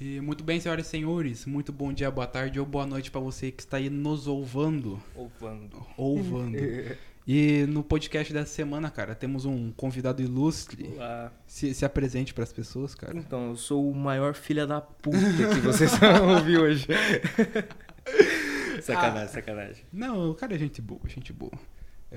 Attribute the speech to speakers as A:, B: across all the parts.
A: E muito bem, senhoras e senhores, muito bom dia, boa tarde ou boa noite para você que está aí nos ouvando.
B: Ovando.
A: Ouvando. e no podcast dessa semana, cara, temos um convidado ilustre.
B: Olá.
A: Se, se apresente para as pessoas, cara.
B: Então, eu sou o maior filha da puta que vocês vão ouvir hoje. Ah, sacanagem, sacanagem.
A: Não, o cara é gente boa, gente boa.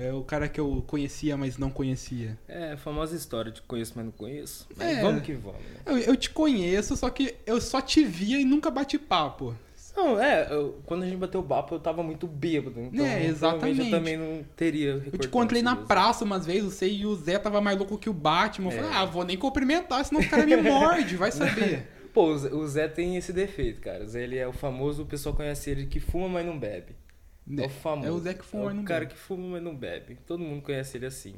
A: É o cara que eu conhecia, mas não conhecia.
B: É, famosa história de conheço, mas não conheço. Mas
A: É.
B: vamos que vamos, né?
A: Eu, eu te conheço, só que eu só te via e nunca bati papo.
B: Não, é, eu- quando a gente bateu o papo, eu tava muito bêbado. Então,
A: É,
B: provavelmente
A: exatamente.
B: Eu também não teria
A: Eu
B: recordado
A: te encontrei na
B: isso.
A: praça umas vezes, você e o Zé tava mais louco que o Batman. Eu falei,
B: É.
A: ah, vou nem cumprimentar, senão o cara me morde, vai saber.
B: Pô, o Zé- o Zé tem esse defeito, cara. O Zé, ele é o famoso, o pessoal conhece ele que fuma, mas não bebe. É o famoso.
A: É o Zé que fuma,
B: É
A: mas não
B: o cara
A: bebe.
B: que fuma, mas não bebe. Todo mundo conhece ele assim.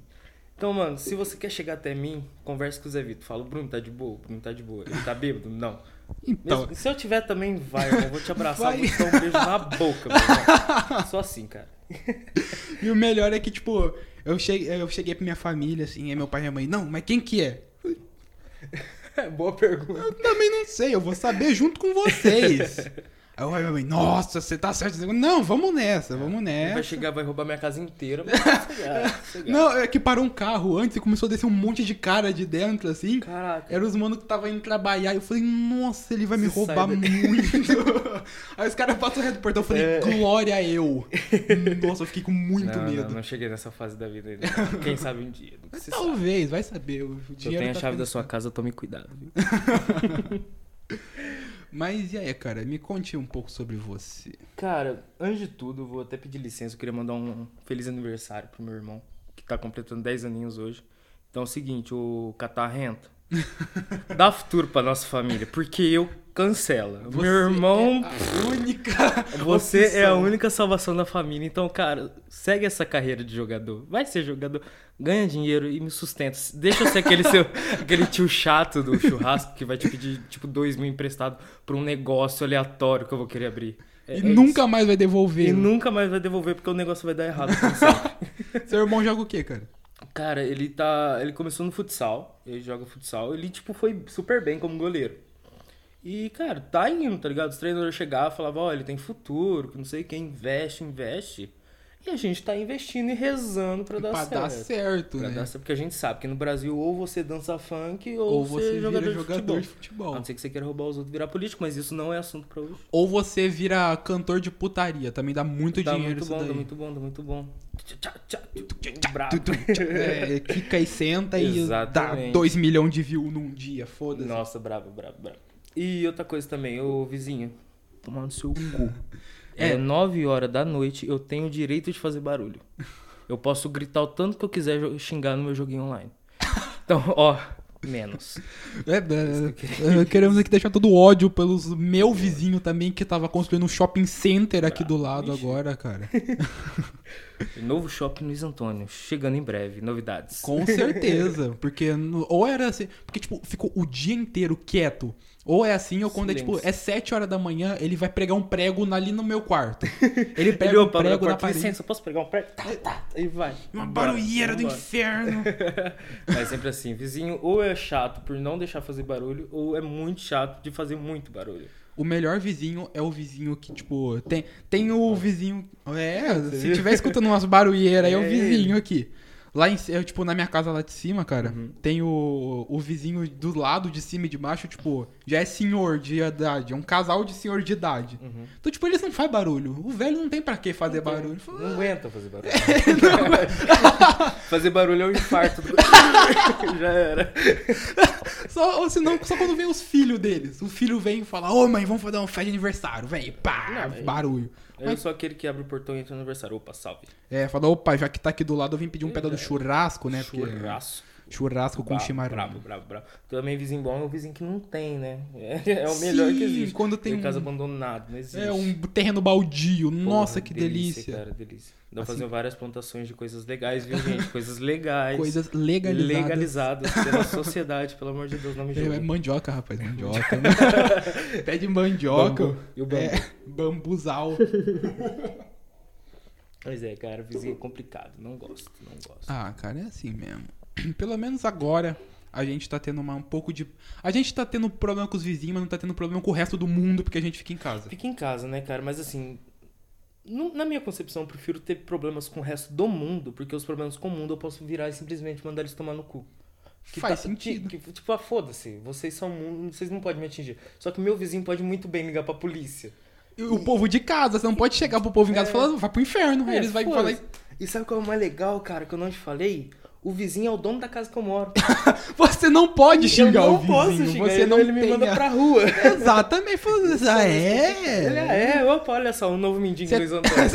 B: Então, mano, se você quer chegar até mim, converse com o Zé Vitor. Fala, o Bruno tá de boa, o Bruno tá de boa. Ele tá bêbado? Não.
A: Então,
B: Mesmo- se eu tiver também, vai, irmão. Eu vou te abraçar,
A: Vai.
B: vou te dar um beijo na boca, meu irmão. Só assim, cara.
A: e o melhor é que, tipo, eu cheguei, eu cheguei pra minha família, assim, aí meu pai e minha mãe, não, mas quem que é?
B: Boa pergunta.
A: Eu também não sei, eu vou saber junto com vocês. Aí eu, minha mãe, nossa, você tá certo. Não, vamos nessa, vamos
B: Ele É, vai
A: nessa.
B: chegar, vai roubar minha casa inteira. Mas sossegar, sossegar.
A: Não, é que parou um carro antes e começou a descer um monte de cara de dentro, assim.
B: Caraca.
A: Era os mano que tava indo trabalhar. Eu falei, nossa, ele vai me
B: Você
A: roubar
B: sai
A: muito. Aí os caras passam reto do portão. Eu falei,
B: É.
A: glória a eu. nossa, eu fiquei com muito
B: não,
A: medo.
B: Não, não cheguei nessa fase da vida ainda. não. Quem sabe um dia. Não se sabe.
A: Talvez, vai saber. O dinheiro
B: Se eu tenho
A: tá
B: a chave
A: ficando-
B: da sua casa, tome cuidado. viu?
A: Mas e aí, cara? Me conte um pouco sobre você.
B: Cara, antes de tudo, eu vou até pedir licença. Eu queria mandar um feliz aniversário pro meu irmão, que tá completando 10 aninhos hoje. Então é o seguinte, o Catarrento, dá futuro pra nossa família, porque eu cancela.
A: Você
B: meu irmão,
A: é a única.
B: você é a
A: opção.
B: única salvação da família. Então, cara, segue essa carreira de jogador. Vai ser jogador, ganha dinheiro e me sustenta. Deixa eu ser aquele seu, aquele tio chato do churrasco que vai te pedir, tipo, dois mil emprestado pra um negócio aleatório que eu vou querer abrir. É-
A: E
B: é
A: nunca mais vai devolver.
B: e nunca mais vai devolver porque o negócio vai dar errado.
A: Seu irmão joga o quê, cara?
B: cara, ele tá. Ele começou no futsal, ele joga futsal, ele tipo foi super bem como goleiro. E, cara, tá indo, tá ligado? Os treinadores chegavam e falavam, ó, ele tem futuro, que não sei quem, investe, investe. E a gente tá investindo e rezando pra dar
A: pra
B: certo.
A: dar certo,
B: Pra
A: né?
B: dar certo, porque a gente sabe que no Brasil ou você dança funk ou,
A: Ou você
B: é
A: vira
B: jogador,
A: jogador
B: de
A: de
B: futebol.
A: futebol.
B: A não ser que você queira roubar os outros e virar político, mas isso não é assunto pra hoje.
A: Ou você vira cantor de putaria. Também dá muito
B: Tá
A: dinheiro
B: muito
A: isso
B: bom,
A: daí.
B: tá muito bom, tá muito bom. Tchá, tchá, tchá, brabo.
A: É, quica e senta e dá
B: Exatamente.
A: 2 milhões de views num dia, foda-se.
B: Nossa, brabo, brabo, brabo. E outra coisa também, ô vizinho. Tomar no seu cu. É 9 horas da noite, eu tenho o direito de fazer barulho. Eu posso gritar o tanto que eu quiser jo- xingar no meu joguinho online. Então, ó, menos.
A: É, é, é, queremos aqui deixar todo o ódio pelos meu vizinho também, que tava construindo um shopping center aqui do lado
B: Ixi.
A: agora, cara.
B: Novo shopping Luiz Antônio, chegando em breve, novidades.
A: Com certeza. Porque no- ou era assim. Porque, tipo, ficou o dia inteiro quieto. Ou é assim, ou quando é tipo,
B: Silêncio.
A: é 7 horas da manhã, ele vai pregar um prego na- ali no meu quarto. Ele
B: Ele
A: prega um
B: opa, abre a
A: prego na
B: porta,
A: parede.
B: licença, posso pegar um prego? Tá, tá, e vai.
A: Uma
B: Bora,
A: barulheira do
B: vambora.
A: inferno.
B: Mas sempre assim, vizinho ou é chato por não deixar fazer barulho, ou é muito chato de fazer muito barulho.
A: O melhor vizinho é o vizinho que, tipo, tem, tem o vizinho. É, se
B: viu?
A: tiver escutando umas barulheiras, aí é o
B: É
A: vizinho aqui. Lá em eu, tipo, na minha casa lá de cima, cara,
B: Uhum.
A: tem o, o vizinho do lado, de cima e de baixo, tipo, já é senhor de idade, é um casal de senhor de idade. Então, tipo, eles não fazem barulho. O velho não tem pra que fazer barulho. Ele fala,
B: Uhum. Não aguenta fazer barulho. fazer barulho é um infarto. Do... Já era.
A: Só, ou senão, só quando vem os filhos deles. O filho vem e fala, ô mãe, vamos fazer uma festa de aniversário, velho. Pá,
B: Não, é-
A: barulho.
B: Eu sou aquele que abre o portão e entra no aniversário. Opa, salve.
A: É, fala, opa, já que tá aqui do lado, eu vim pedir um pedaço do churrasco, né? porque-
B: é. Churrasco.
A: Churrasco com
B: Bravo,
A: chimarrão.
B: Bravo, bravo, bravo. Também vizinho bom é o vizinho que não tem, né? É, é o melhor
A: Sim,
B: que existe.
A: quando tem
B: casa
A: um-
B: abandonada, não existe.
A: É um terreno baldio.
B: Porra,
A: Nossa, que delícia.
B: Cara, delícia. Dá pra
A: Assim-
B: fazer várias plantações de coisas legais, viu, gente? Coisas legais.
A: Coisas legalizadas.
B: legalizadas pela sociedade, pelo amor de Deus, não me
A: É,
B: julgue.
A: é mandioca, rapaz. Mandioca. né? Pede mandioca.
B: Bambu. E o bambu.
A: É, bambuzal.
B: Pois é, cara, vizinho é complicado. Não gosto, não gosto.
A: Ah, cara, é assim mesmo. Pelo menos agora A gente tá tendo uma, um pouco de. A gente tá tendo problema com os vizinhos, mas não tá tendo problema com o resto do mundo porque a gente fica em casa.
B: Fica em casa, né, cara? Mas assim, nu- na minha concepção, eu prefiro ter problemas com o resto do mundo, porque os problemas com o mundo eu posso virar e simplesmente mandar eles tomar no cu.
A: Faz
B: tá-
A: sentido.
B: que- que- tipo, ah, foda-se, vocês são mundo, vocês não podem me atingir. Só que meu vizinho pode muito bem ligar pra polícia.
A: E o povo de casa, você não pode chegar pro povo em casa
B: É.
A: e falar, vai pro inferno. Aí
B: É,
A: eles vão falar.
B: foda-se. E sabe qual é o mais legal, cara, que eu não te falei? O vizinho é o dono da casa que eu moro.
A: Você não pode xingar
B: eu não
A: o vizinho.
B: posso xingar
A: você
B: ele,
A: não
B: ele
A: tem
B: me manda
A: a-
B: pra rua.
A: Exatamente. Falou, ah,
B: Ele,
A: é.
B: ah, é, opa, olha só, um novo mendigo
A: Cê-
B: Luiz Antônio.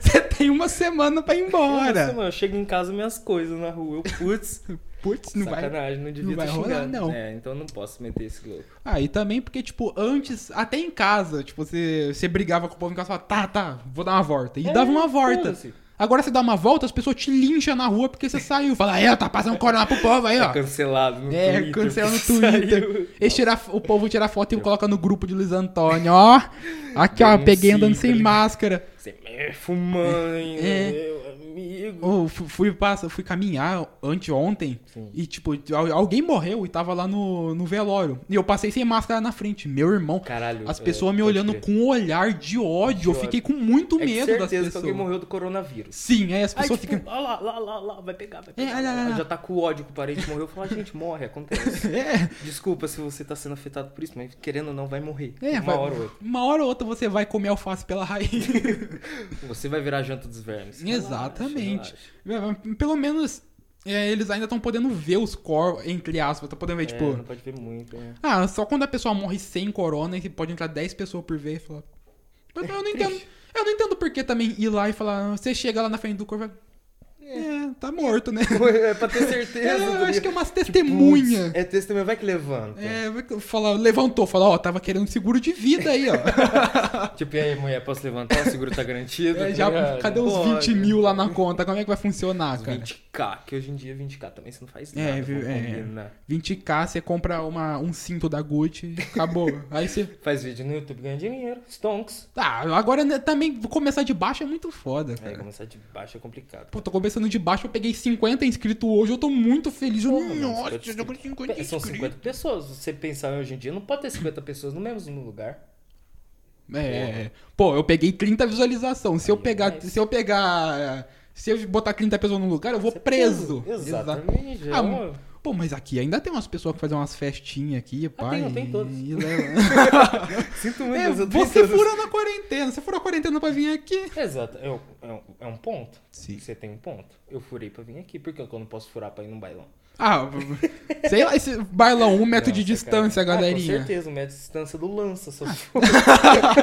A: Você tem uma semana pra ir
B: Nossa,
A: embora.
B: mano, eu chego em casa minhas coisas na rua. Eu, putz,
A: Putz, não vai.
B: sacanagem, não devia
A: não vai
B: ter
A: rolar,
B: xingado.
A: não.
B: É, então eu não posso meter esse louco.
A: Ah, e também porque, tipo, antes, até em casa, tipo, você, você brigava com o povo em casa e falava, tá, tá, vou dar uma volta. E
B: É,
A: dava uma volta.
B: foda-se.
A: Agora você dá uma volta, as pessoas te lincham na rua porque você saiu. Fala, é, tá passando corona pro povo aí, ó.
B: Tá Cancelado no Twitter.
A: Ah. É, cancela no
B: saiu.
A: Twitter. Eles tirar, o povo tira foto e coloca no grupo de Luiz Antônio, ó. Aqui, ó, peguei andando sem
B: Denuncie, tá ligado?
A: máscara.
B: Você é fumando,
A: É.
B: meu amigo.
A: Eu fu- fui, passa, fui caminhar anteontem
B: Sim.
A: e, tipo, al- alguém morreu e tava lá no, no velório. E eu passei sem máscara na frente. Meu irmão,
B: Caralho.
A: as
B: é,
A: pessoas me
B: pode
A: olhando
B: crer.
A: com um olhar de ódio.
B: De
A: eu fiquei com muito
B: É que
A: medo das
B: certeza que alguém
A: pessoas.
B: morreu do coronavírus.
A: Sim, aí as
B: Aí,
A: pessoas
B: tipo,
A: ficam.
B: ó lá, lá, lá, lá, vai pegar, vai pegar.
A: É, olha lá, lá, lá.
B: Já tá com ódio que o parente morreu. Fala, gente, morre, acontece.
A: É,
B: Desculpa se você tá sendo afetado por isso, mas querendo ou não, vai morrer.
A: é,
B: uma
A: vai-
B: hora ou outra.
A: uma hora ou outra você vai comer alface pela raiz.
B: Você vai virar a janta dos vermes.
A: Exatamente.
B: Relaxa, relaxa.
A: Pelo menos é, eles ainda estão podendo ver os corpos, entre aspas. Tá podendo ver,
B: É, não
A: tipo.
B: pode ver muito, né?
A: Ah, só quando a pessoa morre sem corona, e pode entrar 10 pessoas por vez e falar. Tipo, eu não entendo. Eu não entendo por que também ir lá e falar. "Ah, Você chega lá na frente do corpo e fala. É, tá morto, né?
B: é pra ter certeza. Tipo,
A: É, eu acho que é umas
B: Putz,
A: testemunha.
B: É testemunha, vai que levanta.
A: É, vai que- fala, levantou, fala, ó, tava querendo um seguro de vida aí, ó.
B: Tipo, e aí, mulher, posso levantar? O seguro tá garantido?
A: É, já,
B: Obrigado.
A: cadê os
B: Pode.
A: 20 mil lá na conta? Como é que vai funcionar, cara?
B: 20k, que hoje em dia 20k também você não faz
A: É,
B: nada. né?
A: viu,
B: vamos
A: é.
B: combinar.
A: 20k, você compra uma, um cinto da Gucci, acabou. Aí você.
B: Faz vídeo no YouTube, ganha dinheiro. Stonks.
A: Ah, agora né, também começar de baixo é muito foda,
B: Aí
A: cara.
B: começar de baixo é complicado.
A: Pô, tô começando de baixo, eu peguei 50 inscritos hoje, eu tô muito feliz. Eu,
B: Porra, mano,
A: Nossa,
B: 50
A: eu tô com 50 inscritos.
B: Pe- É, São 50 pessoas. Se você pensar hoje em dia, não pode ter 50 pessoas no mesmo lugar.
A: É, é. pô, eu peguei 30 visualizações. Se eu
B: Aí é
A: pegar.
B: mais.
A: Se eu pegar. Se eu botar 30 pessoas no lugar, eu vou
B: Você é
A: preso. Exato.
B: Exatamente.
A: Ah,
B: é uma-
A: Pô, mas aqui ainda tem umas pessoas que fazem umas festinhas aqui, pai.
B: Ah, tem, tem todos.
A: E leva.
B: Sinto muito,
A: é,
B: mas eu tenho
A: você
B: todas.
A: furou na quarentena. Você furou a quarentena pra vir aqui.
B: Exato. É um, é um- é um ponto.
A: Sim.
B: Você tem um ponto. Eu furei pra vir aqui. Por que eu não posso furar pra ir num bailão?
A: Ah, sei lá, esse bailão, um metro de
B: Nossa,
A: distância,
B: cara. Ah, com
A: galerinha. Ah.
B: certeza, um metro de distância do lança. Só se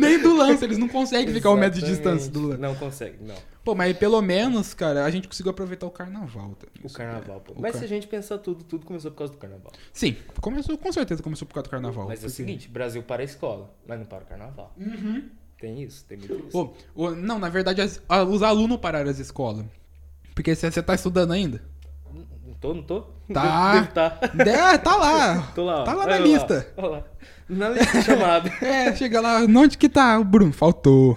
A: Nem do lance, eles não conseguem ficar um metro de distância do lance.
B: Não consegue, não.
A: Pô, mas pelo menos, cara, a gente conseguiu aproveitar o carnaval. tá?
B: O
A: Isso,
B: carnaval, pô.
A: O
B: Mas
A: car-
B: se a gente pensar tudo, tudo começou por causa do carnaval.
A: Sim, começou, com certeza começou por causa do carnaval. assim.
B: Mas é o
A: porque-
B: seguinte, Brasil para a escola, mas não para o carnaval.
A: Uhum.
B: Tem isso, tem muito isso.
A: Pô, o- não, na verdade, as- a- os alunos pararam as escolas. Porque você você tá estudando ainda?
B: Não tô, não tô?
A: Tá.
B: Devo tá.
A: É, tá lá.
B: Tô lá. ó.
A: Tá lá na
B: Olha
A: lista.
B: Olha lá. Na lista chamada.
A: É, chega lá, onde que tá o Bruno? Faltou.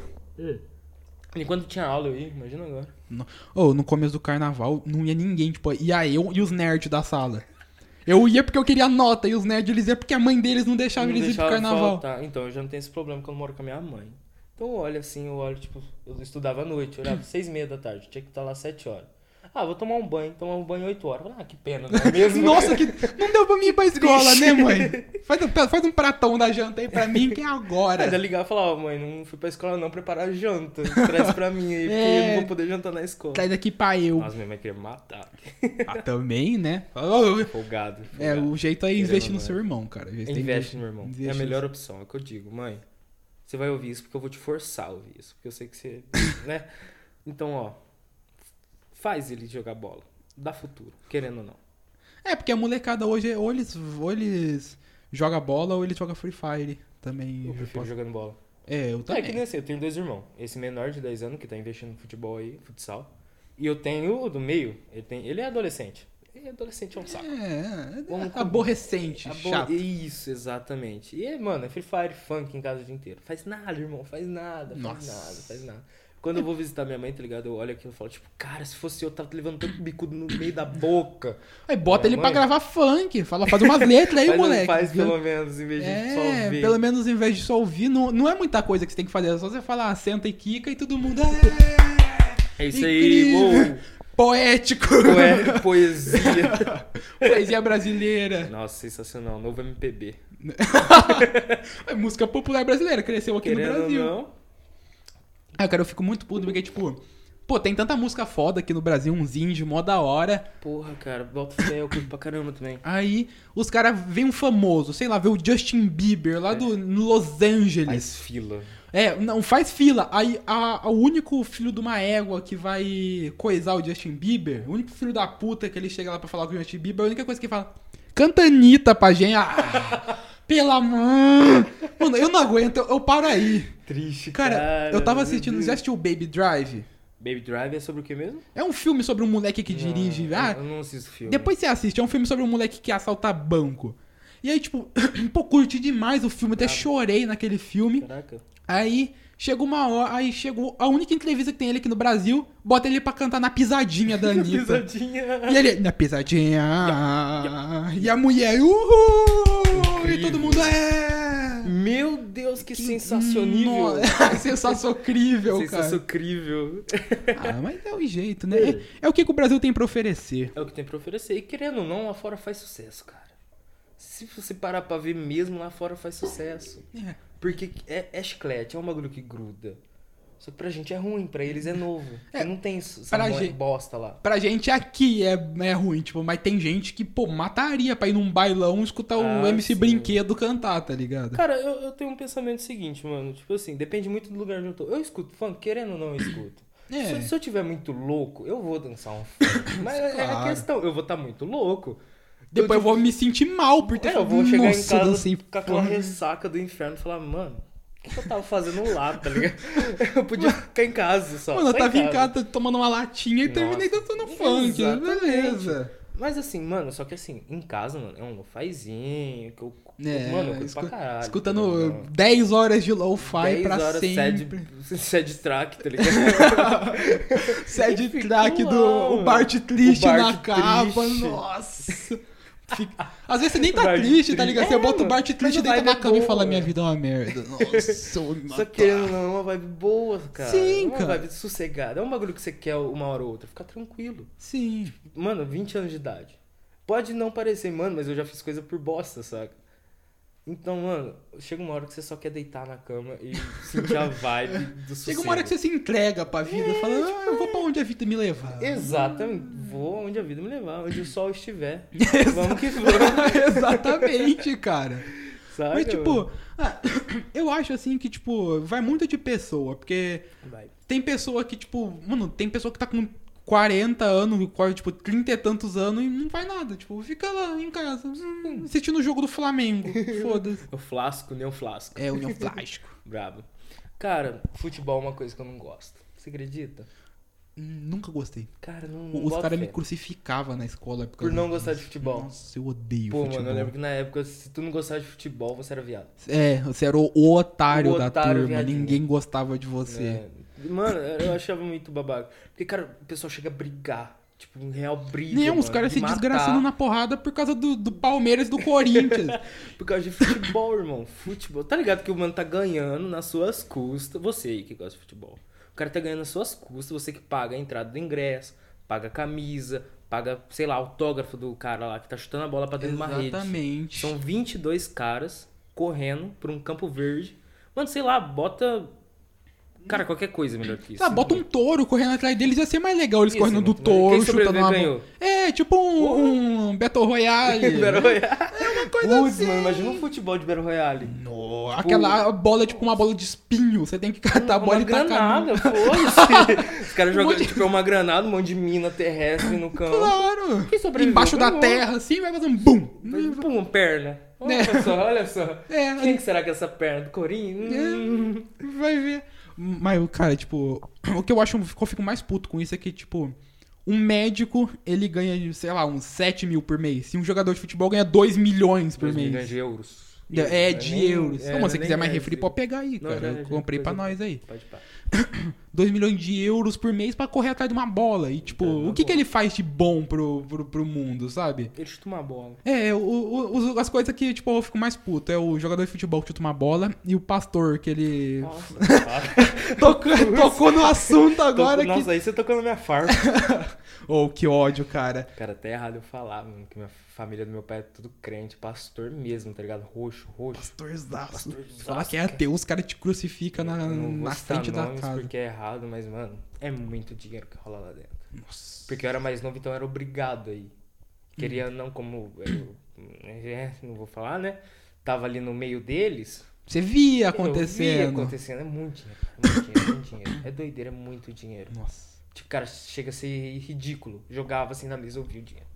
B: Enquanto tinha aula eu ia, imagina agora.
A: No- Ô, no começo do carnaval não ia ninguém, tipo, ia eu e os nerds da sala. Eu ia porque eu queria nota e os nerds eles iam porque a mãe deles não deixava
B: Não
A: eles ir pro
B: deixava
A: Tá, carnaval.
B: faltar. Então, eu já não tenho esse problema quando eu moro com a minha mãe. Então, eu olho assim, eu olho, tipo, eu estudava à noite, eu olhava seis e meia da tarde, tinha que estar lá sete horas. Ah, vou tomar um banho, tomar um banho oito horas. Ah, que pena, não é mesmo?
A: Assim, Nossa, que não deu pra mim ir pra escola, né, mãe? Faz, um- faz um pratão da janta aí pra mim que é
B: Aí já
A: agora.
B: ligava e falava, mãe, não fui pra escola não preparar janta, traz pra mim aí, porque
A: É. Tá
B: eu não vou poder jantar na escola.
A: Sai daqui pra eu.
B: Nossa, minha mãe queria me matar, tá.
A: Ah, também, né? Ô, ô, ô.
B: folgado.
A: É,
B: folgado.
A: o jeito é investir
B: Querendo,
A: no
B: né?
A: seu irmão, cara. O jeito é
B: Investe, meu irmão.
A: investe
B: É a
A: no-
B: melhor opção, é o que eu digo, mãe. Você vai ouvir isso porque eu vou te forçar a ouvir isso, porque eu sei que você, né? Então, ó, faz ele jogar bola, dá futuro, querendo ou não.
A: É, porque a molecada hoje, é- ou eles, ou eles joga bola ou eles joga Free Fire também.
B: Eu
A: Eu
B: prefiro
A: posso-
B: jogando bola.
A: É, eu
B: É que
A: também.
B: nem assim, eu tenho dois irmãos. Esse menor de 10 anos que tá investindo no futebol aí, futsal. E eu tenho o do meio, ele, tem, ele é adolescente. E adolescente é um saco.
A: É,
B: Vamos
A: é, aborrecente,
B: Tá bom?
A: chato.
B: Isso, exatamente. E, mano, é Free Fire funk em casa o dia inteiro. Faz nada, irmão, faz nada, faz
A: Nossa.
B: nada, faz nada. Quando eu vou visitar minha mãe, tá ligado? Eu olho aquilo e falo, tipo, cara, se fosse eu, tava levantando o bicudo no meio da boca.
A: Aí bota
B: Minha
A: ele pra
B: mãe?
A: gravar funk. Fala, faz umas letras aí,
B: Mas não
A: moleque.
B: faz pelo menos, em vez de só
A: É,
B: ver.
A: pelo menos em vez de só ouvir, não, não é muita coisa que você tem que fazer. É só você falar, senta e quica e todo mundo. "É,
B: É isso aí,
A: incrível,
B: uou.
A: Poético!
B: Poé, poesia.
A: Poesia brasileira.
B: Nossa, sensacional. Novo MPB.
A: É música popular brasileira, cresceu aqui no
B: Querendo ou
A: Brasil.
B: não,
A: Ah, cara, eu fico muito puto porque, tipo, pô, tem tanta música foda aqui no Brasil, uns indie, mó da hora.
B: porra, cara, bota fé, eu curto pra caramba também.
A: Aí os caras vêm um famoso, sei lá, vê o Justin Bieber
B: É.
A: lá do no Los Angeles.
B: Faz fila.
A: É, não faz fila. Aí a, a- o único filho de uma égua que vai coisar o Justin Bieber, o único filho da puta que ele chega lá pra falar com o Justin Bieber, é a única coisa que ele fala, canta Anitta pra gente. Ah, pela mãe. Mano, eu não aguento, eu, eu paro aí.
B: Triste, cara.
A: Cara, eu tava
B: meu
A: assistindo,
B: Deus.
A: já assistiu Baby Drive?
B: Baby Drive é sobre o que mesmo?
A: É um filme sobre um moleque que dirige.
B: Não,
A: ah,
B: eu não assisto filme.
A: depois você assiste, é um filme sobre um moleque que assalta banco. E aí, tipo, pô, curti demais o filme, até chorei naquele filme.
B: Caraca.
A: Aí chegou uma hora, aí chegou a única entrevista que tem ele aqui no Brasil, bota ele pra cantar na pisadinha da Anitta.
B: Pisadinha.
A: E ele, na pisadinha. E a mulher, uhul! E todo mundo é.
B: Meu Deus, que, sensacionível.
A: Nossa, sensacionível, É cara.
B: Sensacionível.
A: Ah, mas é o jeito, né? É, é o que, que o Brasil tem pra oferecer.
B: É o que tem pra oferecer. E querendo ou não, lá fora faz sucesso, cara. Se você parar pra ver mesmo, lá fora faz sucesso.
A: É.
B: Porque é, é chiclete, é um bagulho que gruda. Só que pra gente é ruim, pra eles é novo.
A: É,
B: Porque não tem isso,
A: pra
B: essa mo-
A: gente-
B: bosta lá.
A: Pra gente aqui é, é ruim, tipo, mas tem gente que, pô, mataria pra ir num bailão escutar o
B: Ah,
A: MC
B: sim.
A: Brinquedo cantar, tá ligado?
B: Cara, eu, eu tenho um pensamento seguinte, mano. Tipo assim, depende muito do lugar onde eu tô. Eu escuto funk, querendo ou não, eu escuto.
A: É.
B: Se, se eu tiver muito louco, eu vou dançar um funk. Mas é- é
A: Claro.
B: a questão, eu vou estar muito louco.
A: Depois eu vou me sentir mal por ter
B: É, eu vou chegar em
A: Nossa,
B: casa
A: dancei
B: com aquela
A: porra.
B: ressaca do inferno e falar, mano, o que eu tava fazendo lá, tá ligado? Eu podia ficar em casa só.
A: Mano, eu
B: só
A: tava em casa tomando uma latinha e terminei dançando
B: Nossa,
A: funk. né?
B: exatamente.
A: Beleza.
B: Mas assim, mano, só que assim, em casa, mano, é um lofazinho, que eu.
A: É,
B: mano, eu curto
A: escu-
B: pra caralho. tá
A: escutando
B: ligado?
A: 10 horas de lo-fi
B: 10
A: pra
B: horas
A: sempre.
B: Sad, sad track, tá ligado?
A: Sad
B: Enfim,
A: track
B: vamos
A: do
B: lá,
A: o
B: mano.
A: Bart triste
B: O Bart
A: na capa.
B: triste.
A: Nossa. Fica- Às vezes você nem tá
B: Bart
A: triste, tá
B: triste.
A: ligado? Você
B: É,
A: bota o
B: mano,
A: Bart
B: mas
A: triste,
B: a
A: deita
B: vibe
A: na
B: é
A: cama e
B: boa,
A: fala: Minha
B: velho.
A: vida é uma merda. Nossa, eu vou me
B: Só
A: matar.
B: que querendo ou não, é uma vibe boa, cara.
A: Sim,
B: é uma
A: cara.
B: vibe sossegada. É um bagulho que você quer uma hora ou outra. Fica tranquilo.
A: Sim.
B: Mano, 20 anos de idade. Pode não parecer, mano, mas eu já fiz coisa por bosta, saca? Então, mano, chega uma hora que você só quer deitar na cama e sentir a vibe do sossego.
A: Chega uma hora que você se entrega pra vida, fala:
B: É,
A: "Ah, Eu vou
B: tipo
A: pra onde a vida me levar.
B: Exatamente. Vou onde a vida me levar, onde o sol estiver. vamos que vamos,
A: Exatamente, cara.
B: saca?
A: Mas, tipo,
B: mano?
A: ah, eu acho assim que, tipo, vai muito de pessoa, porque
B: Vai.
A: tem pessoa que, tipo, mano, tem pessoa que tá com 40 anos, quase, tipo, 30 e tantos anos e não faz nada, tipo, fica lá em casa, hum, assistindo o jogo do Flamengo, foda-se.
B: O flasco, nem o flasco.
A: É, União Flasco.
B: Brabo. Cara, futebol é uma coisa que eu não gosto. Você acredita?
A: Hum, Nunca gostei.
B: Cara, não. não
A: Os
B: boto
A: caras me
B: fé.
A: crucificavam na escola.
B: Por
A: causa
B: não
A: disso.
B: gostar de futebol.
A: Nossa, eu odeio
B: Pô,
A: futebol.
B: mano, eu lembro que na época, se tu não gostava de futebol, você era viado.
A: É, você era o, o otário
B: O
A: da
B: otário
A: turma,
B: viadinho.
A: ninguém gostava de você.
B: É. Mano, eu achava muito babaca. Porque, cara, o pessoal chega a brigar. Tipo, um real briga.
A: Não,
B: mano,
A: os caras
B: de
A: se
B: matar
A: desgraçando na porrada por causa do, do Palmeiras e do Corinthians.
B: Por causa de futebol, irmão. Futebol. Tá ligado que o mano tá ganhando nas suas custas. Você aí que gosta de futebol. O cara tá ganhando nas suas custas. Você que paga a entrada do ingresso, paga a camisa, paga, sei lá, autógrafo do cara lá que tá chutando a bola pra dentro de uma rede.
A: Exatamente. Ah,
B: São 22 caras correndo por um campo verde. Mano, sei lá, bota. Cara, qualquer coisa é melhor que isso.
A: Ah, bota um touro correndo atrás deles, ia ser mais legal eles
B: Isso,
A: correndo do
B: muito maneiro.
A: touro,
B: Quem
A: chutando
B: sobreviver
A: uma
B: ganhou.
A: É, tipo um, um Battle É Royale.
B: Battle Royale.
A: uma coisa
B: Putz,
A: assim.
B: mano, imagina um futebol de Battle Royale.
A: No, aquela bola é tipo uma bola de espinho, você tem que catar a bola
B: uma
A: e tacar. no-
B: granada, foda-se. Os
A: Um
B: caras jogando,
A: monte de-
B: tipo, é uma granada, um monte de mina terrestre no campo.
A: Claro.
B: Quem sobreviveu
A: Embaixo da
B: ganhou.
A: terra, assim, vai fazer um bum.
B: Mas, Pum, perna. Olha
A: É.
B: só, olha só.
A: É.
B: Quem que será que é essa perna? Do Corinthians? Hum.
A: Vai ver. Mas, cara, tipo, o que eu acho que eu fico mais puto com isso é que, tipo, um médico, ele ganha, sei lá, uns 7 mil por mês. E um jogador de futebol ganha 2 milhões por
B: Dois
A: mês.
B: milhões de euros.
A: É,
B: Euros,
A: de
B: né? Nem-
A: euros.
B: é,
A: então, mano, se você
B: nem
A: quiser mais
B: é,
A: refri,
B: sim.
A: pode pegar aí,
B: Não,
A: cara.
B: já-
A: eu
B: já-
A: comprei pra
B: coisa-
A: nós aí.
B: Pode pá.
A: 2 milhões de euros por mês pra correr atrás de uma bola. E, tipo,
B: É, uma
A: o que, que
B: boa.
A: ele faz de bom pro, pro, pro mundo, sabe?
B: Ele chuta uma bola.
A: É, o- o- os- as coisas que, tipo, eu fico mais puto é o jogador de futebol que chuta uma bola e o pastor que ele.
B: Nossa,
A: Tocou, tocou no assunto agora que.
B: Nossa, aí você tocou na minha farpa.
A: Ô, que ódio, cara.
B: Cara, até errado eu falar, mano, que minha família do meu pai é tudo crente, pastor mesmo, tá ligado? Roxo, roxo.
A: Pastorzaço.
B: Pastorzaço,
A: Falar que é ateu, os caras te crucificam na,
B: Eu não vou
A: na
B: citar
A: frente da
B: nomes
A: casa.
B: porque é errado, mas, mano, é muito dinheiro que rola lá dentro.
A: Nossa.
B: Porque eu era mais novo, então eu era obrigado aí. Queria
A: Hum.
B: não como... eu- é, não vou falar, né? Tava ali no meio deles.
A: Você via
B: Eu vi
A: Tá acontecendo.
B: acontecendo. É muito dinheiro, cara, é muito dinheiro, é muito dinheiro. É doideira, é muito dinheiro.
A: Nossa.
B: Tipo, cara, chega a ser ridículo. Jogava assim na mesa, eu vi o dinheiro.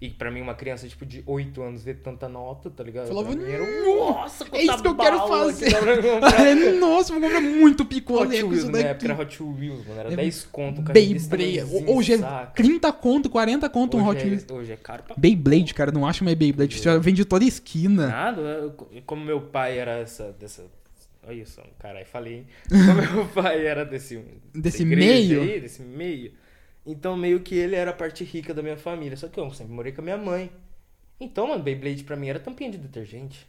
B: E pra mim, uma criança, tipo, de 8 anos, ver tanta nota, tá ligado?
A: Falava,
B: Pra mim era,
A: "Não,
B: nossa,
A: é isso
B: quanta
A: que eu quero
B: bala
A: fazer."
B: dá pra comprar."
A: Nossa, vou comprar muito picolé
B: Hot
A: com
B: Wheels,
A: isso
B: na é época
A: daqui.
B: era Hot Wheels, mano. Era
A: É
B: 10 conto, um cara. desse
A: Beyblade.
B: tamanhozinho,
A: Hoje é
B: saca?
A: 30 conto, 40 conto um Hot
B: Hoje é-
A: Wheels.
B: Hoje é caro pra
A: Beyblade, cara, não acho mais Beyblade. Você já vende toda esquina.
B: nada. eu- Como meu pai era essa, dessa... Olha isso, caralho, falei, hein? Como meu pai era desse... um,
A: Desse
B: dessa igreja
A: meio?
B: aí, desse meio. Então, meio que ele era a parte rica da minha família. Só que eu sempre morei com a minha mãe. Então, mano, Beyblade pra mim era tampinha de detergente.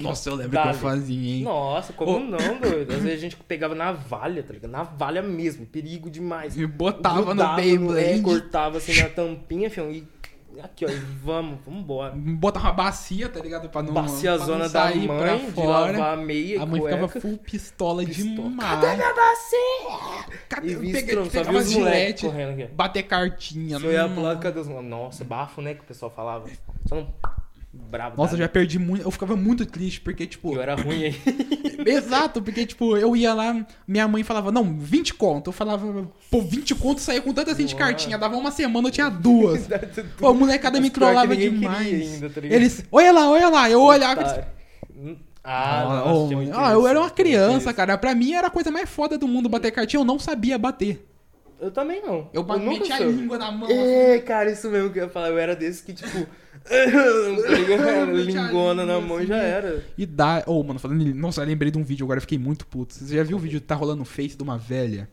A: Nossa, eu lembro
B: Dale.
A: que eu fazia, hein?
B: Nossa, como
A: Ô.
B: não, doido? Às vezes a gente pegava navalha, tá ligado? Navalha mesmo, perigo demais.
A: E botava no
B: Grudava
A: Beyblade.
B: é, cortava assim na tampinha, fião, e aqui, ó, e vamos, vambora.
A: Botava uma bacia, tá ligado? Pra não,
B: Bacia a
A: pra não
B: zona da
A: sair pra
B: mãe, de
A: fora.
B: lavar a meia
A: A
B: e
A: mãe
B: cueca.
A: ficava full pistola,
B: Pistola.
A: demais. Cadê?
B: E
A: Eu
B: vi
A: peguei-
B: estranho, só vi
A: pegava
B: os moleques
A: gilete,
B: correndo aqui.
A: bater cartinha.
B: Foi é a
A: Hum.
B: placa dos... Nossa, bafo, né, que o pessoal falava. Só um brabo.
A: Nossa, eu
B: dado.
A: já perdi muito. Eu ficava muito triste, porque, tipo.
B: Eu era ruim aí.
A: Exato, porque, tipo, eu ia lá, minha mãe falava, não, 20 conto. Eu falava, pô, 20 conto saía com tanta assim de
B: Nossa.
A: cartinha. Dava uma semana, eu tinha duas.
B: Tá
A: Pô, a molecada me trollava
B: ninguém queria
A: demais.
B: ainda, tá ligado?
A: Eles, olha lá, olha lá. Eu olhava. eles-
B: Otário. Ah,
A: Ah,
B: nossa,
A: ô,
B: tinha muito
A: ah, eu
B: isso,
A: era uma
B: tinha muito
A: criança,
B: isso.
A: cara. Pra mim era a coisa mais foda do mundo bater cartinha. Eu não sabia bater.
B: Eu também não.
A: Eu, bati
B: nunca
A: metia a
B: soube.
A: língua na mão. assim.
B: É, cara, isso mesmo que eu ia falar. Eu era desse que, tipo, pegou a lingona na
A: assim.
B: mão e já era.
A: E dá. Ô, mano, falando. em- Nossa, eu lembrei de um vídeo agora, eu fiquei muito puto. Você já viu o vídeo que tá rolando no Face de uma velha?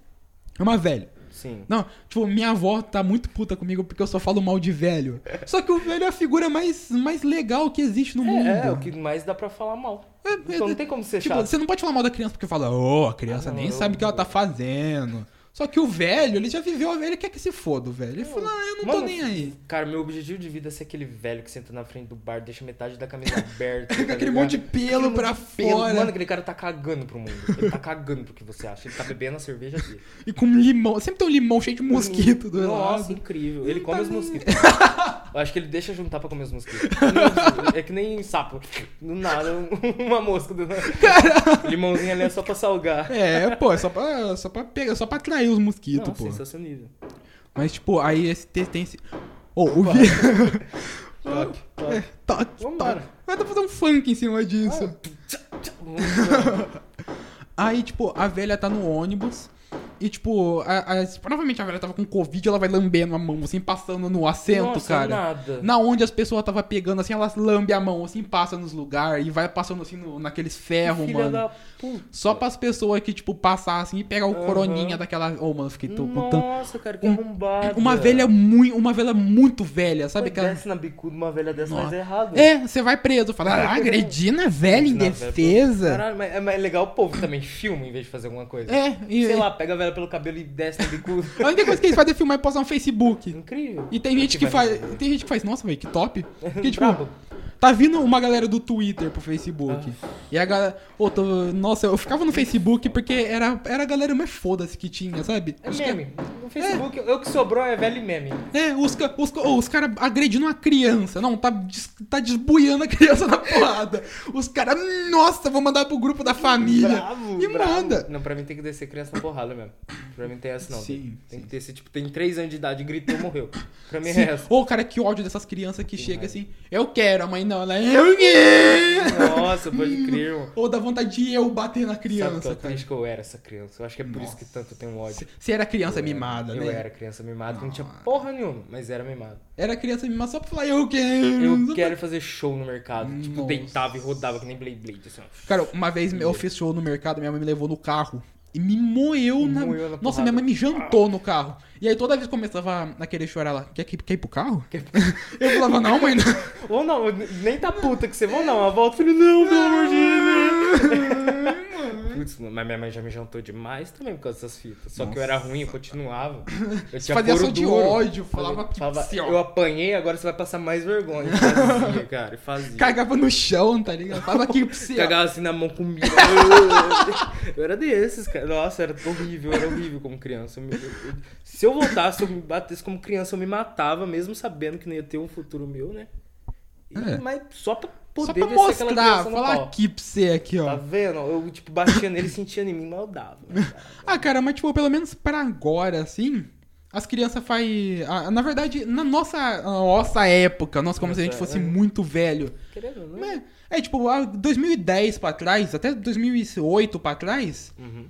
A: É uma velha.
B: Sim.
A: Não, tipo, minha avó tá muito puta comigo porque eu só falo mal de velho. Só que o velho é a figura mais, mais legal que existe no mundo.
B: É, é, o que mais dá pra falar mal.
A: É, é,
B: Então não tem como ser
A: Tipo,
B: chato.
A: você não pode falar mal da criança porque fala, ô, a criança
B: Ah, não,
A: nem
B: eu-
A: sabe o que ela tá fazendo. Só que o velho, ele já viveu a velha, ele quer que se foda, o velho. Ele
B: Eu-
A: fala, ah, eu não tô
B: Mano,
A: nem aí.
B: Cara, meu objetivo de vida é ser aquele velho que senta na frente do bar, deixa metade da camisa aberta. tá
A: Com aquele
B: ligado?
A: monte de pelo
B: Aquele
A: pra
B: monte de pelo.
A: fora.
B: Mano, aquele cara tá cagando pro mundo. Ele tá cagando pro que você acha. Ele tá bebendo a cerveja dele.
A: E com limão. Sempre tem um limão cheio de mosquito do
B: Nossa,
A: lado.
B: incrível. Ele
A: Não
B: come
A: tá
B: os
A: nem-
B: mosquitos. Eu acho que ele deixa juntar pra comer os mosquitos. É que nem sapo. Do nada, um- uma mosca. Do nada. Limãozinho ali é só pra salgar.
A: É, pô, é só pra, só pra pegar, só pra atrair os mosquitos,
B: Não,
A: pô.
B: sensacionível.
A: Mas, tipo, aí esse te- tem esse. Ô, o vi.
B: Toque,
A: É,
B: toque.
A: toque,
B: Vambora.
A: toque. Vai dar pra fazer um funk em cima disso. Aí, tipo, a velha tá no ônibus. E, tipo, a, a- provavelmente a velha tava com Covid, ela vai lambendo a mão, assim, passando no assento,
B: Nossa,
A: cara.
B: nada.
A: Na onde as pessoas tava pegando, assim, elas lambe a mão, assim, passa nos lugares e vai passando, assim, no- naqueles ferros,
B: Filha
A: mano.
B: da puta.
A: Só pras pessoas que, tipo, passar, assim, e pegar o
B: Aham.
A: coroninha daquela... Ô, mano, fiquei tô, com tanto...
B: Nossa, cara, que
A: Um-
B: arrombada.
A: Uma velha muito... Uma velha muito velha, sabe?
B: Sabe
A: Aquela...
B: Desce na bicuda uma velha dessa,
A: Nossa.
B: mas é errado.
A: É, você vai preso. Fala, ah, agredindo a velha
B: Na velha-
A: indefesa.
B: Caralho, mas é mas é legal o povo também filma em vez de fazer alguma coisa.
A: É, e...
B: Sei lá, pega a velha pelo cabelo e desce na bicuda.
A: A única coisa que eles fazem é filmar e postar no Facebook.
B: Incrível.
A: E tem gente que
B: vai
A: faz.
B: fazer?
A: Tem gente que faz, nossa, velho, que top. Porque, tipo,
B: Brabo.
A: tá vindo uma galera do Twitter pro Facebook.
B: Ah.
A: E a galera. Ô, tô- nossa, eu ficava no Facebook porque era, era a galera mais foda-se que tinha, sabe?
B: É
A: Os
B: meme. No Facebook, eu que sobrou é velho e meme.
A: ca- É, os, ca- os, ca- ô, os caras agredindo uma criança. Não, tá, des- tá desbuiando a criança na porrada. Os caras, nossa, vou mandar pro grupo da família. e manda.
B: Não, pra mim tem que descer criança na porrada mesmo. Pra mim tem essa não.
A: Sim,
B: Tem
A: sim.
B: que descer, tipo, tem 3 anos de idade, gritou, morreu. Pra mim
A: Sim.
B: é essa.
A: Ô, cara, que ódio dessas crianças que chega
B: raiva.
A: assim, eu quero, a mãe não, ela é, eu quero.
B: Nossa, pode crer, mano.
A: Ou dá vontade de eu bater na
B: Sabe
A: criança,
B: qual é
A: cara.
B: triste que eu era essa criança? Eu acho que é por isso que tanto eu tenho ódio.
A: Você era criança
B: Eu era-
A: mimada, né?
B: É,
A: Ah.
B: Eu era criança mimada, que não tinha porra nenhuma, mas era mimada.
A: Era criança mimada só pra falar, eu quero.
B: Eu quero fazer show no mercado. Tipo,
A: Nossa.
B: deitava e rodava que nem Blade Blade, assim, ó.
A: Cara, uma vez eu fiz show no mercado, minha mãe me levou no carro. E me moeu,
B: Me
A: na...
B: moeu na
A: Nossa,
B: porrada.
A: minha mãe me jantou no carro. E aí toda vez que começava a querer chorar, ela, quer, que- quer ir pro carro? Eu falava, não, mãe, não.
B: Ou não, nem tá puta que você vão, não. A volta, filho, não, pelo amor de Deus. Putz, mas minha mãe já me jantou demais também por causa dessas fitas. Só que eu era ruim, eu continuava. Eu tinha
A: Fazia
B: couro
A: só de
B: duro.
A: ódio, falava que
B: Falava,
A: assim, ó,
B: eu apanhei, agora você vai passar mais vergonha. E Fazia, cara, e fazia.
A: cagava no chão, tá ligado? Falava que pra você, ó.
B: Cagava assim na mão comigo. Eu, eu- eu era desses, cara. Nossa, era horrível, era horrível como criança. Eu me- eu- eu- se eu voltasse, se eu me batesse como criança, eu me matava, mesmo sabendo que não ia ter um futuro meu, né? E-
A: É.
B: Mas só pra poder
A: Só pra
B: descer aquela
A: mostrar,
B: criança no
A: falar
B: pau.
A: aqui pra você aqui,
B: Tá
A: ó.
B: vendo? Eu, tipo, batia nele, sentia em mim, mas eu dava. né,
A: Ah, cara, mas tipo, pelo menos pra agora, assim, as crianças fazem. ah, Na verdade, na nossa, na nossa época, nós como se a gente
B: Nossa,
A: fosse
B: é.
A: muito velho.
B: Querendo, ou não.
A: Mas, É, tipo, ah, 2010 pra trás, até 2008 pra trás,
B: Uhum.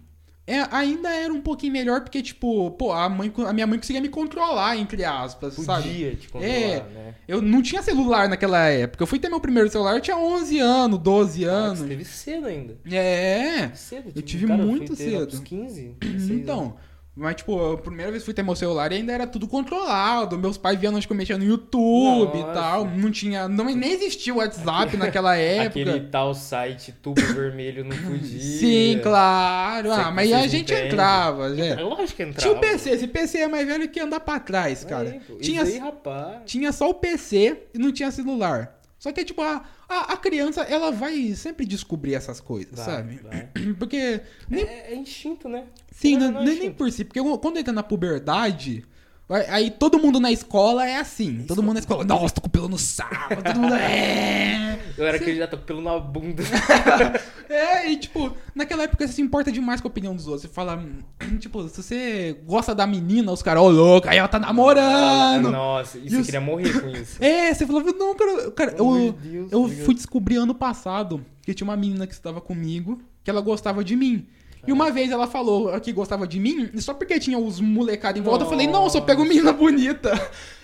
A: é, ainda era um pouquinho melhor, porque, tipo, pô, a, mãe, a minha mãe conseguia me controlar, entre aspas, sabe?
B: Podia te controlar,
A: É.
B: né?
A: Eu não tinha celular naquela época. Eu fui ter meu primeiro celular, eu tinha 11 anos, 12
B: Ah, você
A: anos.
B: teve cedo ainda.
A: É.
B: Cedo,
A: Eu
B: tipo,
A: tive
B: cara,
A: muito
B: fui ter lá pros
A: cedo.
B: 15,
A: Então, mas tipo, a primeira vez que fui ter meu celular e ainda era tudo controlado. Meus pais vieram nós que eu mexia no YouTube
B: Nossa.
A: e tal. Não tinha. Não, nem existia o WhatsApp naquela época.
B: Aquele tal site tubo vermelho não podia.
A: Sim, claro.
B: Sei
A: Ah,
B: que
A: mas
B: vocês
A: a
B: não
A: gente
B: entendem.
A: entrava,
B: É
A: é.
B: lógico que entrava.
A: Tinha o PC, esse PC é mais velho que andar pra trás, cara.
B: Aí, pô,
A: tinha,
B: isso aí, rapaz.
A: tinha só o PC e não tinha celular. Só que, tipo, a, a, a criança, ela vai sempre descobrir essas coisas,
B: Vai,
A: sabe?
B: vai.
A: Porque nem
B: É, é instinto, né?
A: Sim,
B: Não,
A: não,
B: não é
A: nem,
B: assim.
A: nem por si, porque quando entra na puberdade, vai- aí todo mundo na escola é assim. Todo mundo na escola, nossa, tô com pelo no saco, todo mundo é.
B: Eu era aquele já tô com pelo na bunda.
A: É, e tipo, naquela época você se importa demais com a opinião dos outros. Você fala, hum, tipo, se você gosta da menina, os caras, ô louco, aí ela tá namorando.
B: Ah, Nossa, isso
A: E
B: eu
A: os-
B: queria morrer com isso.
A: É, você falava, não, cara, cara
B: Pelo amor
A: eu,
B: de Deus,
A: eu
B: tá ligado?
A: fui descobrir ano passado que tinha uma menina que estava comigo, que ela gostava de mim. E uma vez ela falou que gostava de mim, e só porque tinha os molecados em volta, eu falei, não, eu só pego menina bonita.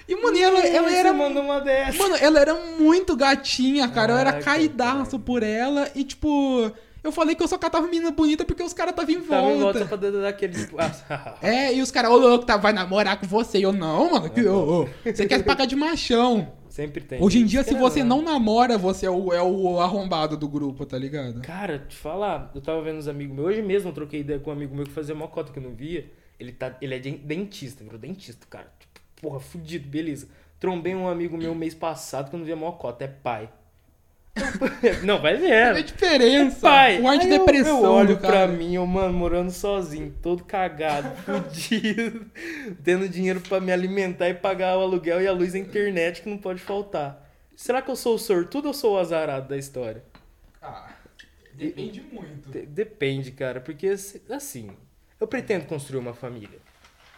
A: E, mano, e ela, ela
B: Isso,
A: era.
B: Mano, uma dessa.
A: Mano, ela era muito gatinha, cara. Eu era
B: Caraca,
A: caidaço por ela. E, tipo, eu falei que eu só catava menina bonita porque os caras estavam em
B: Tava em Tá volta
A: volta.
B: pra dar dar aquele. tipo, ah,
A: É, e os caras, ô louco, tá, vai namorar com você. E eu, não, mano, que, ô, ô, você quer se pagar de machão.
B: Sempre tem.
A: Hoje em dia, se
B: Querendo
A: você
B: ou
A: não namora, você é o, é o arrombado do grupo, tá ligado?
B: Cara, te falar, eu tava vendo uns amigos meus, hoje mesmo eu troquei ideia com um amigo meu que fazia uma cota que eu não via. Ele, tá, ele é de- dentista, virou dentista, cara. Tipo, porra, fudido, beleza. Trombei um amigo meu mês passado que eu não via a cota, é pai. não, vai
A: Olha a
B: ver.
A: diferença.
B: Pai,
A: o Um ar de
B: Aí eu-
A: depressão,
B: eu, olho
A: do cara.
B: pra mim, eu, mano, morando sozinho, todo cagado, fudido, tendo dinheiro pra me alimentar e pagar o aluguel e a luz e a internet que não pode faltar. Será que eu sou o sortudo ou sou o azarado da história?
A: Ah, depende muito.
B: De- Depende, cara, porque se- assim, eu pretendo construir uma família.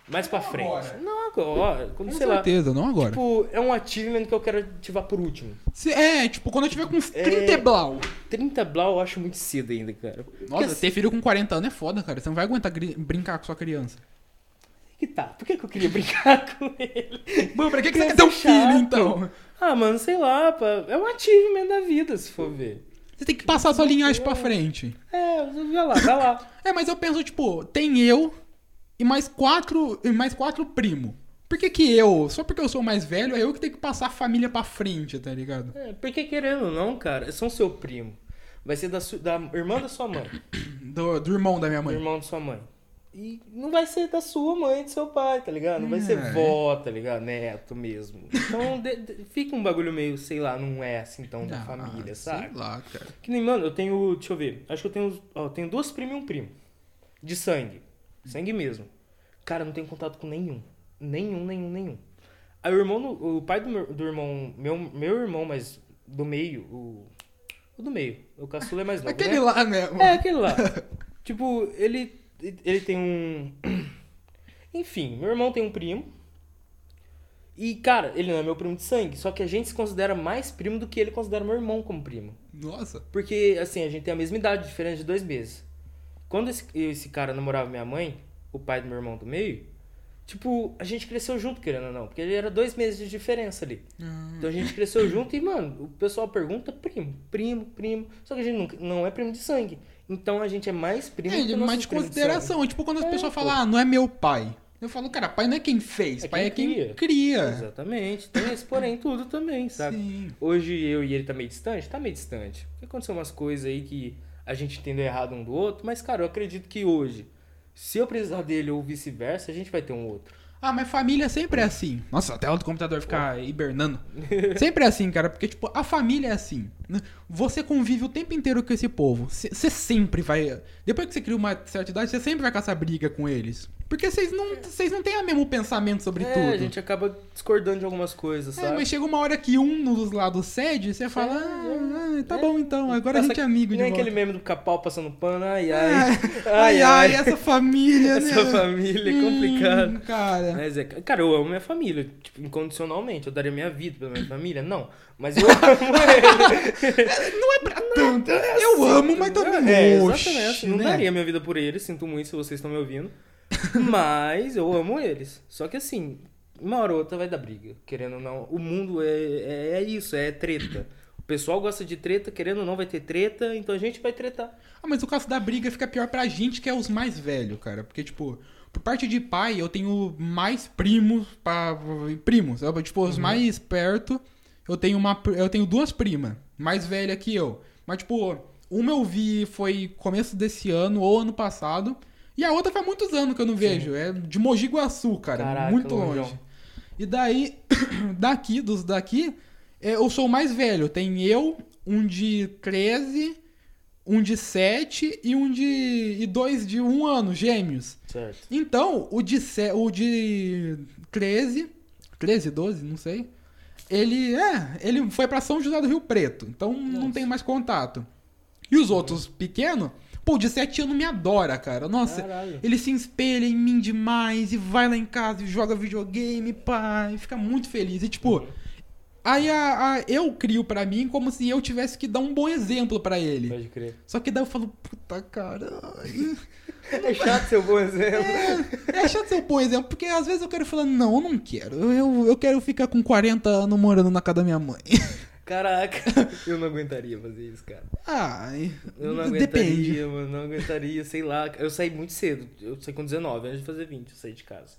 B: Mais pra frente.
A: agora.
B: Não agora, quando
A: Com
B: sei
A: certeza, não
B: lá.
A: agora.
B: Tipo, é um achievement que eu quero ativar por último.
A: Se- é, tipo, quando eu tiver com uns
B: É.
A: 30 e blau.
B: 30 blau eu acho muito cedo ainda, cara. Porque
A: Nossa,
B: assim,
A: ter filho com 40 anos é foda, cara. Você não vai aguentar gri- brincar com sua criança.
B: que tá. Por que, que eu queria brincar com ele?
A: Mano, pra que, que você quer ter
B: Criança
A: um filho,
B: chata.
A: então?
B: Ah, mano, sei lá, pá, é um achievement da vida, se for ver.
A: Você tem que passar sua linhagem pra frente.
B: É, vai lá, vai lá.
A: É, mas eu penso, tipo, tem eu e mais quatro, e mais quatro primo. Por que que eu, só porque eu sou mais velho, é eu que tenho que passar a família pra frente, tá ligado?
B: É, porque querendo ou não, cara, são seu primo. Vai ser da, su- da irmã da sua mãe.
A: Do, do irmão da minha
B: do
A: mãe.
B: irmão de sua mãe. E não vai ser da sua mãe, do seu pai, tá ligado? Não vai
A: É.
B: ser vó, tá ligado? Neto mesmo. Então de- de- fica um bagulho meio, sei lá, não é assim tão da
A: Ah,
B: família,
A: Sei
B: sabe?
A: lá, cara.
B: Que nem, mano, eu tenho, deixa eu ver, acho que eu tenho, ó, eu tenho duas primas e um primo. De sangue. Sangue mesmo. Cara, eu não tenho contato com nenhum. Nenhum, nenhum, nenhum. Aí o irmão, do- o pai do meu, do irmão, meu, meu irmão, mas do meio, o, o do meio, o caçula é mais novo, né?
A: Aquele lá mesmo.
B: É, aquele lá. tipo, ele, ele tem um. Enfim, meu irmão tem um primo. E, cara, ele não é meu primo de sangue, só que a gente se considera mais primo do que ele considera meu irmão como primo.
A: Nossa.
B: Porque, assim, a gente tem a mesma idade, diferença de dois meses. Quando esse, esse cara namorava minha mãe, o pai do meu irmão do meio, Tipo, a gente cresceu junto, querendo ou não. Porque ele era dois meses de diferença ali.
A: É,
B: Então a gente cresceu junto e, mano, o pessoal pergunta primo, primo, primo. Só que a gente nunca- não é primo de sangue. Então a gente é mais primo
A: É,
B: que
A: de-
B: nossos
A: mas de
B: primos
A: consideração. É tipo quando as
B: É,
A: pessoas
B: pô.
A: falam, ah, não é meu pai. Eu falo, cara, pai não é quem fez,
B: É
A: pai
B: quem
A: é quem
B: cria.
A: cria.
B: sangue. Exatamente. Tem esse porém tudo também, sabe?
A: Sim.
B: Hoje eu e ele tá meio distante? Tá meio distante. Porque aconteceu umas coisas aí que a gente entendeu errado um do outro. Mas, cara, eu acredito que hoje, se eu precisar dele ou vice-versa, a gente vai ter um outro.
A: Ah, mas família sempre é assim. Nossa, a tela do computador ficar hibernando. Sempre é assim, cara, porque, tipo, a família é assim. né? Você convive o tempo inteiro com esse povo. Você sempre vai. Depois que você cria uma certa idade, você sempre vai caçar briga com eles. Porque vocês não, vocês não têm o mesmo pensamento sobre
B: é,
A: tudo.
B: a gente acaba discordando de algumas coisas,
A: É,
B: sabe?
A: mas chega uma hora que um dos lados cede, você fala, ah,
B: é,
A: ah, tá
B: é.
A: bom então, agora
B: Passa-
A: a gente é amigo de
B: Nem
A: volta. É.
B: aquele meme do capau passando pano, ai, ai.
A: Ai, ai, ai, essa família, né?
B: Essa família é complicada.
A: Hum, cara.
B: Mas é, cara, eu amo minha família, tipo, incondicionalmente. Eu daria minha vida pela minha família? Não. Mas eu amo ele.
A: Tanto. Eu amo, mas também
B: assim. É,
A: oxe,
B: exatamente. assim, Não
A: né?
B: daria minha vida por eles, sinto muito se vocês estão me ouvindo. Mas eu amo eles. Só que assim, uma hora ou outra vai dar briga, querendo ou não. O mundo é, é, é isso, é treta. O pessoal gosta de treta, querendo ou não, vai ter treta, então a gente vai tretar.
A: Ah, mas o caso da briga fica pior pra gente que é os mais velhos, cara. Porque, tipo, por parte de pai, eu tenho mais primos pra. Primos, sabe? tipo, os mais perto. Eu tenho uma. pri- Eu tenho duas primas, mais velha que eu. Mas, tipo, uma eu vi foi começo desse ano ou ano passado. E a outra faz muitos anos que eu não vejo. É de Mogi Guaçu, cara.
B: Caraca,
A: muito
B: longeão.
A: longe. E daí, daqui, dos daqui, é, eu sou o mais velho. Tem eu, um de 13, um de 7 e um de. e dois de 1 ano, gêmeos.
B: Certo.
A: Então, o de, se- o de 13, 13, 12, não sei. Ele é, ele foi pra São José do Rio Preto, então não
B: Nossa.
A: tem mais contato. E os outros pequenos, pô, o de 7 anos me adora, cara. Nossa,
B: Caralho.
A: ele se espelha em mim demais e vai lá em casa e joga videogame, pá, e fica muito feliz. E tipo, aí a- a- eu crio pra mim como se eu tivesse que dar um bom exemplo pra ele.
B: Pode crer.
A: Só que daí eu falo, puta caralho.
B: É chato seu bom exemplo.
A: É, é chato ser um bom exemplo, porque às vezes eu quero falar, não, eu não quero. Eu, eu quero ficar com 40 anos morando na casa da minha mãe.
B: Caraca, eu não aguentaria fazer isso, cara.
A: Ai,
B: Eu não
A: depende.
B: aguentaria, mano, não aguentaria, sei lá. Eu saí muito cedo, eu saí com 19, antes de fazer 20, eu saí de casa.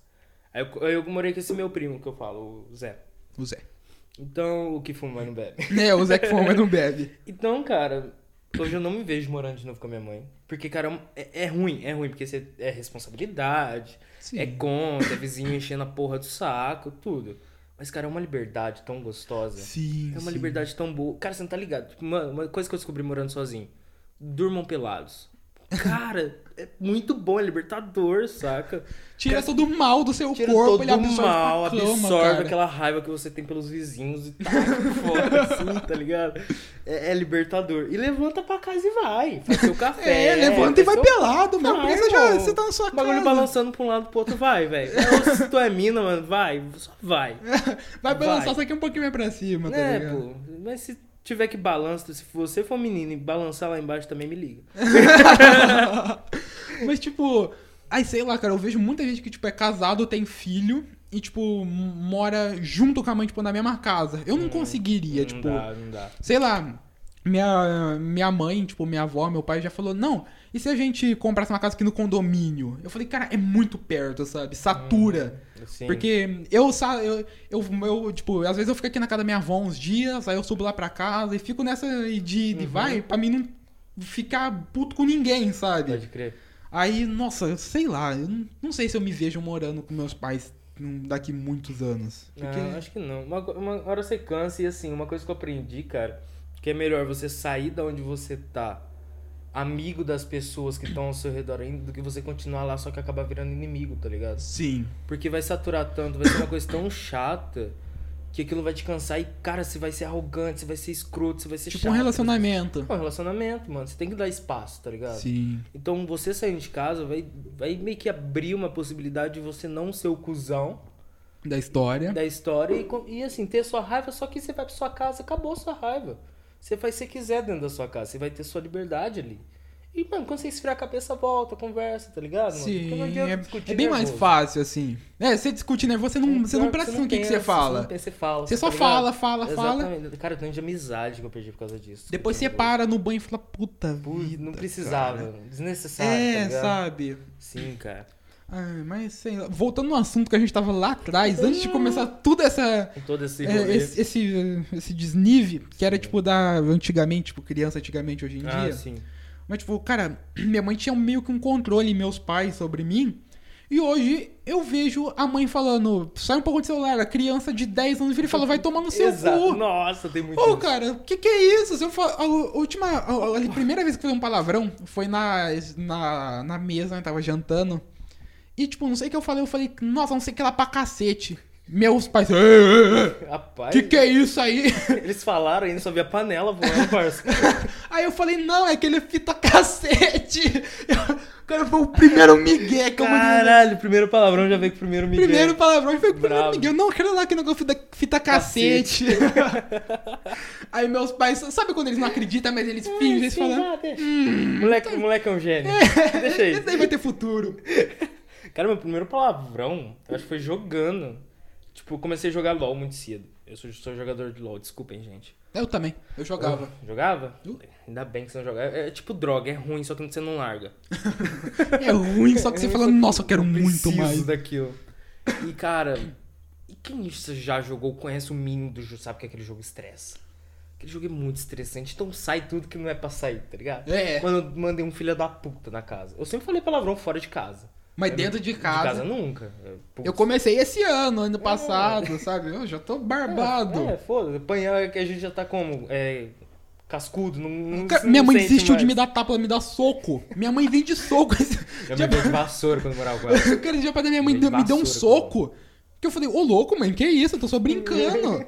B: Aí eu, aí eu morei com esse meu primo que eu falo, o Zé.
A: O Zé.
B: Então, o que fuma não bebe.
A: É, o Zé que fuma, mas não bebe.
B: Então, cara, hoje eu não me vejo morando de novo com a minha mãe. Porque, cara, é, é ruim, é ruim, porque você é responsabilidade,
A: Sim.
B: é conta, é vizinho enchendo a porra do saco, tudo. Mas, cara, é uma liberdade tão gostosa.
A: Sim.
B: É
A: sim.
B: uma liberdade tão boa. Cara, você não tá ligado. Tipo, mano, uma coisa que eu descobri morando sozinho. Durmam pelados. Cara, é muito bom, é libertador, saca?
A: Tira todo o mal do seu
B: Tira
A: corpo,
B: todo
A: ele absorve
B: o mal,
A: pra cama,
B: absorve
A: cara.
B: aquela raiva que você tem pelos vizinhos e tal, fora, assim, tá ligado? É, é libertador. E levanta pra casa e vai. Faz seu café.
A: É, levanta e vai
B: faz seu-
A: pelado, mesmo.
B: Vai,
A: porque você já
B: irmão.
A: você tá na sua
B: O bagulho
A: casa.
B: balançando pra um lado pro outro, vai, velho. Ou Se tu é mina, mano, vai, só vai.
A: Vai balançar
B: Vai.
A: só que um pouquinho mais pra cima, tá
B: É,
A: ligado?
B: pô. Mas se tiver que balançar, se você for menino e balançar lá embaixo também me liga.
A: Mas, tipo, aí sei lá, cara, eu vejo muita gente que, tipo, é casado, tem filho e, tipo, m- mora junto com a mãe, tipo, na mesma casa. Eu não conseguiria,
B: Hum, não
A: tipo,
B: dá, não dá.
A: sei lá. Minha, minha mãe, tipo, minha avó, meu pai já falou: não, e se a gente comprasse uma casa aqui no condomínio? Eu falei, cara, é muito perto, sabe? Satura.
B: Assim,
A: Porque eu, sa- eu, eu, eu, tipo, às vezes eu fico aqui na casa da minha avó uns dias, aí eu subo lá pra casa e fico nessa e de, de
B: Uhum.
A: vai, pra mim não ficar puto com ninguém, sabe?
B: Pode crer.
A: Aí, nossa, sei lá, eu não, não sei se eu me vejo morando com meus pais hum, daqui muitos anos. Porque
B: Não, acho que não. Uma, co- uma hora você cansa e assim, uma coisa que eu aprendi, cara, que é melhor você sair da onde você tá, amigo das pessoas que estão ao seu redor ainda, do que você continuar lá só que acabar virando inimigo, tá ligado?
A: sim,
B: Porque vai saturar tanto, vai ser uma coisa tão chata que aquilo vai te cansar e, cara, você vai ser arrogante, você vai ser escroto, você vai ser
A: tipo
B: é chato.
A: um
B: né?
A: relacionamento.
B: É um relacionamento, mano. Você tem que dar espaço, tá ligado?
A: Sim.
B: Então você saindo de casa vai, vai meio que abrir uma possibilidade de você não ser o cuzão
A: Da história.
B: da história e, co- e assim, ter sua raiva, só que você vai pra sua casa, acabou a sua raiva. Você faz o que você quiser dentro da sua casa, você vai ter sua liberdade ali. E E, mano, quando você esfriar a cabeça, volta, conversa, tá ligado? mano? Porque não
A: Sim,
B: adianta
A: é,
B: discutir
A: é bem mais
B: nervoso.
A: fácil, assim. É, você discute nervoso, você não, você não
B: Pior
A: presta
B: não
A: no que, que
B: pensa,
A: você fala.
B: não pensa, Você, fala,
A: Você
B: tá
A: só
B: ligado?
A: fala, fala, fala.
B: Exatamente. Cara, eu tenho de amizade que eu perdi por causa disso.
A: Depois você
B: Entendeu?
A: para no banho e fala, puta
B: Putz,
A: vida,
B: Não precisava.
A: cara.
B: Desnecessário, tá
A: É,
B: ligado?
A: sabe?
B: Sim, cara.
A: Ai, mas sei lá. Voltando no assunto que a gente tava lá atrás, antes de começar tudo essa,
B: Com todo esse
A: é,
B: rolê.
A: esse, esse, esse desnível, que era tipo da antigamente, tipo criança antigamente hoje em
B: É. Ah,
A: dia.
B: sim.
A: Mas tipo, cara, minha mãe tinha meio que um controle, meus pais, sobre mim. E hoje eu vejo a mãe falando, sai um pouco do celular, a criança de 10 anos vira e fala, vai tomar no seu
B: Exato.
A: cu.
B: Nossa, tem muito
A: Ô,
B: isso.
A: cara, o que, que é isso? Se eu fa- a última. A, a- a primeira vez que eu falei um palavrão foi na, na, na mesa, né? Tava jantando. E, tipo, não sei o que eu falei, eu falei, nossa, não sei o que lá pra cacete. Meus pais. "Ê, ê, ê,
B: Rapaz,
A: Que que é isso aí?
B: eles falaram ainda, só via panela voando, parça.
A: Aí eu falei, não, é aquele fita cassete. Eu- Cara, foi o primeiro migué que eu mandei.
B: Caralho, primeiro palavrão já veio com o primeiro Miguel.
A: Primeiro palavrão e foi o primeiro
B: Bravo.
A: migué. Eu não quero lá que negócio fita, fita cassete. aí meus pais, sabe quando eles não acreditam, mas eles fingem, eles falam.
B: Ah, deixa. moleque, moleque é um gênio. Deixa aí.
A: Esse daí vai ter futuro.
B: Cara, meu primeiro palavrão, eu acho que foi jogando. Tipo, eu comecei a jogar LOL muito cedo. Eu sou, sou jogador de LOL, desculpem, gente.
A: Eu também. Eu jogava.
B: Jogava?
A: Uh.
B: Ainda bem que você não jogava. É, é tipo droga, é ruim, só que você não larga.
A: É ruim, só que você
B: Ah. Eu
A: fala,
B: só-
A: nossa, eu quero muito
B: preciso né?
A: mais.
B: daquilo. E, cara, e quem isso já jogou, conhece o mínimo do jogo, sabe que aquele jogo estressa? Aquele jogo é muito estressante, então sai tudo que não é pra sair, tá ligado?
A: É.
B: Quando eu mandei um filho da puta na casa. Eu sempre falei palavrão fora de casa.
A: Mas
B: Eu
A: dentro
B: não-
A: de casa.
B: É, De casa nunca.
A: Eu comecei esse ano, ano passado, sabe? Eu já tô barbado.
B: É, foda-se. Apanhar que a gente já tá como? É, cascudo, não, não
A: Cara,
B: não
A: minha mãe
B: sente
A: desistiu de me
B: mais.
A: dar tapa, ela me dá soco. Minha mãe vem de soco.
B: Minha mãe deu de vassoura quando morava com ela.
A: Aquele dia pra minha mãe
B: Vem
A: deu-
B: de
A: me deu um
B: vassoura,
A: soco. Que eu falei, ô louco, mãe, que isso? Eu tô só brincando.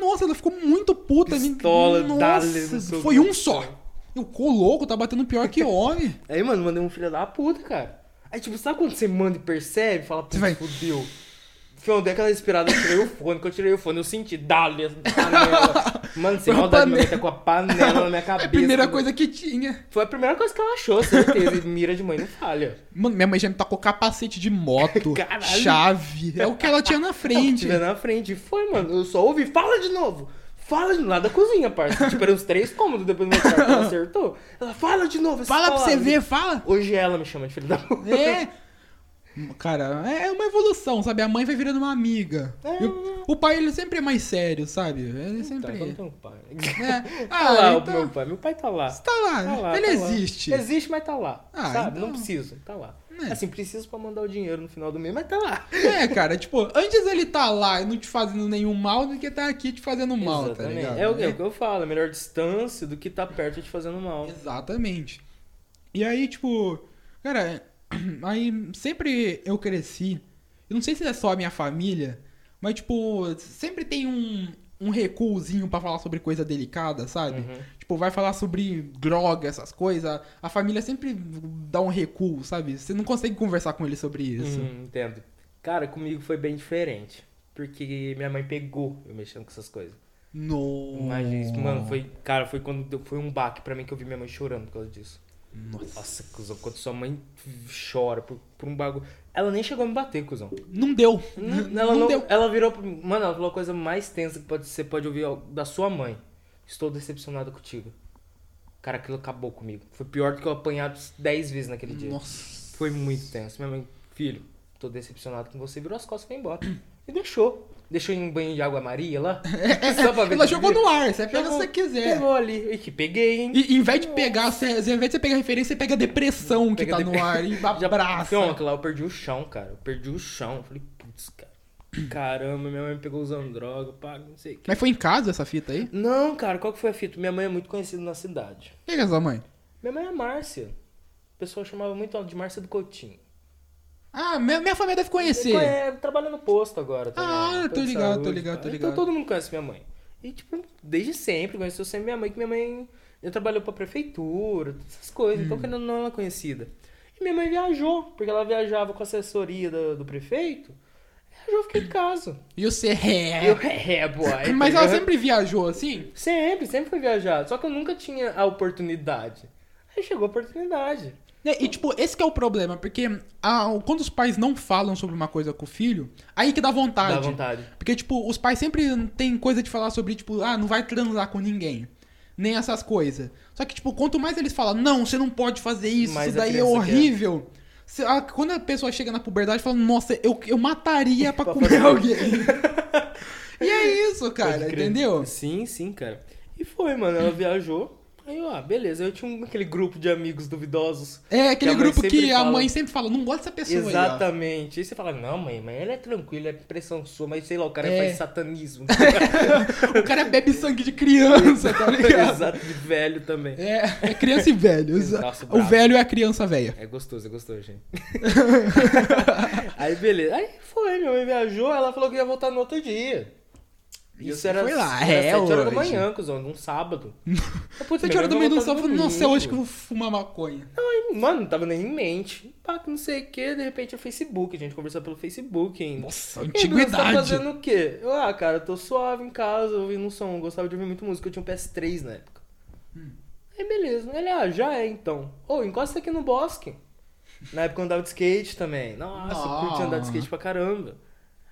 A: Nossa, ela ficou muito puta. me-
B: Pistola, dá-lhe no
A: Nossa,
B: soco.
A: foi um só. Eu, ô louco, tá batendo pior que homem.
B: Aí, mano, mandei um filho da puta, cara. Aí, tipo, sabe quando você manda e percebe? Fala,
A: Você
B: putz,
A: vai-
B: fudeu. Foi onde é aquela respirada, eu tirei o fone, quando eu tirei o fone, eu senti, dá-lhe a panela. Mano, sem
A: Foi a
B: maldade, minha mãe
A: panela.
B: tá com a panela na minha cabeça.
A: É a primeira coisa que tinha.
B: Foi a primeira coisa que ela achou, certeza. E mira de mãe não falha.
A: Mano, minha mãe já me tacou capacete de moto,
B: Caralho.
A: chave. É o que ela tinha na frente.
B: Tiver na frente. E Foi, mano. Eu só ouvi, fala de novo. Fala de novo. Lá da cozinha, parça. tipo, eram uns três cômodos depois do meu quarto, ela acertou. Ela, fala de novo. essa
A: Fala pra você
B: palavra."
A: ver, fala.
B: Hoje ela me chama de filho da puta.
A: É. Cara, é uma evolução, sabe? A mãe vai virando uma amiga. E o, o pai, ele sempre é mais sério, sabe? Ele
B: Tá,
A: sempre.
B: É. então tem um pai.
A: É.
B: Tá lá,
A: Ah,
B: o meu
A: então.
B: pai. Meu pai tá lá.
A: Tá lá,
B: Tá
A: né?
B: lá,
A: ele
B: tá lá.
A: existe.
B: Existe, mas tá lá.
A: Ah,
B: sabe?
A: então-
B: Não preciso, tá lá.
A: É.
B: Assim, preciso pra mandar o dinheiro no final do mês, mas tá lá.
A: É, cara, tipo, antes ele tá lá e não te fazendo nenhum mal do que tá aqui te fazendo mal,
B: Exatamente.
A: tá ligado?
B: é, o, é o que eu falo, é melhor distância do que tá perto te fazendo mal.
A: Uhum. Exatamente. E aí, tipo, cara, aí sempre eu cresci. Eu não sei se é só a minha família, mas, tipo, sempre tem um, um recuozinho pra falar sobre coisa delicada, sabe?
B: Uhum.
A: Tipo, vai falar sobre droga, essas coisas. A família sempre dá um recuo, sabe? Você não consegue conversar com ele sobre isso.
B: Hum, entendo. Cara, comigo foi bem diferente. Porque minha mãe pegou eu mexendo com essas coisas.
A: No...
B: Mas, isso, mano, foi. Cara, foi quando deu- foi um baque pra mim que eu vi minha mãe chorando por causa disso.
A: Nossa.
B: Nossa, cuzão, quando sua mãe chora por, por um bagulho. Ela nem chegou a me bater, cuzão.
A: Não deu.
B: Não,
A: N-
B: ela, não,
A: deu.
B: ela virou. pra mim- Mano, ela falou a coisa mais tensa que pode, você pode ouvir ao- da sua mãe. Estou decepcionada contigo. Cara, aquilo acabou comigo. Foi pior do que eu apanhar 10 vezes naquele dia.
A: Nossa.
B: Foi muito tenso. Minha mãe, filho, tô decepcionado com você. Virou as costas e foi embora. E deixou. Deixou em um banho de água maria lá. Só pra ver
A: Ela
B: TV.
A: jogou no ar, você pega se
B: Jogou-
A: você quiser.
B: Pegou ali. E que peguei, hein?
A: E em vez de pegar, você, ao invés de você pegar referência, você pega a depressão que tá
B: Pega de-
A: no ar e abraça.
B: Então, aquilo lá eu perdi o chão, cara. Eu perdi o chão. Eu falei, putz, cara. Caramba, minha mãe me pegou usando droga, pá, não sei o que.
A: Mas foi em casa essa fita aí?
B: Não, cara, qual que foi a fita? Minha mãe é muito conhecida na cidade.
A: Quem que é sua mãe?
B: Minha mãe é a Márcia. O pessoal chamava muito ela de Márcia do Coutinho.
A: Ah, minha, minha família deve conhecer.
B: É, trabalha no posto agora também.
A: Ah,
B: Posto
A: tô
B: de
A: ligado,
B: saúde,
A: tô ligado,
B: pá.
A: tô ligado.
B: Então todo mundo conhece minha mãe. E, tipo, desde sempre, conheceu sempre minha mãe, que minha mãe já trabalhou pra prefeitura, todas essas coisas.
A: Hum.
B: Então, querendo ou não, ela é conhecida. E minha mãe viajou, porque ela viajava com a assessoria do, do prefeito. Viajou, fiquei em casa.
A: E você
B: Eu,
A: é.
B: é, boy.
A: Mas ela
B: entendeu?
A: sempre viajou assim?
B: Sempre, sempre fui viajado. Só que eu nunca tinha a oportunidade. Aí Aí chegou a oportunidade.
A: E, e, tipo, esse que é o problema, porque ah, quando os pais não falam sobre uma coisa com o filho, aí que dá vontade.
B: Dá vontade.
A: Porque, tipo, os pais sempre têm coisa de falar sobre, tipo, ah, não vai transar com ninguém. Nem essas coisas. Só que, tipo, quanto mais eles falam, não, você não pode fazer isso,
B: Mais
A: isso
B: a
A: daí é
B: criança quer.
A: horrível. Cê- ah, quando a pessoa chega na puberdade, fala, nossa, eu, eu mataria pra
B: Pra
A: comer
B: fazer-
A: alguém. e é isso,
B: Pode
A: cara,
B: crer.
A: entendeu?
B: Sim, sim, cara. E foi, mano. Ela viajou. Aí, ó, beleza. Eu tinha um- aquele grupo de amigos duvidosos.
A: É
B: Que
A: aquele
B: a mãe
A: grupo
B: sempre
A: que a
B: fala.
A: mãe sempre fala, não gosta dessa pessoa aí, ó.
B: Exatamente. Aí você fala, não, mãe, mas ela é tranquila, é pressão sua, mas sei lá, o cara
A: É.
B: faz satanismo.
A: O cara bebe sangue de criança, tá ligado?
B: Exato, de velho também.
A: É, é criança e velho. exa-
B: Nossa,
A: o
B: brabo.
A: velho é a criança velha.
B: É gostoso, é gostoso, gente. aí, beleza. Aí foi, minha mãe viajou, ela falou que ia voltar no outro dia.
A: E você foi lá,
B: era
A: é
B: 7 horas da
A: hoje.
B: manhã, cuzão, num sábado. Eu, putz,
A: Sete
B: minha
A: horas da
B: mãe
A: um manhã
B: vai
A: do
B: voltar no
A: sábado, nossa, é hoje que eu
B: domingo.
A: vou fumar maconha.
B: Aí, Mano, não tava nem em mente. Pá, que não sei o que, de repente é o Facebook, a gente conversou pelo Facebook ainda.
A: Nossa,
B: E aí, Bruno, você tá
A: antiguidade.
B: fazendo o quê? Eu, ah, cara, eu tô suave em casa, ouvindo um som, eu gostava de ouvir muito música, eu tinha um PS3 na época.
A: Hum.
B: Aí beleza, ele, ah, já é então. Ô, encosta aqui no bosque. Na época eu andava de skate também. Nossa, eu curti
A: Ah.
B: andar de skate pra caramba.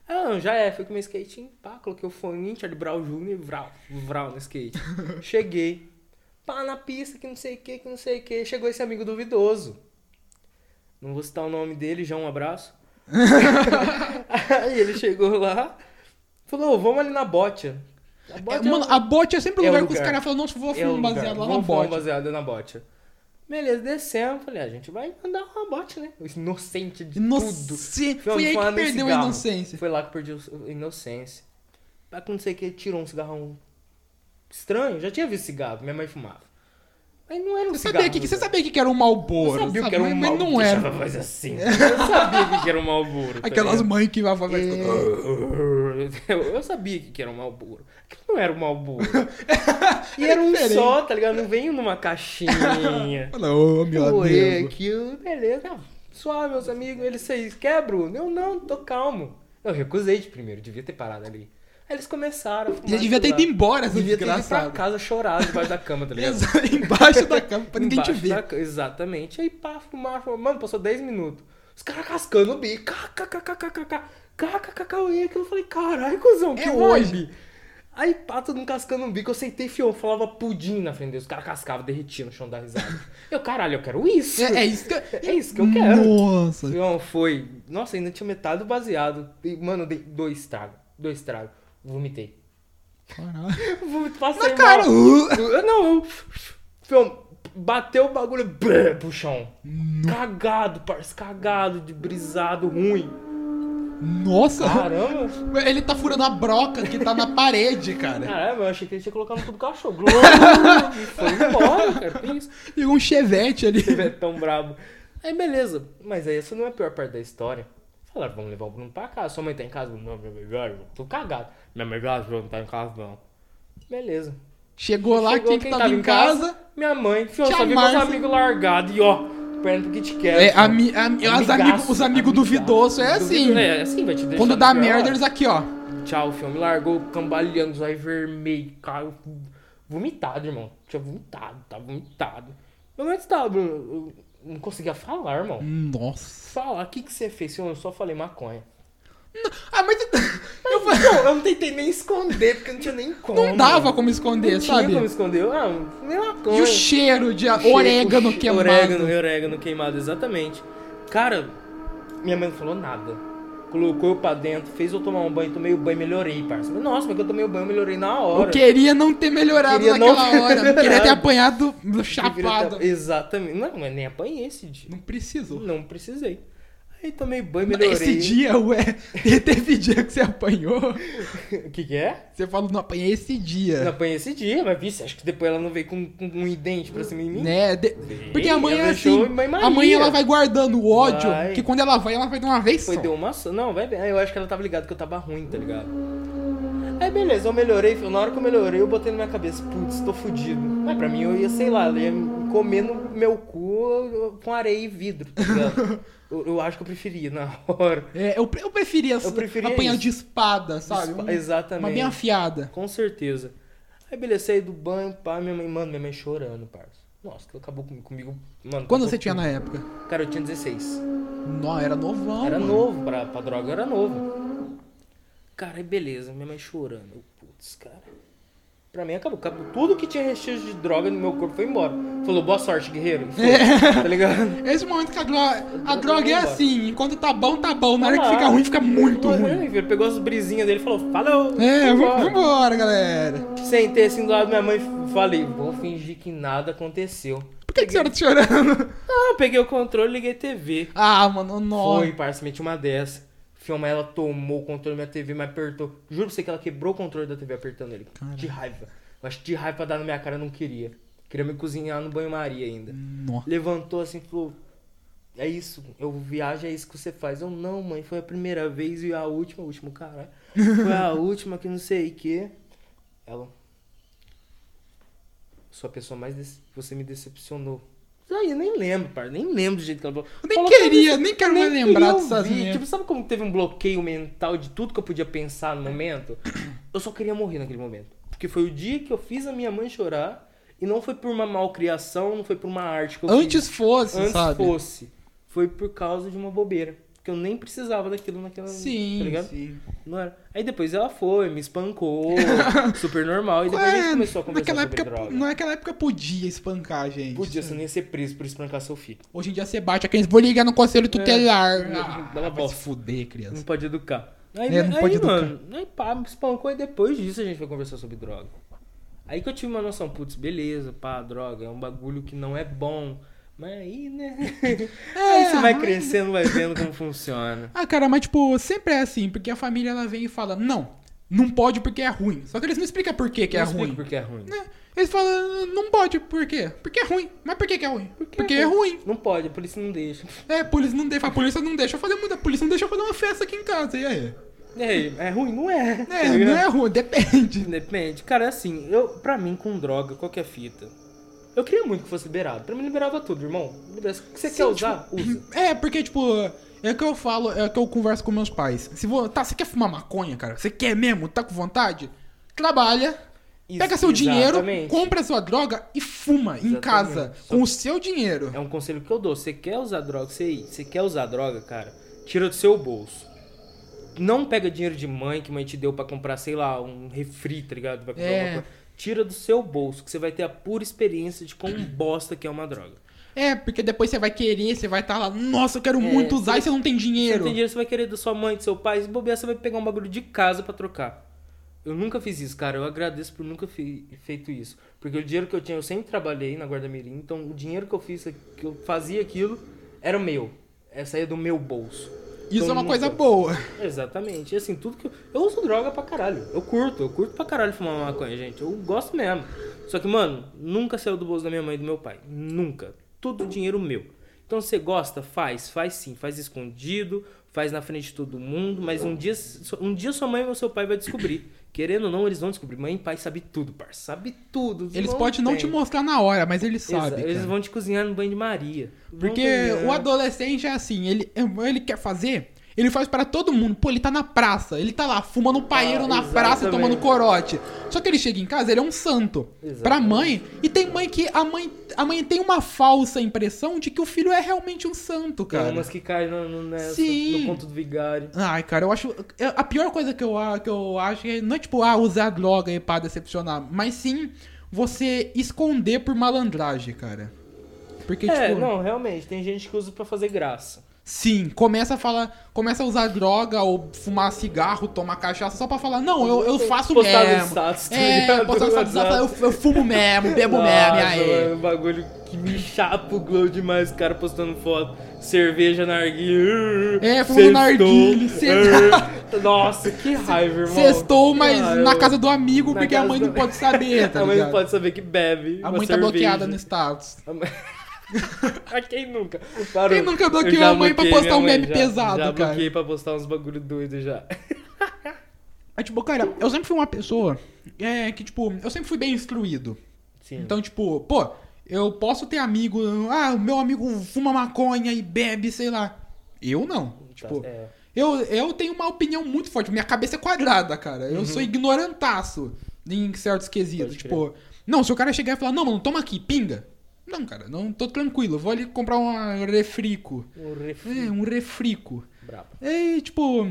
B: Ah, não, já é, fui com meu skatinho, pá, coloquei o fone, Charlie Brown Jr. e vral, vral no skate. Cheguei, pá, na pista, que não sei o que, que não sei o que. Chegou esse amigo duvidoso. Não vou citar o nome dele, já um abraço. Aí ele chegou lá, falou, "Ô, vamos ali na bote. A
A: É,
B: é
A: mano, a bote é sempre um
B: é o
A: lugar, que os
B: lugar.
A: caras falam, nossa, vou
B: é o
A: fumar
B: lugar.
A: baseado lá na
B: Vamos fumar
A: bote.
B: uma baseada na bote. Beleza, descemos. Falei, "Ah, a gente vai andar uma bote, né? O inocente de tudo.
A: Inocente.
B: Fui
A: Foi aí
B: fumar
A: que
B: no
A: perdeu a
B: cigarro.
A: inocência.
B: Foi lá que perdi o- a inocência. Pra que não sei o que, tirou um cigarrão estranho. Já tinha visto cigarro, minha mãe fumava. Mas não era um
A: Você
B: cigarro.
A: sabia, que,
B: né?
A: você sabia que era um malboro?
B: Eu sabia que era um
A: Mas
B: Marlboro.
A: não era.
B: Deixava fazer assim. Eu sabia que era um Malboro.
A: Aquelas mães que vai fazer.
B: É. Eu sabia que era um Malboro. Aquilo não era um Malboro. E era um
A: É diferente.
B: só, tá ligado? Não veio numa caixinha.
A: Fala, ô meu
B: Ué,
A: amigo.
B: aquilo, beleza. Ah, Suave, meus amigos. Eles, vocês quer, Bruno? Eu não, tô calmo. Eu recusei de primeiro, devia ter parado ali. Aí eles começaram a fumar.
A: Já devia ter ido
B: chorar.
A: embora, essa
B: Devia ter ido pra
A: desgraçada.
B: casa chorar debaixo da cama, tá ligado?
A: Exato, Embaixo da cama, pra ninguém te
B: Embaixo
A: ver.
B: da ca- Exatamente. Aí pá, fumar, fumar. Mano, passou 10 minutos. Os caras cascando o bico. Kkkkkkk. aquilo eu falei, caralho, cuzão, que
A: É
B: hoje. Aí pá, todo mundo cascando um bico. Eu sentei fião, falava pudim na frente deles. Os caras cascavam, derretiam no chão da risada. Eu, caralho, eu quero isso.
A: É, é isso que eu...
B: É isso que eu quero.
A: Nossa.
B: Não, foi. Nossa, ainda tinha metade do baseado. E, mano, eu dei dois tragos. Dois tragos. Vomitei.
A: Caralho.
B: Vou-
A: Na
B: Passei
A: cara.
B: mal.
A: uh.
B: Eu não, eu. Fião, bateu o bagulho brê, pro chão. Cagado, parça, cagado, de brisado, ruim.
A: Nossa.
B: Caramba!
A: Ele tá furando a broca que tá na parede, cara.
B: Caramba, eu achei que ele tinha colocado no tubo do cachorro. Globo, e foi embora, cara. Que isso?
A: E um chevette ali.
B: Ele é tão brabo. Aí beleza, mas aí essa não é a pior parte da história. Falaram, vamos levar o Bruno pra casa. Sua mãe tá em casa? Não, minha mãe viaja, tô cagado. Minha mãe viaja, Bruno tá em casa, não. Beleza.
A: Chegou lá,
B: Chegou
A: quem, que tava em casa?
B: Minha mãe. Fião,
A: Tia
B: só vi meus
A: Márcia.
B: amigos largados e ó, perto do Kit Kat.
A: É,
B: mano.
A: ami- ami- as
B: Amigaço,
A: amigo- os amigos
B: amigaço.
A: duvidosos é assim.
B: Duvido- É, assim, vai te deixar.
A: Quando
B: no
A: dá
B: pior,
A: merda,
B: ó.
A: eles aqui, ó.
B: Tchau, filme. Largou cambaleando, os olhos vermelhos, caiu. Vomitado, irmão. Tinha vomitado, tá vomitado. Mas antes tava, Bruno. Eu não conseguia falar, irmão.
A: Nossa.
B: Falar, o que, que você fez? Senhor, eu só falei maconha.
A: Ah, mas
B: Eu, não, eu não tentei nem esconder, porque não tinha nem como.
A: não dava como esconder,
B: Não
A: sabe?
B: tinha como esconder. Eu, Ah, nem maconha.
A: E o cheiro de
B: Cheiro,
A: orégano
B: che-
A: queimado.
B: Orégano, orégano queimado, exatamente. Cara, minha mãe não falou nada. Colocou eu pra dentro, fez eu tomar um banho, tomei o banho, melhorei, parça. Mas, Nossa, mas que eu tomei o banho, melhorei na hora.
A: Eu queria não ter melhorado
B: Queria não
A: naquela
B: ter
A: hora.
B: melhorado.
A: Queria ter apanhado
B: Eu queria ter-
A: chapado.
B: Exatamente. Não, mas nem apanhei esse dia.
A: Não precisou.
B: Não precisei. Aí tomei banho, melhorei.
A: Esse dia, ué, teve dia que você apanhou.
B: O que que é?
A: Você falou, não apanhei esse dia.
B: Não apanhei esse dia, mas vi, você acha que depois ela não veio com, com um dente pra cima de mim?
A: Né? De- Porque a mãe
B: ela
A: é assim.
B: deixou em Mãe
A: A mãe
B: Maria.
A: ela vai guardando o ódio,
B: Vai.
A: que quando ela vai, ela vai de uma vez
B: Foi, um-
A: só.
B: deu uma só. Não, vai bem. Aí Eu acho que ela tava ligada que eu tava ruim, tá ligado? Aí beleza, eu melhorei, filho. Na hora que eu melhorei, eu botei na minha cabeça, putz, tô fudido. Mas pra mim eu ia, sei lá, eu ia me comer no meu cu eu- com areia e vidro, tá ligado? eu, eu acho que eu preferia na hora.
A: É, eu, pre- eu preferia,
B: Eu preferia
A: apanhar
B: isso.
A: de espada, sabe?
B: Espa-
A: Um-
B: Exatamente.
A: Uma bem afiada.
B: Com certeza. Aí beleza, saí do banho, pá, minha mãe, mano, minha mãe chorando, parça. Nossa, aquilo acabou com- comigo. Mano,
A: Quando
B: acabou
A: você tinha
B: com-
A: na época?
B: Cara, eu tinha 16.
A: Não, era novão.
B: era
A: mano.
B: novo, pra, pra droga eu era novo. Cara, aí beleza, minha mãe chorando. Eu, putz, cara. Pra mim acabou, acabou. Tudo que tinha recheio de droga no meu corpo foi embora. Falou, boa sorte, guerreiro. E foi, tá ligado?
A: Esse momento que a droga, a droga é
B: Embora.
A: assim, enquanto tá bom, tá bom. Na hora que
B: Claro.
A: fica ruim, fica muito ruim.
B: Aí, filho, pegou as brisinhas dele e falou, falou.
A: É,
B: vambora."
A: vamos embora, galera.
B: Sentei assim do lado da minha mãe e falei, vou fingir que nada aconteceu.
A: Por que, que você tá chorando?
B: Ah, eu peguei o controle e liguei a TV.
A: Ah, mano, nó.
B: Foi, parça, meti uma dessa. Filma, ela tomou o controle da minha TV, me apertou. Juro pra você que ela quebrou o controle da TV apertando ele. De raiva. Eu acho que de raiva pra dar na minha cara, eu não queria. Queria me cozinhar no banho-maria ainda.
A: Nó.
B: Levantou assim e falou: É isso, eu viajo, é isso que você faz. Eu não, mãe, foi a primeira vez e a última, a última, caralho. Foi a última que não sei o quê. Ela. Sou a pessoa mais. dece- Você me decepcionou. Aí eu nem lembro, cara. Nem lembro do jeito que ela falou.
A: Eu nem
B: Falou,
A: queria,
B: "Cara,
A: nem quero mais
B: queria
A: lembrar
B: ouvir."
A: dessas merda.
B: Tipo, sabe como teve um bloqueio mental de tudo que eu podia pensar no momento? Eu só queria morrer naquele momento. Porque foi o dia que eu fiz a minha mãe chorar. E não foi por uma malcriação, não foi por uma arte que eu fiz
A: Antes fosse,
B: antes
A: sabe?
B: fosse, foi por causa de uma bobeira. Que eu nem precisava daquilo naquela. tá
A: Sim,
B: ligado?
A: sim.
B: Não era. Aí depois ela foi, me espancou, super normal. E depois a gente começou a conversar
A: naquela
B: sobre
A: época,
B: droga.
A: naquela época podia espancar, gente.
B: Podia, você nem ia ser preso por espancar seu filho.
A: Hoje em dia você bate aqueles, vou ligar no conselho tutelar. Ah.
B: É. Dá uma
A: vai
B: bosta.
A: se fuder,
B: Não
A: criança.
B: pode educar. Aí,
A: É, não
B: aí,
A: pode
B: mano, aí pá, me espancou e depois disso a gente foi conversar sobre droga. Aí que eu tive uma noção, putz, beleza, pá, droga, é um bagulho que não é bom. Mas aí, né? aí você vai crescendo, vai vendo como funciona.
A: É, Ah, cara, mas tipo, sempre é assim, porque a família ela vem e fala, não, não pode porque é ruim. Só que eles não explicam por que, que é
B: Não explico
A: ruim.
B: Porque é ruim.
A: Né? Eles falam, não pode, por quê? Porque é ruim. Mas por que, que é ruim? Porque, é ruim.
B: Não pode, a polícia não deixa.
A: É, a polícia não deixa, a polícia não deixa eu fazer muita, a polícia não deixa eu fazer uma festa aqui em casa, e aí?
B: É, é ruim, não é. tá
A: É,
B: ligado?
A: não é ruim, depende.
B: Depende. Cara, é assim, eu, pra mim, com droga, qualquer fita, eu queria muito que fosse liberado. Pra mim, liberava tudo, irmão. Liberasse. O que você
A: Sim, tipo,
B: quer usar, usa.
A: É, porque, tipo, é o que eu falo, é o que eu converso com meus pais. Se vo... Tá, você quer fumar maconha, cara? Você quer mesmo? Tá com vontade? Trabalha,
B: Isso,
A: pega seu dinheiro,
B: exatamente.
A: compra sua droga e fuma em
B: Exatamente.
A: casa
B: Só
A: com o seu dinheiro.
B: É um conselho que eu dou. Você quer usar droga, você, você quer usar droga, cara, tira do seu bolso. Não pega dinheiro de mãe que mãe te deu pra comprar, sei lá, um refri, tá ligado? Vai comprar
A: É.
B: alguma coisa. Tira do seu bolso, que você vai ter a pura experiência de quão bosta que é uma droga.
A: É, porque depois você vai querer, você vai estar lá, nossa, eu quero muito usar e você não tem
B: É, Você
A: dinheiro.
B: não tem dinheiro, você vai querer da sua mãe, do seu pai. Se bobear, você vai pegar um bagulho de casa pra trocar. Eu nunca fiz isso, cara. Eu agradeço por nunca fi- feito isso. Porque o dinheiro que eu tinha, eu sempre trabalhei na Guarda Mirim. Então, o dinheiro que eu fiz, que eu fazia aquilo, era o meu. É, saía do meu bolso.
A: Isso
B: Então,
A: é uma
B: nunca-
A: coisa boa.
B: Exatamente. E, assim, tudo que eu... Eu uso droga pra caralho. Eu curto. Eu curto pra caralho fumar maconha, gente. Eu gosto mesmo. Só que, mano, nunca saiu do bolso da minha mãe e do meu pai. Nunca. Tudo dinheiro meu. Então, você gosta? Faz. Faz sim. Faz escondido. Faz na frente de todo mundo. Mas um dia, um dia sua mãe ou seu pai vai descobrir. Querendo ou não, eles vão descobrir. Mãe e pai sabe tudo, parça. Sabe tudo.
A: Eles podem não te
B: tem.
A: mostrar na hora, mas eles
B: é Exa-
A: sabem.
B: Eles
A: cara.
B: vão te cozinhar no banho de Maria. Vão
A: Porque
B: cozinhar.
A: o adolescente é assim, ele, ele quer fazer, ele faz pra todo mundo. Pô, ele tá na praça, ele tá lá fumando paeiro na
B: Ah, exatamente.
A: praça e tomando corote. Só que ele chega em casa, ele é um santo. Pra
B: Exatamente.
A: mãe, e tem mãe que a mãe, a mãe tem uma falsa impressão de que o filho é realmente um santo,
B: Tem
A: cara.
B: umas que caem no, no, nessa,
A: Sim.
B: no conto do vigário.
A: Ai, cara, eu acho. eu- A pior coisa que eu, a- que eu acho é não é tipo, ah, usar droga aí pra decepcionar, mas sim você esconder por malandragem, cara. Porque,
B: É,
A: tipo.
B: não, realmente, tem gente que usa pra fazer graça.
A: Sim, começa a falar. Começa a usar droga ou fumar cigarro, tomar cachaça só pra falar, não, eu, eu faço
B: Postar no
A: mesmo.
B: status, tá
A: É,
B: ligado?
A: postar no status,
B: Exato.
A: eu, eu fumo mesmo, bebo mesmo, e aí?
B: mano, um bagulho que me chapugou demais, o cara postando foto, cerveja na arguilha.
A: É, fumando narguile,
B: uh. Nossa, que raiva, irmão.
A: Sextou, mas
B: Ah,
A: na
B: eu-
A: casa do amigo,
B: na
A: porque a
B: casa
A: mãe
B: do-
A: não pode saber, tá
B: A mãe não
A: ligado?
B: pode saber que bebe
A: A
B: uma
A: mãe tá
B: cerveja.
A: bloqueada no status.
B: A mãe- Ah, Quem nunca? Parou.
A: Quem nunca bloqueou
B: Eu já
A: a mãe pra
B: bloqueei
A: postar
B: minha
A: um
B: mãe,
A: meme
B: já-
A: pesado,
B: Já
A: cara?
B: bloqueei pra postar uns bagulho doido já.
A: Mas, tipo, cara, eu sempre fui uma pessoa é, que, tipo, eu sempre fui bem instruído.
B: Sim.
A: Então, tipo, pô, eu posso ter amigo. Ah, o meu amigo fuma maconha e bebe, sei lá. Eu não. Tipo,
B: é.
A: eu, eu tenho uma opinião muito forte. Minha cabeça é quadrada, cara. Eu sou ignorantaço em certos quesitos.
B: Uhum. Pode
A: Tipo, não, se o cara chegar e falar, não, mano, toma aqui, pinga. Não, cara, não tô tranquilo. Eu vou ali comprar um refrico.
B: Um refri.
A: É, um refrico.
B: Brabo.
A: É, e, tipo.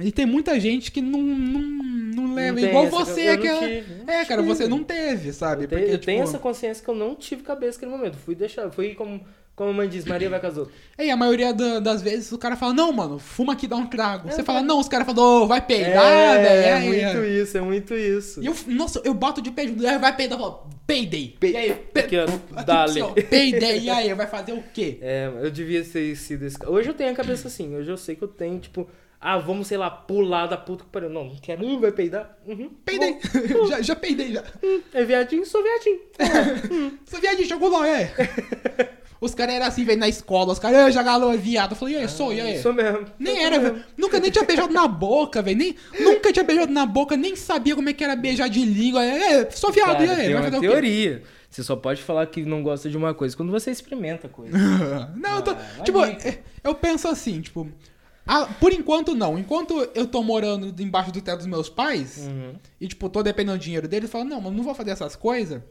A: E tem muita gente que não, não, não leva.
B: tem
A: Igual
B: essa,
A: você,
B: eu- eu não
A: aquela.
B: tive, não
A: é, cara,
B: tive.
A: você não teve, sabe?
B: Eu, tenho- eu
A: tipo,
B: tenho essa consciência que eu não tive cabeça naquele momento. Fui deixar. Fui como, como a mãe diz, Maria vai com as outras.
A: É, e a maioria da- das vezes o cara fala, não, mano, fuma aqui, dá um trago.
B: É,
A: você
B: eu
A: fala,
B: falo-
A: não, os caras falam, ô, vai peidar,
B: é,
A: velho. é, é.
B: muito isso, é muito isso.
A: E eu, nossa, eu bato de pé, aí vai peidar, eu falo, peidei. E aí, pe...
B: Aqui, ó,
A: aqui,
B: dale.
A: assim, ó, peidei, e aí, vai fazer o quê?
B: É, eu devia ter sido esse cara. Hoje eu tenho a cabeça assim, hoje eu sei que eu tenho, tipo, ah, vamos, sei lá, pular da puta que pariu. Não, não quero, Hum, vai peidar. Uhum,
A: Peidei,
B: bom.
A: já, já peidei, já.
B: Hum, é viadinho, sou viadinho.
A: Você viadinho, chegou lá, é. Os caras eram assim, velho, na escola, os caras, eu já galo, é viado. Eu falei, e aí, sou, e aí?
B: Sou mesmo.
A: É. Nem
B: Sou
A: era,
B: mesmo.
A: velho. Nunca nem tinha beijado na boca, velho. Nem, nunca tinha beijado na boca, nem sabia como é que era beijar de língua. É, é, sou viado,
B: Cara,
A: e aí?
B: tem
A: Vai
B: uma
A: fazer o quê?
B: teoria. Você só pode falar que não gosta de uma coisa quando você experimenta a coisa.
A: Não, eu tô.
B: Ah, vai
A: tipo,
B: dica.
A: é- eu penso assim, tipo. ah, por enquanto, não. Enquanto eu tô morando embaixo do teto dos meus pais,
B: Uhum.
A: e, tipo, tô dependendo do dinheiro deles, eu falo, não, mano, não vou fazer essas coisas.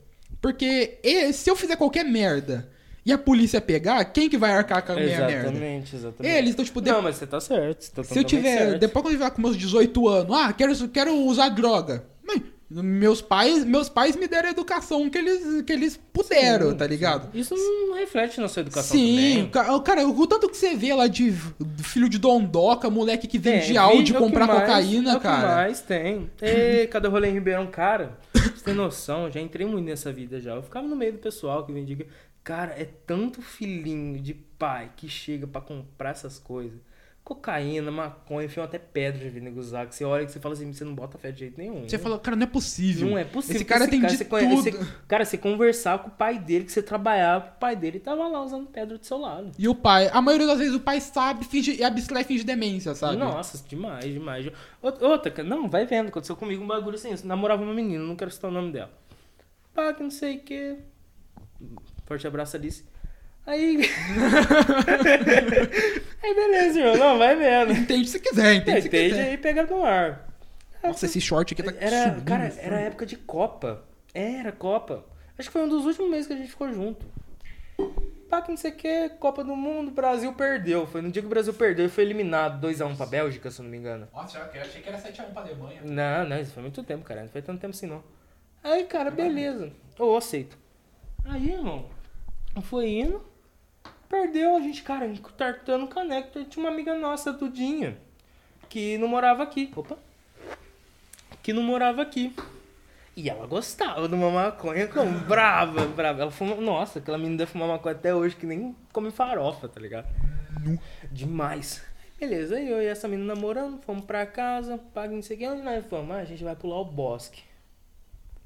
A: Porque e- se eu fizer qualquer merda e a polícia pegar, quem que vai arcar com É a minha merda?
B: exatamente, exatamente.
A: Eles, então, tipo, de-
B: Não, mas você tá certo. Você tá
A: se eu
B: totalmente
A: tiver.
B: certo.
A: Depois quando eu tiver com meus 18 anos, ah, quero, quero usar droga. Mas Meus pais, meus pais me deram a educação que eles, que eles puderam, tá ligado?
B: Isso não reflete na sua educação
A: Sim,
B: também.
A: ca- cara, o tanto que você vê lá de v- filho de dondoca, moleque que
B: Tem,
A: vende
B: vídeo
A: áudio
B: é
A: e
B: o que
A: comprar
B: mais- é
A: cocaína,
B: o que
A: cara.
B: mais tem. Ê, cada rolê em Ribeirão, cara, você tem noção, já entrei muito nessa vida já. Eu ficava no meio do pessoal que vendia. Cara, é tanto filhinho de pai que chega pra comprar essas coisas. Cocaína, maconha, enfim, até pedra já vi nego usar. Que você olha e você fala assim, você não bota fé de jeito nenhum.
A: Você fala, cara, não é possível.
B: Não é possível.
A: Esse
B: que
A: cara tem de
B: você conhe-
A: tudo.
B: você- cara, você conversar com o pai dele, que você trabalhava com o pai dele e tava lá usando pedra do seu lado.
A: E o pai, a maioria das vezes o pai sabe, finge, e abstrai e finge demência, sabe?
B: Nossa, demais, demais. Out- Outra, cara, não, vai vendo, aconteceu comigo um bagulho assim. Eu namorava uma menina, não quero citar o nome dela. Pá, que não sei o que. Forte abraço, Alice. Aí. aí beleza, irmão, não, vai vendo.
A: Entende se quiser, entende se
B: Entende
A: quiser.
B: aí, pega no ar.
A: Nossa, esse short aqui tá
B: Era,
A: subindo.
B: cara, era época de Copa. É, Era Copa. Acho que foi um dos últimos meses que a gente ficou junto. Pá, que não sei o que, Copa do Mundo, Brasil perdeu. Foi no dia que o Brasil perdeu e foi eliminado 2x1 pra Bélgica, se eu não me engano.
A: Nossa, eu achei que era 7x1 pra Alemanha.
B: Não, não, isso foi muito tempo, cara. Não foi tanto tempo assim, não. Aí, cara, beleza. Ou eu aceito. Aí, irmão, foi indo. Perdeu a gente, cara, encartando caneco. Tinha uma amiga nossa, Dudinha, que não morava aqui. Opa. Que não morava aqui. E ela gostava de uma maconha como brava, brava. Ela fuma, nossa, aquela menina deve fumar maconha até hoje que nem come farofa, tá ligado? Demais. Beleza, aí eu e essa menina namorando, fomos pra casa, paga não sei o que, onde nós fomos? Ah, a gente vai pular o bosque.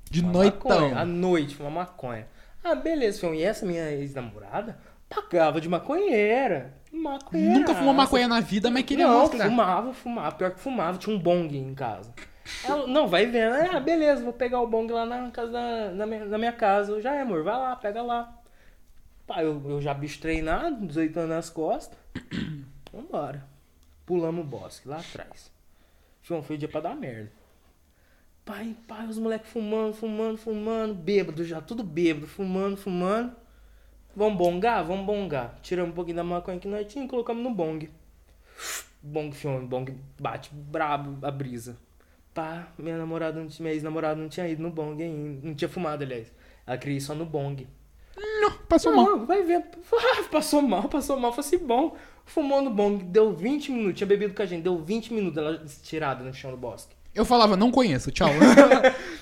A: De
B: Uma
A: noitão.
B: maconha, À noite, uma maconha. Ah, beleza, filho. E essa minha ex-namorada pagava de maconheira. Maconheira.
A: Nunca fumou maconha na vida, mas queria
B: Não,
A: mostrar.
B: fumava, fumava. Pior que fumava, tinha um bong em casa.
A: É
B: Ela, não, vai vendo. Ah, beleza, vou pegar o bong lá na casa da, na, minha, na minha casa. Eu, Já é, amor, vai lá, pega lá. Pá, eu, eu já bicho treinado, 18 anos nas costas. Vambora. Pulamos o bosque lá atrás. João, foi o dia pra dar merda. Pai, pai, os moleques fumando, fumando, fumando, bêbado já, tudo bêbado, fumando, fumando. Vamos bongar? Vamos bongar. Tiramos um pouquinho da maconha que nós tínhamos e colocamos no bong. Bong filme, bong bate brabo a brisa. Pá, minha namorada, não tinha- minha ex-namorada não tinha ido no bong ainda. Não tinha fumado, aliás. Ela queria ir só no bong.
A: Não, passou mal.
B: Não, vai ver. Ah, passou mal, passou mal, fosse bom. Fumou no bong, deu 20 minutos. Tinha bebido com a gente, deu 20 minutos ela estirada no chão do bosque.
A: Eu falava, não conheço, tchau.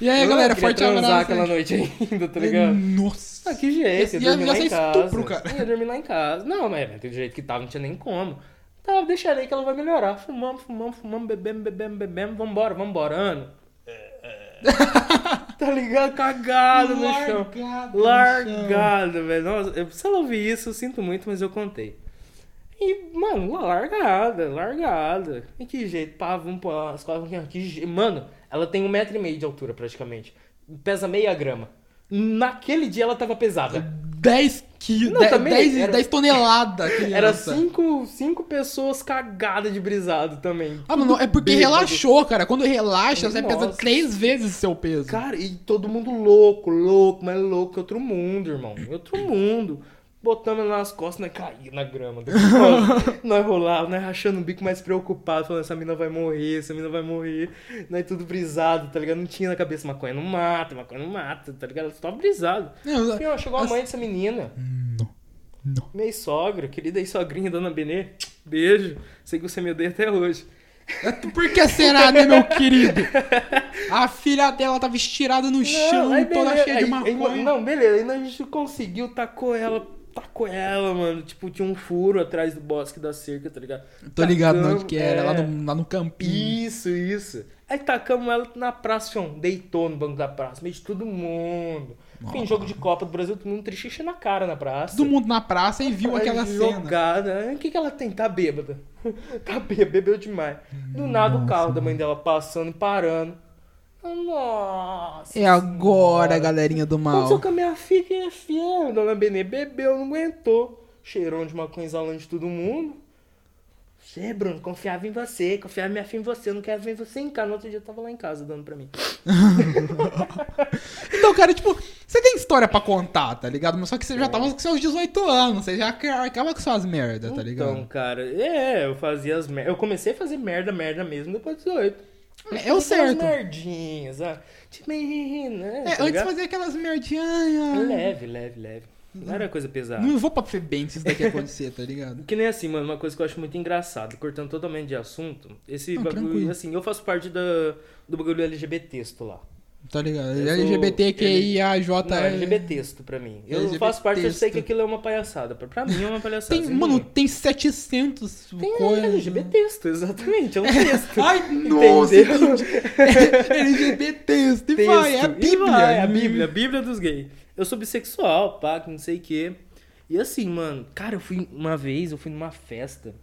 A: e aí,
B: Eu
A: É, galera,
B: queria
A: forte
B: transar
A: abraço. Hum.
B: aquela noite ainda, tá ligado?
A: Nossa.
B: Ah, que jeito,
A: Esse
B: eu
A: ia-
B: dormi
A: ia
B: lá
A: ser
B: em casa. É,
A: estupro, cara.
B: Eu ia dormir lá em casa. Não, mas mas do jeito que tava, não tinha nem como. Tá, deixa aí que ela vai melhorar. Fumamos, fumamos, fumamos, bebemos, bebemos, bebemos. Vambora, vambora, ano. tá ligado? Cagado no chão.
A: Largado no
B: Largado, velho. Nossa, eu- se ela ouvir isso, eu sinto muito, mas eu contei. E, mano, lá, largada, largada. E que jeito, pá, vamos pôr as quatro. Que je... Mano, ela tem um metro e meio de altura praticamente. Pesa meia grama. Naquele dia ela tava pesada.
A: 10 quilos,
B: Não,
A: de-
B: também
A: 10,
B: era-
A: 10 toneladas.
B: Era assim,
A: criança.
B: cinco, cinco pessoas cagadas de brisado também.
A: Ah, mano, é porque
B: Bêbado.
A: relaxou, cara. Quando relaxa, você pesa
B: Nossa.
A: três vezes seu peso.
B: Cara, e todo mundo louco, louco, mas louco que outro mundo, irmão. Em Outro mundo. Botamos ela nas costas, nós caímos na grama. do quintal. nós rolávamos, nós rachando o bico, mas preocupado, falando, essa mina vai morrer, essa mina vai morrer. Nós tudo brisado, tá ligado? Não tinha na cabeça, maconha não mata, maconha não mata, tá ligado? Só brisado.
A: Não,
B: Pior, chegou a mãe dessa menina.
A: não.
B: Minha sogra, querida e sogrinha, dona Benê. Beijo. Sei que você me odeia até hoje.
A: Por que será, né, meu querido? A filha dela tava estirada no chão,
B: aí
A: toda
B: beleza,
A: cheia de
B: aí- aí,
A: maconha.
B: não, beleza, ainda a gente conseguiu, tacou ela, tacou ela, mano. Tipo, tinha um furo atrás do bosque da cerca, tá ligado?
A: Tô ligado
B: Tacamos,
A: onde que era,
B: é,
A: lá, no, lá no campinho.
B: Isso, isso. Aí tacamos ela na praça, fião, deitou no banco da praça, meio de todo mundo. Fica em jogo de Copa do Brasil, todo mundo trixixa na cara na praça.
A: Todo mundo na praça e viu
B: Aí
A: aquela cena.
B: jogada. Aí, O que, que ela tem? Tá bêbada. Tá bêbada, bebeu demais. Do nada o carro da mãe dela passando e parando. Nossa.
A: É agora, galerinha do
B: Aconteceu
A: mal.
B: com a minha filha, minha filha, dona Benê bebeu, não aguentou. Cheirão de maconha exalando de todo mundo. Você, Bruno, confiava em você, confiava minha filha em você, eu não quero ver você em casa. No outro dia eu tava lá em casa dando pra mim.
A: Então, cara, tipo, você tem história pra contar, tá ligado? Mas só que você já tava com seus 18 anos, você já acaba com suas merdas, tá
B: Então,
A: ligado?
B: cara, é, eu fazia as merda. Eu comecei a fazer merda, merda mesmo depois dos 18.
A: É, é o certo.
B: As merdinhas, ah, de menina,
A: É,
B: tá
A: antes um-
B: ligado?
A: fazia aquelas merdinhas. ai, ai.
B: Leve, leve, leve. Não era coisa pesada.
A: Não vou pra bem se isso daqui acontecer, tá ligado?
B: Que nem assim, mano, uma coisa que eu acho muito engraçado, cortando totalmente de assunto, esse
A: Não,
B: bagulho,
A: tranquilo.
B: assim, eu faço parte da, do bagulho LGBT texto lá.
A: Tá ligado?
B: Eu sou-
A: LGBTQIAJ.
B: Não, LGBT texto pra mim. Eu
A: LGBT
B: faço parte, eu sei
A: texto.
B: que aquilo é uma palhaçada. Pra- Pra mim é uma palhaçada.
A: Tem,
B: sem
A: mano,
B: dúvida.
A: tem 700
B: tem
A: coisas.
B: LGBT texto, exatamente, é um texto.
A: Ai, nossa,
B: Entendeu?
A: entendi. LGBT, e
B: texto.
A: vai, é a
B: e
A: Bíblia.
B: vai, é a Bíblia, a Bíblia dos gays. Eu sou bissexual, pá, que não sei o quê. E assim, mano, cara, eu fui uma vez, eu fui numa festa,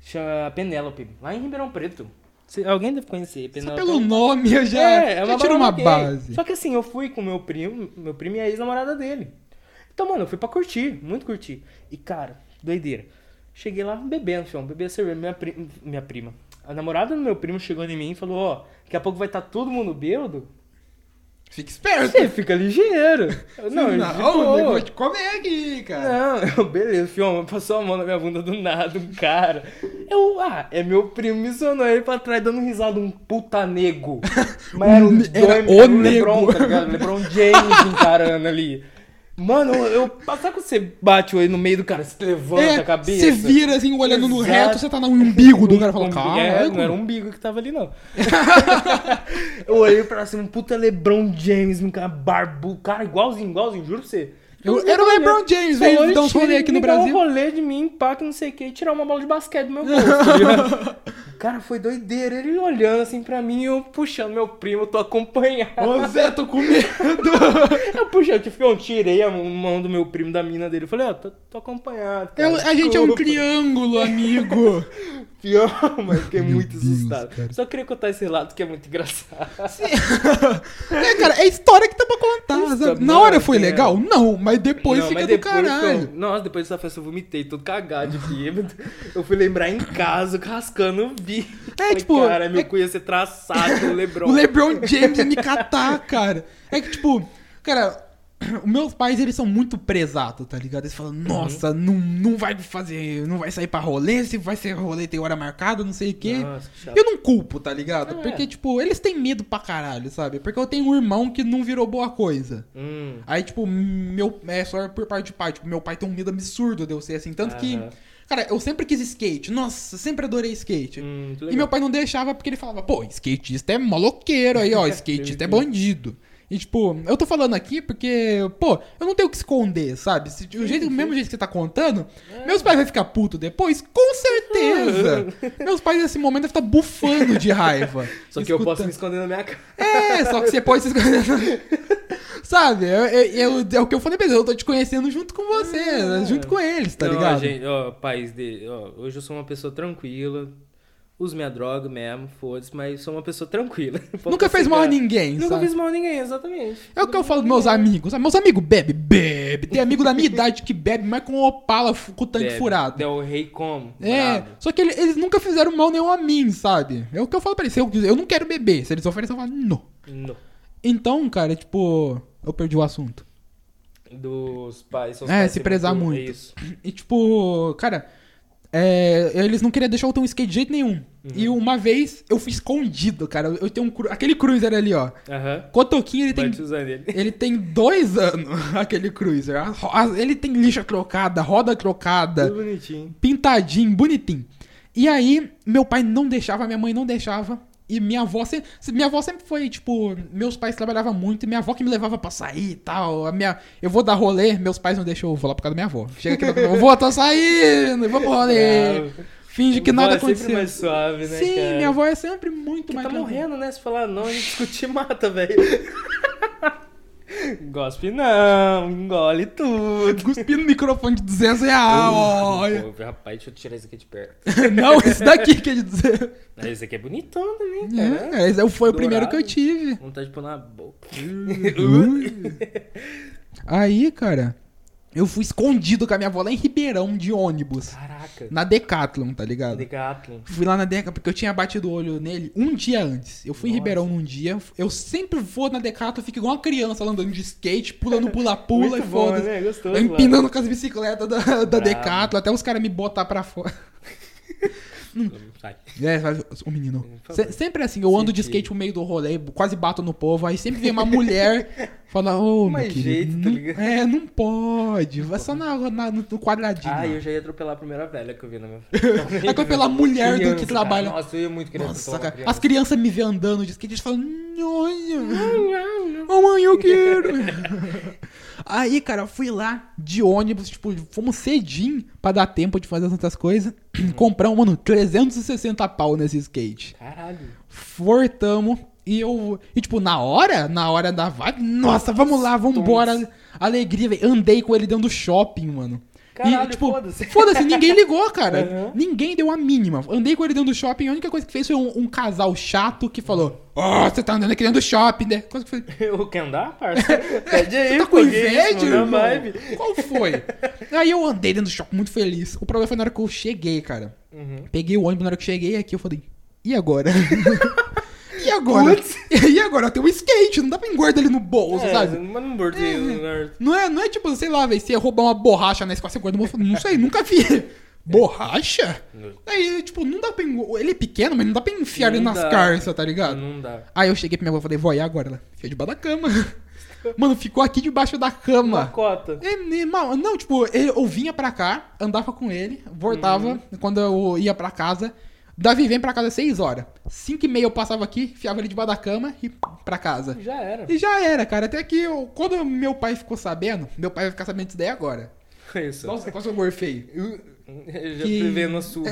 B: chama Penélope, lá em Ribeirão Preto. Você- alguém deve conhecer,
A: Só
B: Penélope.
A: pelo nome eu já,
B: tá É, é
A: já tiro uma
B: balada gay.
A: base.
B: Só que assim, eu fui com meu primo, meu primo e a ex-namorada dele. Então, mano, eu fui pra curtir, muito curtir. E, cara, doideira. Cheguei lá bebendo, fião, bebendo cerveja. Minha, pri- minha prima, a namorada do meu primo chegou em mim e falou, ó, daqui a pouco vai estar todo mundo bêbado.
A: Fica esperto.
B: Você fica ligeiro. Eu, não, eu de
A: não, eu vou
B: boa.
A: te comer aqui, cara.
B: Não, eu, beleza, fião, passou a mão na minha bunda do nada, um cara. Eu, ah, é meu primo, me sonou ele pra trás dando risada, um puta nego. Mas era um,
A: Um ne- era
B: doido,
A: o
B: um Lebron,
A: nego.
B: tá ligado? Lebron James encarando ali. Mano, eu, eu passar quando você bate o olho no meio do cara, você levanta
A: É,
B: a cabeça.
A: Você vira assim, olhando no
B: Exato.
A: reto, você tá no umbigo do cara e fala,
B: Umbigo- é, não era
A: cara.
B: um umbigo que tava ali, não. eu olhei pra cima, um puta Lebron James, um cara barbu, cara igualzinho, igualzinho, juro pra você.
A: Eu- era o LeBron James, veio
B: Falou,
A: dar uns
B: tira-
A: rolê aqui no
B: me dá
A: Brasil.
B: um rolê de mim, pá, que não sei o que, e tirar uma bola de basquete do meu bolso. tá ligado? cara, foi doideira, ele olhando assim pra mim, eu puxando meu primo, eu tô acompanhado.
A: Ô Zé, tô com medo.
B: Eu puxei, tipo, eu tirei a mão do meu primo da mina dele, eu falei, ó, tô, tô acompanhado, cara,
A: Eu- a gente é um
B: desculpa.
A: triângulo, amigo.
B: Pior, mas fiquei muito
A: Deus,
B: assustado.
A: cara.
B: Só queria contar esse lado que é muito engraçado.
A: é, cara, é história que tá pra contar.
B: Isso,
A: sabe? Na
B: mano,
A: hora foi
B: é.
A: legal? Não, mas depois
B: Não,
A: fica
B: mas
A: do
B: depois,
A: caralho.
B: então, nossa, depois dessa festa eu vomitei, todo cagado de bêbado. Eu fui lembrar em casa, rascando o bico. Falei,
A: tipo,
B: Cara, meu
A: é-
B: cu ia ser traçado pelo Lebron.
A: O LeBron James me catar, cara. É que, tipo, cara, os meus pais, eles são muito presados, tá ligado? Eles
B: Uhum.
A: falam, nossa, não, não vai fazer, não vai sair pra rolê, se vai ser rolê tem hora marcada, não sei o quê.
B: Nossa, que chato.
A: eu não culpo, tá ligado?
B: É.
A: Porque, tipo, eles têm medo pra caralho, sabe? Porque eu tenho um irmão que não virou boa coisa.
B: Hum.
A: Aí, tipo, meu. É só por parte de pai. Tipo, meu pai tem um medo absurdo de eu ser assim. Tanto que.
B: Aham.
A: Cara, eu sempre quis skate. Nossa, sempre adorei skate.
B: Hum, muito
A: e meu
B: legal.
A: pai não deixava porque ele falava, pô, skatista é maloqueiro aí, ó. Skatista é bandido. E, tipo, eu tô falando aqui porque, pô, eu não tenho o que esconder, sabe? Se, o, jeito, o mesmo jeito que você tá contando,
B: É.
A: meus pais vão ficar puto depois? Com certeza! meus pais, nesse momento, devem estar bufando de raiva.
B: Só que eu posso
A: escutando.
B: me esconder na minha casa.
A: É, só que você pode se esconder. Sabe? Eu, eu- eu- é o que eu falei pra eles, eu tô te conhecendo junto com você, junto com eles, tá
B: É. Não,
A: ligado?
B: Gente, ó, pais de, ó, hoje eu sou uma pessoa tranquila. uso minha droga mesmo, foda-se, mas sou uma pessoa tranquila. Posso
A: Nunca fez mal a
B: chegar-
A: ninguém,
B: Nunca
A: sabe?
B: fiz mal a ninguém, exatamente.
A: É o que eu falo dos meus amigos. Ah, Meus amigos bebe, bebe. Tem amigo da minha idade que bebe, mas com opala, fu- com o tanque
B: Bebe.
A: furado.
B: Del Rey como?
A: É,
B: Brabo.
A: só que ele- eles nunca fizeram mal nenhum a mim, sabe? É o que eu falo pra eles. Se Eu, eu não quero beber. Se eles oferecem, eu falo, não.
B: No.
A: Então, cara, tipo, eu perdi o assunto.
B: Dos pais. seus
A: É,
B: pais
A: se
B: serem
A: prezar
B: tudo,
A: muito.
B: É isso.
A: E tipo, cara, é, eles não queriam deixar eu ter um skate de jeito nenhum. E uma vez eu fui escondido, cara. Eu tenho um cru... aquele cruiser ali, ó.
B: Aham.
A: Cotoquinho, ele tem
B: Bate usando ele.
A: Ele tem dois anos, aquele cruiser. A ro- a- Ele tem lixa crocada, roda
B: Tudo
A: crocada,
B: bonitinho.
A: pintadinho, bonitinho. E aí, meu pai não deixava, minha mãe não deixava. E minha avó sempre. Minha avó sempre foi, tipo, meus pais trabalhavam muito, e minha avó que me levava pra sair e tal. A minha, eu vou dar rolê, meus pais não deixam, eu vou lá por causa da minha avó. Chega aqui na casa da minha avó, tô saindo, vamos rolê.
B: Bravo.
A: Finge que
B: Vó
A: nada
B: é sempre
A: aconteceu.
B: mais suave, né,
A: Sim,
B: cara?
A: minha avó é sempre muito
B: Porque
A: mais
B: tá
A: tranquila.
B: morrendo, né? Se falar não, a gente discutir mata, velho. Gospe não, engole tudo.
A: Cuspindo no microfone de 200
B: Uhum.
A: reais, Ah, olha.
B: Pô, rapaz, deixa eu tirar esse aqui de perto.
A: Não, esse daqui, quer dizer.
B: Ah, Esse aqui é bonitão também, cara.
A: É, esse foi o primeiro que eu
B: Dourado. Uh.
A: tive.
B: Vontade de pôr na boca.
A: Aí, cara, eu fui escondido com a minha avó lá em Ribeirão de ônibus.
B: Caraca.
A: Na Decathlon, tá ligado?
B: Decathlon.
A: Fui lá na Decathlon, porque eu tinha batido o olho nele um dia antes. Eu fui em
B: Nossa.
A: Ribeirão num dia. Eu sempre vou na Decathlon, fico igual uma criança lá andando de skate, pulando pula-pula e
B: Muito bom,
A: foda-se.
B: né? Gostoso.
A: Eu
B: lá.
A: empinando com as bicicletas da, da
B: Bravo.
A: Decathlon, até os caras me botar pra fora.
B: Hum, Sai.
A: É, faz- o menino.
B: Por
A: Se-
B: favor.
A: sempre assim, eu ando de
B: Sentido.
A: skate no meio do rolê, quase bato no povo, aí sempre vem uma mulher fala, ô, meu
B: Mais
A: querido,
B: jeito, tá
A: não-
B: ligado?
A: É, não pode, vai só na, na- no no quadradinho.
B: Ah,
A: lá.
B: eu já ia atropelar a primeira velha que eu vi na minha frente.
A: Aí que eu pela mulher do
B: Criança,
A: que
B: cara.
A: trabalha.
B: Nossa, eu ia muito querer
A: Nossa,
B: atropelar uma
A: cara. As crianças me vê andando de skate, eles falam, olha, mamãe, eu quero. Aí, cara, eu fui lá de ônibus, tipo, fomos cedinho pra dar tempo de fazer tantas coisas.
B: Uhum.
A: Compramos, mano, 360 pau nesse skate.
B: Caralho.
A: Fortamos. E eu. E tipo, na hora, na hora da vibe, nossa, vamos lá, vamos embora. Alegria, velho. Andei com ele dentro do shopping, mano.
B: Caralho,
A: e, tipo,
B: foda-se.
A: Foda-se, ninguém ligou, cara.
B: Uhum.
A: Ninguém deu a mínima. Andei com ele dentro do shopping. A única coisa que fez foi um, um casal chato que falou: Ó, você tá andando aqui dentro do shopping, né? Coisa que eu falei,
B: Eu quero andar, parça? Pede aí,
A: Você tá
B: pô,
A: com
B: que isso,
A: inveja?
B: manda
A: irmão?
B: vibe.
A: Qual foi? Aí eu andei dentro do shopping muito feliz. O problema foi na hora que eu cheguei, cara.
B: Uhum.
A: Peguei o ônibus na hora que cheguei aqui, eu falei, e agora? e agora? e agora? Eu tenho um skate, não dá pra engordar ele no bolso,
B: É,
A: sabe? Hum.
B: Mas não mordei o Leonardo.
A: Não é, não é tipo, sei lá, velho, você roubar uma borracha na escola, você guarda uma... Não sei, nunca vi. Borracha? Aí, tipo, não dá pra... engo- Ele é pequeno, mas não dá pra enfiar ele
B: Não
A: nas
B: dá.
A: carças, tá ligado?
B: Não dá.
A: Aí eu cheguei pra minha avó e falei, vó, e agora? Ela, fica debaixo da cama. Mano, ficou aqui debaixo da cama.
B: Uma cota.
A: É, é, mal- Não, tipo, eu eu vinha pra cá, andava com ele, voltava quando eu ia pra casa. Davi vem pra casa às 6 horas. 5 e meia eu passava aqui, fiava ele debaixo da cama e pra casa.
B: Já era.
A: E já era, cara. Até que eu- quando meu pai ficou sabendo, meu pai vai ficar sabendo disso daí agora.
B: É Isso.
A: Nossa, quase eu gorfei.
B: Eu já
A: Que-
B: prevendo a sua.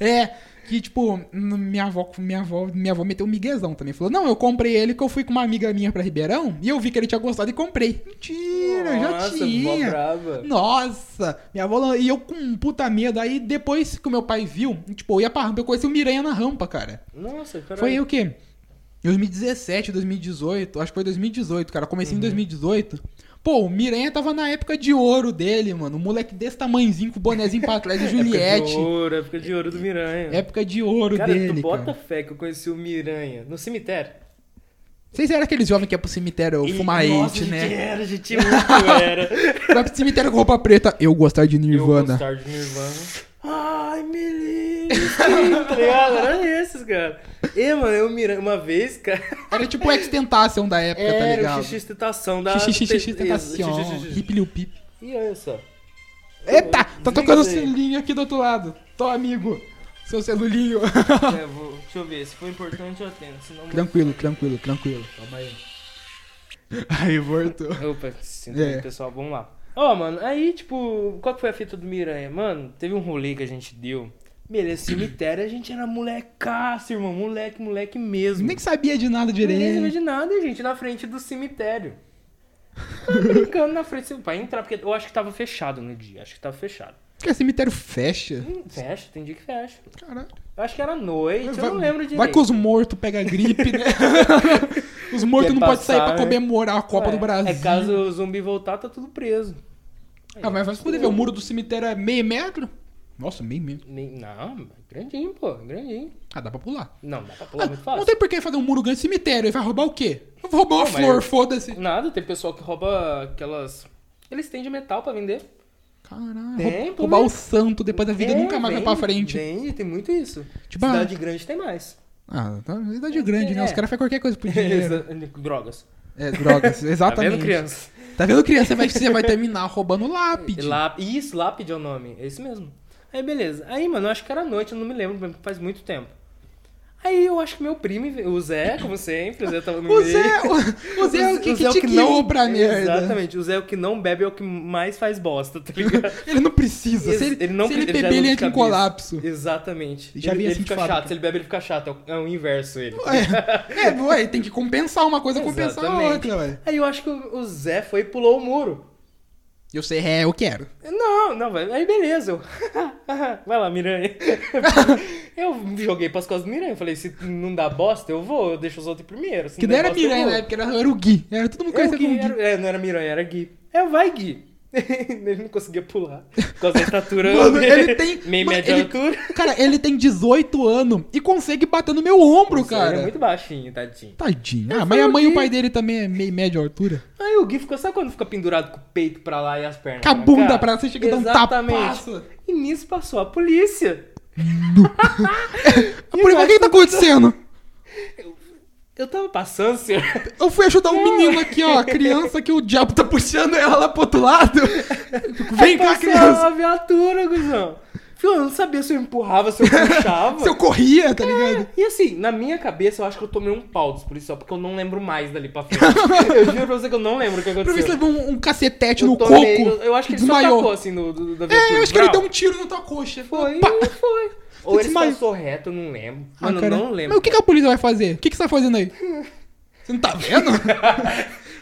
A: é, que tipo, n- minha avó, minha avó, minha avó meteu um miguezão também. Falou, não, eu comprei ele que eu fui com uma amiga minha pra Ribeirão e eu vi que ele tinha gostado e comprei. Mentira,
B: Nossa,
A: já tinha.
B: mó brava.
A: Nossa, minha avó. lan- E eu com um puta medo. Aí depois que o meu pai viu, tipo, eu ia pra rampa, eu conheci o Miranha na rampa, cara.
B: Nossa, É caralho.
A: Foi o quê? 2017, 2018, acho que foi 2018, cara. Comecei
B: Uhum.
A: em 2018. Pô, o Miranha tava na época de ouro dele, mano. Um moleque desse tamanhozinho, com o bonezinho pra trás do
B: Época de
A: Juliette. É
B: ouro, época de ouro do Miranha.
A: Época de ouro
B: Cara,
A: dele,
B: tu bota
A: cara.
B: fé que eu conheci o Miranha no cemitério.
A: Vocês eram aqueles jovens que ia pro cemitério
B: E-
A: fumar
B: Nossa,
A: ente,
B: gente
A: né?
B: era, gente muito era.
A: Vai pro cemitério com roupa preta. Eu gostar de
B: Eu
A: Nirvana.
B: gostar de Nirvana. Ai, me livre, tá ligado? Era esses, cara. E, mano, eu Miranha, uma vez, cara...
A: Era tipo o Extentação da época, tá
B: Era
A: ligado?
B: o xixi tentação da...
A: Xixi, xixi,
B: Isso,
A: tentação.
B: Ah, xixi, xixi, xixi.
A: Hip liu pip.
B: E olha só.
A: Eita, tá
B: Liga
A: tocando o
B: aí.
A: selinho aqui do outro lado. Tô, amigo. Seu celulinho.
B: É, vou- Deixa eu ver, se for importante eu atendo, senão...
A: tranquilo, tranquilo, tranquilo.
B: Calma aí.
A: Aí, voltou.
B: Opa, sinto
A: É.
B: muito, pessoal, vamos lá. Ó, mano, aí, tipo, qual que foi a fita do Miranha? Mano, teve um rolê que a gente deu. Beleza, cemitério, a gente era molecaço, irmão. Moleque, moleque mesmo.
A: Nem sabia de nada
B: Nem sabia
A: direito.
B: de nada, gente, na frente do cemitério. Tá Tava brincando na frente, pra entrar, porque eu acho que tava fechado no dia, acho que tava fechado.
A: Porque é cemitério fecha.
B: Hum, Fecha, tem dia que fecha.
A: Caralho.
B: Eu acho que era noite, Então eu não lembro direito.
A: Vai que os mortos pegam gripe, né? os mortos
B: Quer
A: não podem sair
B: passar,
A: pra
B: né?
A: comemorar a Copa
B: É,
A: do Brasil.
B: É caso o zumbi voltar, tá tudo preso.
A: Ah, mas vai se fuder, velho. O muro do cemitério é meio metro? Nossa, meio metro.
B: Nem- Não, é grandinho, pô, é grandinho.
A: Ah, dá pra pular.
B: Não, dá pra pular muito
A: Não
B: fácil.
A: tem por que fazer um muro grande de cemitério. Ele vai roubar o quê? Eu vou roubar uma
B: Não, mas
A: flor,
B: eu-
A: foda-se.
B: Nada, tem pessoal que rouba aquelas. Eles têm de metal pra vender.
A: Caralho.
B: Tem,
A: rou-
B: pô,
A: roubar o
B: mas-
A: santo, depois a vida
B: É,
A: nunca mais vai pra
B: vende,
A: frente.
B: Vende, tem muito isso.
A: Tipo, ah-
B: Cidade grande tem mais.
A: Ah, tá na idade grande, né?
B: É.
A: Os caras fazem qualquer coisa por dinheiro.
B: Drogas.
A: é, drogas,
B: Tá
A: exatamente.
B: vendo, criança?
A: Tá vendo, criança? Você vai, você vai terminar roubando lápide.
B: Lá... Isso, lápide é o nome. É isso mesmo. Aí, beleza. Aí, mano, eu acho que era noite, eu não me lembro, mas faz muito tempo. Aí eu acho que meu primo, o Zé, como sempre, o Zé tava no
A: O
B: meio.
A: Zé, o, o Zé é o que,
B: O
A: que
B: Zé é o
A: te guiou pra merda.
B: Exatamente. O Zé é o que não bebe é o que mais faz bosta, tá ligado?
A: Ele não precisa. Se ele, se ele beber,
B: já não
A: ele
B: fica
A: entra em
B: bêbado.
A: colapso.
B: Exatamente.
A: Já
B: ele
A: vi
B: ele
A: assim de
B: fica
A: fábrica.
B: chato. Se ele bebe, ele fica chato. É o, é o inverso ele.
A: É, é, ué, tem que compensar uma coisa, compensar a
B: Exatamente.
A: outra, ué.
B: Aí eu acho que o o Zé foi e pulou o muro.
A: Eu sei, é, eu quero.
B: Não, não, vai. Aí beleza. eu- vai lá, Miranha. eu joguei pras costas do Miranha. Eu Falei, se não dá bosta, eu vou, eu deixo os outros primeiro. Se
A: Que
B: não
A: não
B: der
A: era
B: bosta, eu
A: Miranha né?
B: vou.
A: na época, era, era o Gui. Era todo mundo
B: É, o
A: conhecido
B: Gui,
A: como Gui.
B: era- é, não era Miranha, era Gui. É, vai, Gui. ele não conseguia pular. Por causa da estatura.
A: Mano, ele tem.
B: Meio
A: mano,
B: média
A: ele-
B: altura.
A: Cara, ele tem 18 anos e consegue bater no meu ombro,
B: Ele
A: cara.
B: é muito baixinho, tadinho.
A: Tadinho. Ah,
B: Mas
A: mas
B: foi
A: a
B: o
A: mãe e o
B: Gui.
A: pai dele também é meio média altura.
B: Aí o Gui ficou, sabe quando fica pendurado com o peito pra lá e as pernas?
A: Com a
B: pra
A: bunda
B: cá?
A: pra lá, você chega e dá um tapaço.
B: E nisso passou a polícia.
A: Por exemplo, o que tá acontecendo?
B: Eu tava passando, senhor.
A: Eu fui ajudar um menino aqui, ó, a criança que o diabo tá puxando ela lá pro outro lado. Vem cá,
B: Passou
A: criança.
B: a viatura, cuzão. Filho, eu não sabia se eu empurrava, se eu puxava.
A: Se eu corria, tá ligado?
B: E assim, na minha cabeça, eu acho que eu tomei um pau dos policiais, porque eu não lembro mais dali pra frente. eu juro pra você que eu não lembro o que
A: Pra ver se levou
B: aconteceu.
A: um, um cacetete
B: Eu
A: no
B: tomei-
A: coco.
B: eu- Eu acho que ele só
A: desmaiou.
B: tacou, assim, no, do, da viatura.
A: É, eu acho que ele
B: Brau.
A: deu um tiro na tua coxa.
B: Foi,
A: Pá.
B: foi. Ou ele
A: Desmaiou.
B: passou reto, eu não lembro.
A: Ah,
B: Mano, eu
A: cara.
B: não lembro.
A: Mas o que, que a polícia vai fazer? O que, que você tá fazendo aí? Você não tá vendo?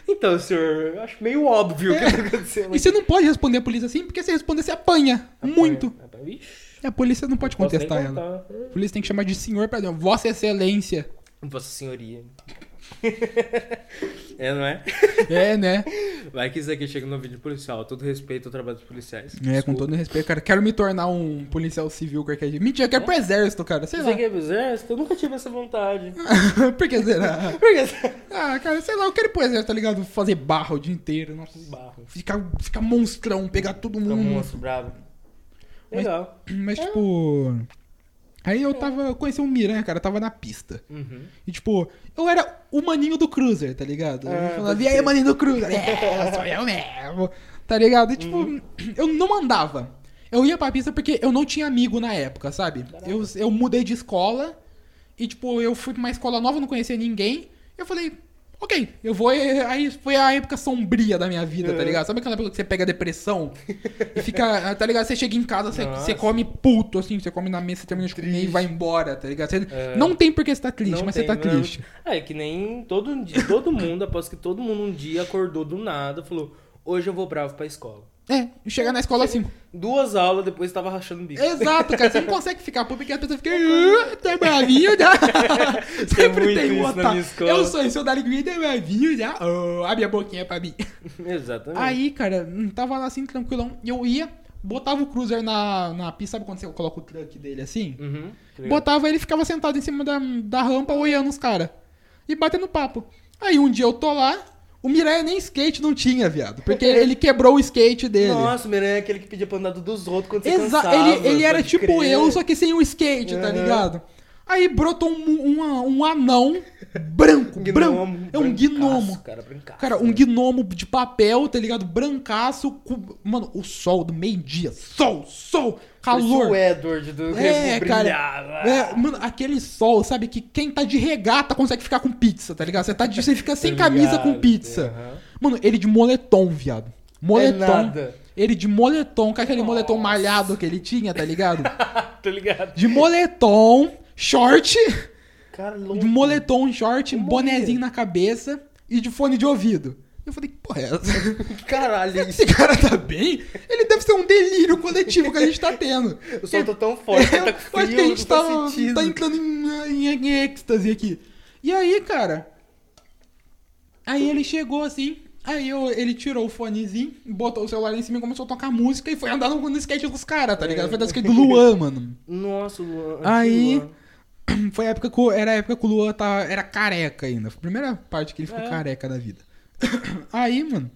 B: Então, senhor, eu acho meio óbvio
A: É.
B: o que tá acontecendo.
A: e você não pode responder a polícia assim, porque se responder, você apanha. Muito.
B: Ixi,
A: E a polícia não pode
B: É posso nem
A: contestar ela.
B: contar.
A: A polícia tem que chamar de senhor pra Vossa Excelência.
B: Vossa senhoria. é, não é?
A: É, né?
B: Vai que isso aqui chega no vídeo policial. Todo respeito ao trabalho dos policiais.
A: É, com todo respeito, cara. Quero me tornar um policial civil qualquer dia. Mentira, eu quero pro exército, cara. Sei lá. Ah.
B: Você quer ir pro exército? Eu nunca tive essa vontade.
A: Por que será?
B: Por que é
A: Ah, cara, sei lá, eu quero ir pro exército, tá ligado? Fazer barra o dia inteiro. Nossa,
B: um Barro.
A: ficar, ficar monstrão, pegar todo
B: Fica um
A: mundo.
B: monstro bravo. Legal.
A: Hum. Mas, tipo. Aí eu tava. Eu conheci um Miranha, cara, eu tava na pista.
B: Uhum.
A: E, tipo, eu era o maninho do Cruiser, tá ligado?
B: Ah,
A: eu falava,
B: pode
A: e aí,
B: crer.
A: maninho do Cruiser? É, sou eu mesmo. Tá ligado? E, tipo,
B: Uhum.
A: eu não andava. Eu ia pra pista porque eu não tinha amigo na época, sabe? Eu, eu mudei de escola e, tipo, eu fui pra uma escola nova, não conhecia ninguém. Eu falei, ok, eu vou. Aí foi a época sombria da minha vida, tá
B: É.
A: ligado? Sabe aquela época que você pega depressão e fica. Tá ligado? Você chega em casa, você,
B: Nossa.
A: você come puto, assim, você come na mesa, você termina de comer e vai embora, tá ligado? Você-
B: É.
A: Não tem por que você tá triste,
B: Não
A: mas
B: tem,
A: você tá
B: não-
A: triste.
B: Ah, é que nem todo, dia, todo mundo, após que todo mundo um dia acordou do nada, falou: hoje eu vou bravo pra escola.
A: É, e chegar na escola assim.
B: Duas aulas depois tava rachando o bico.
A: Exato, cara. Você não consegue ficar público porque a pessoa fica. "Ah, Tá bravinho, já. Sempre
B: muito
A: tem um
B: isso na
A: otário.
B: minha escola.
A: Eu sou isso da alegria, tá bravinho, já. Oh, abre a boquinha pra mim.
B: É. Exatamente.
A: Aí, cara, hum, tava lá assim, tranquilão. E eu ia, botava o cruiser na, na pista. Sabe quando você coloca o truck dele assim?
B: Uhum. tá ligado?
A: Botava ele ficava sentado em cima da, da rampa olhando os caras. E batendo papo. Aí um dia eu tô lá, o Miranha nem skate não tinha, viado. Porque
B: É.
A: ele quebrou o skate dele.
B: Nossa, o Miranha é aquele que pedia pra andar do dos outros quando você
A: Exa
B: cansava.
A: ele, ele era
B: pode
A: tipo
B: crer.
A: eu, só que sem o skate, tá
B: Aham.
A: ligado? Aí brotou um, um, um anão branco,
B: Gnomo,
A: branco. É um
B: brancaço,
A: gnomo.
B: Cara, brancaço.
A: Cara, um gnomo de papel, tá ligado? Brancaço. com- Mano, o sol do meio-dia. Sol, sol,
B: Parecia O
A: calor.
B: Edward do
A: É,
B: Remo
A: cara.
B: brilhava.
A: É, mano, aquele sol, sabe? Que quem tá de regata consegue ficar com pizza, tá ligado? Você, tá de- você fica sem
B: Tá
A: camisa com
B: ligado,
A: pizza.
B: aham. É
A: Mano, ele de moletom, viado. Moletom.
B: nada.
A: Ele de moletom, com aquele moletom
B: Nossa.
A: malhado que ele tinha, tá ligado?
B: Tá ligado?
A: De moletom, short,
B: Cara,
A: de
B: louco.
A: moletom, short,
B: Como
A: bonezinho na cabeça e de fone de ouvido. Eu falei, que porra é essa?
B: Caralho, isso.
A: Esse cara tá bem? Ele deve ser um delírio coletivo que a gente tá tendo.
B: O sol tá tão forte, tá com
A: Eu
B: frio,
A: acho que a gente
B: não
A: tá,
B: faz sentido.
A: tá entrando em, em, em êxtase aqui. E aí, cara. Aí ele chegou assim. Aí eu- ele tirou o fonezinho, botou o celular em cima e começou a tocar música e foi andar no, no skate dos caras, tá ligado? Foi dar skate do Luan, mano.
B: Nossa, Luan.
A: Aí-
B: Luan.
A: Foi a época que o- era a época que o Luan tá, era careca ainda. Foi a primeira parte que ele ficou
B: É.
A: careca da vida. Aí, mano,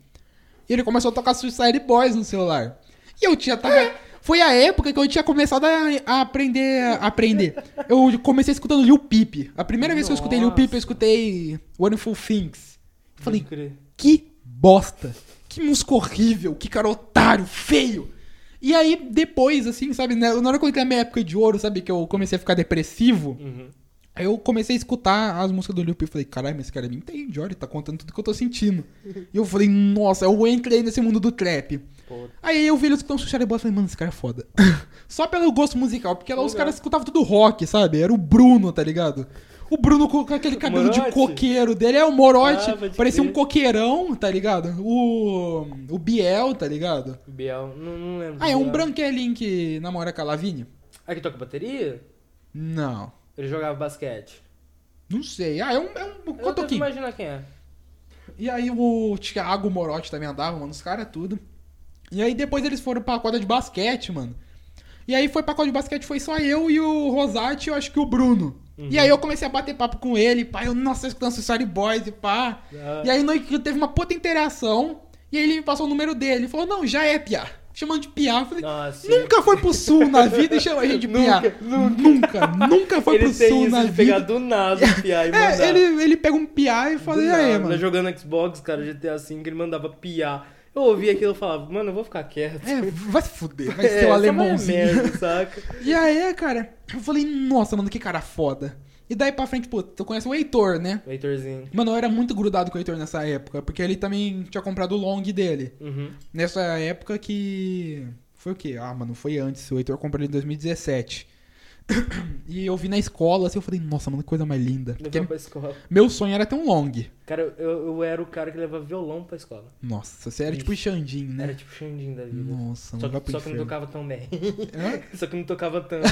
A: ele começou a tocar Suicide Boys no celular. E eu tinha tava, Foi a época que eu tinha começado a, a aprender. A aprender. Eu comecei escutando Lil Peep. A primeira vez que eu escutei Lil Peep, eu
B: Nossa.
A: escutei Wonderful Things. Eu falei,
B: Pode crer.
A: que bosta. Que música horrível. Que cara otário, feio. E aí, depois, assim, sabe, na na hora que eu entrei na minha época de ouro, sabe, que eu comecei a ficar depressivo,
B: Uhum.
A: aí eu comecei a escutar as músicas do Lil Peep e falei, caralho, mas esse cara me entende, olha, ele tá contando tudo que eu tô sentindo. e eu falei, nossa, eu entrei nesse mundo do trap.
B: Pô,
A: Aí eu vi eles escutando Suicide Boys e falei, mano, esse cara é foda. Só pelo gosto musical, porque lá os
B: Legal.
A: caras escutavam tudo rock, sabe? Era o Bruno, tá ligado? O Bruno com aquele cabelo de
B: Morote?
A: coqueiro dele, é o Morote,
B: Ah, pode
A: parecia um
B: crer.
A: coqueirão, tá ligado? O o Biel, tá ligado?
B: Biel, não, não lembro.
A: Ah, é um
B: Biel.
A: branquelinho que namora com a Lavigne?
B: Ah, que toca bateria?
A: Não,
B: Ele jogava basquete.
A: não sei. Ah, é um, é um
B: Eu tento
A: cotoquinho.
B: imaginar quem é.
A: E aí o Thiago Morote também andava, mano, os caras tudo. E aí depois eles foram pra quadra de basquete, mano. E aí foi pra quadra de basquete, foi só eu e o Rosati e eu acho que o Bruno. E aí eu comecei a bater papo com ele, pá, eu, nossa, eu escutando Suicide Boys e pá.
B: Ah.
A: E aí nós- teve uma puta interação, e aí ele me passou o número dele, ele falou, não, já é Piá. Chamando de Piá, eu falei,
B: Nossa.
A: nunca foi pro sul na vida e chama a gente de Piá. Nunca,
B: Nunca,
A: nunca foi
B: ele
A: pro
B: tem
A: sul
B: isso
A: na
B: de pegar
A: vida.
B: do nada o piar e mandar.
A: É, ele, ele pega um piá e fala, e aí, mano?
B: Nós jogando Xbox, cara, GTA V, ele mandava piar. Eu ouvia aquilo e falava, mano, eu vou ficar quieto.
A: É, vai se fuder, vai
B: É,
A: ser o
B: essa
A: alemãozinho.
B: mulher é merda, saca?
A: E aí, cara, eu falei, nossa, mano, que cara foda. E daí pra frente, pô, tu conhece o Heitor, né?
B: Heitorzinho.
A: Mano, eu era muito grudado com o Heitor nessa época, porque ele também tinha comprado o long dele.
B: Uhum.
A: Nessa época que. Foi o quê? Ah, mano, foi antes. O Heitor comprou ele em 2017. E eu vi na escola, assim, eu falei, nossa, mano, que coisa mais linda. Porque
B: Levava pra escola.
A: meu sonho era ter um long.
B: Cara, eu, eu era o cara que levava violão pra escola.
A: Nossa, você era tipo o Xandin,
B: Era
A: né?
B: tipo o Xandinho da vida.
A: Nossa,
B: Só
A: mano, vai
B: que,
A: pro
B: só que não
A: inferno.
B: tocava tão bem.
A: Hã?
B: Só que não tocava tanto.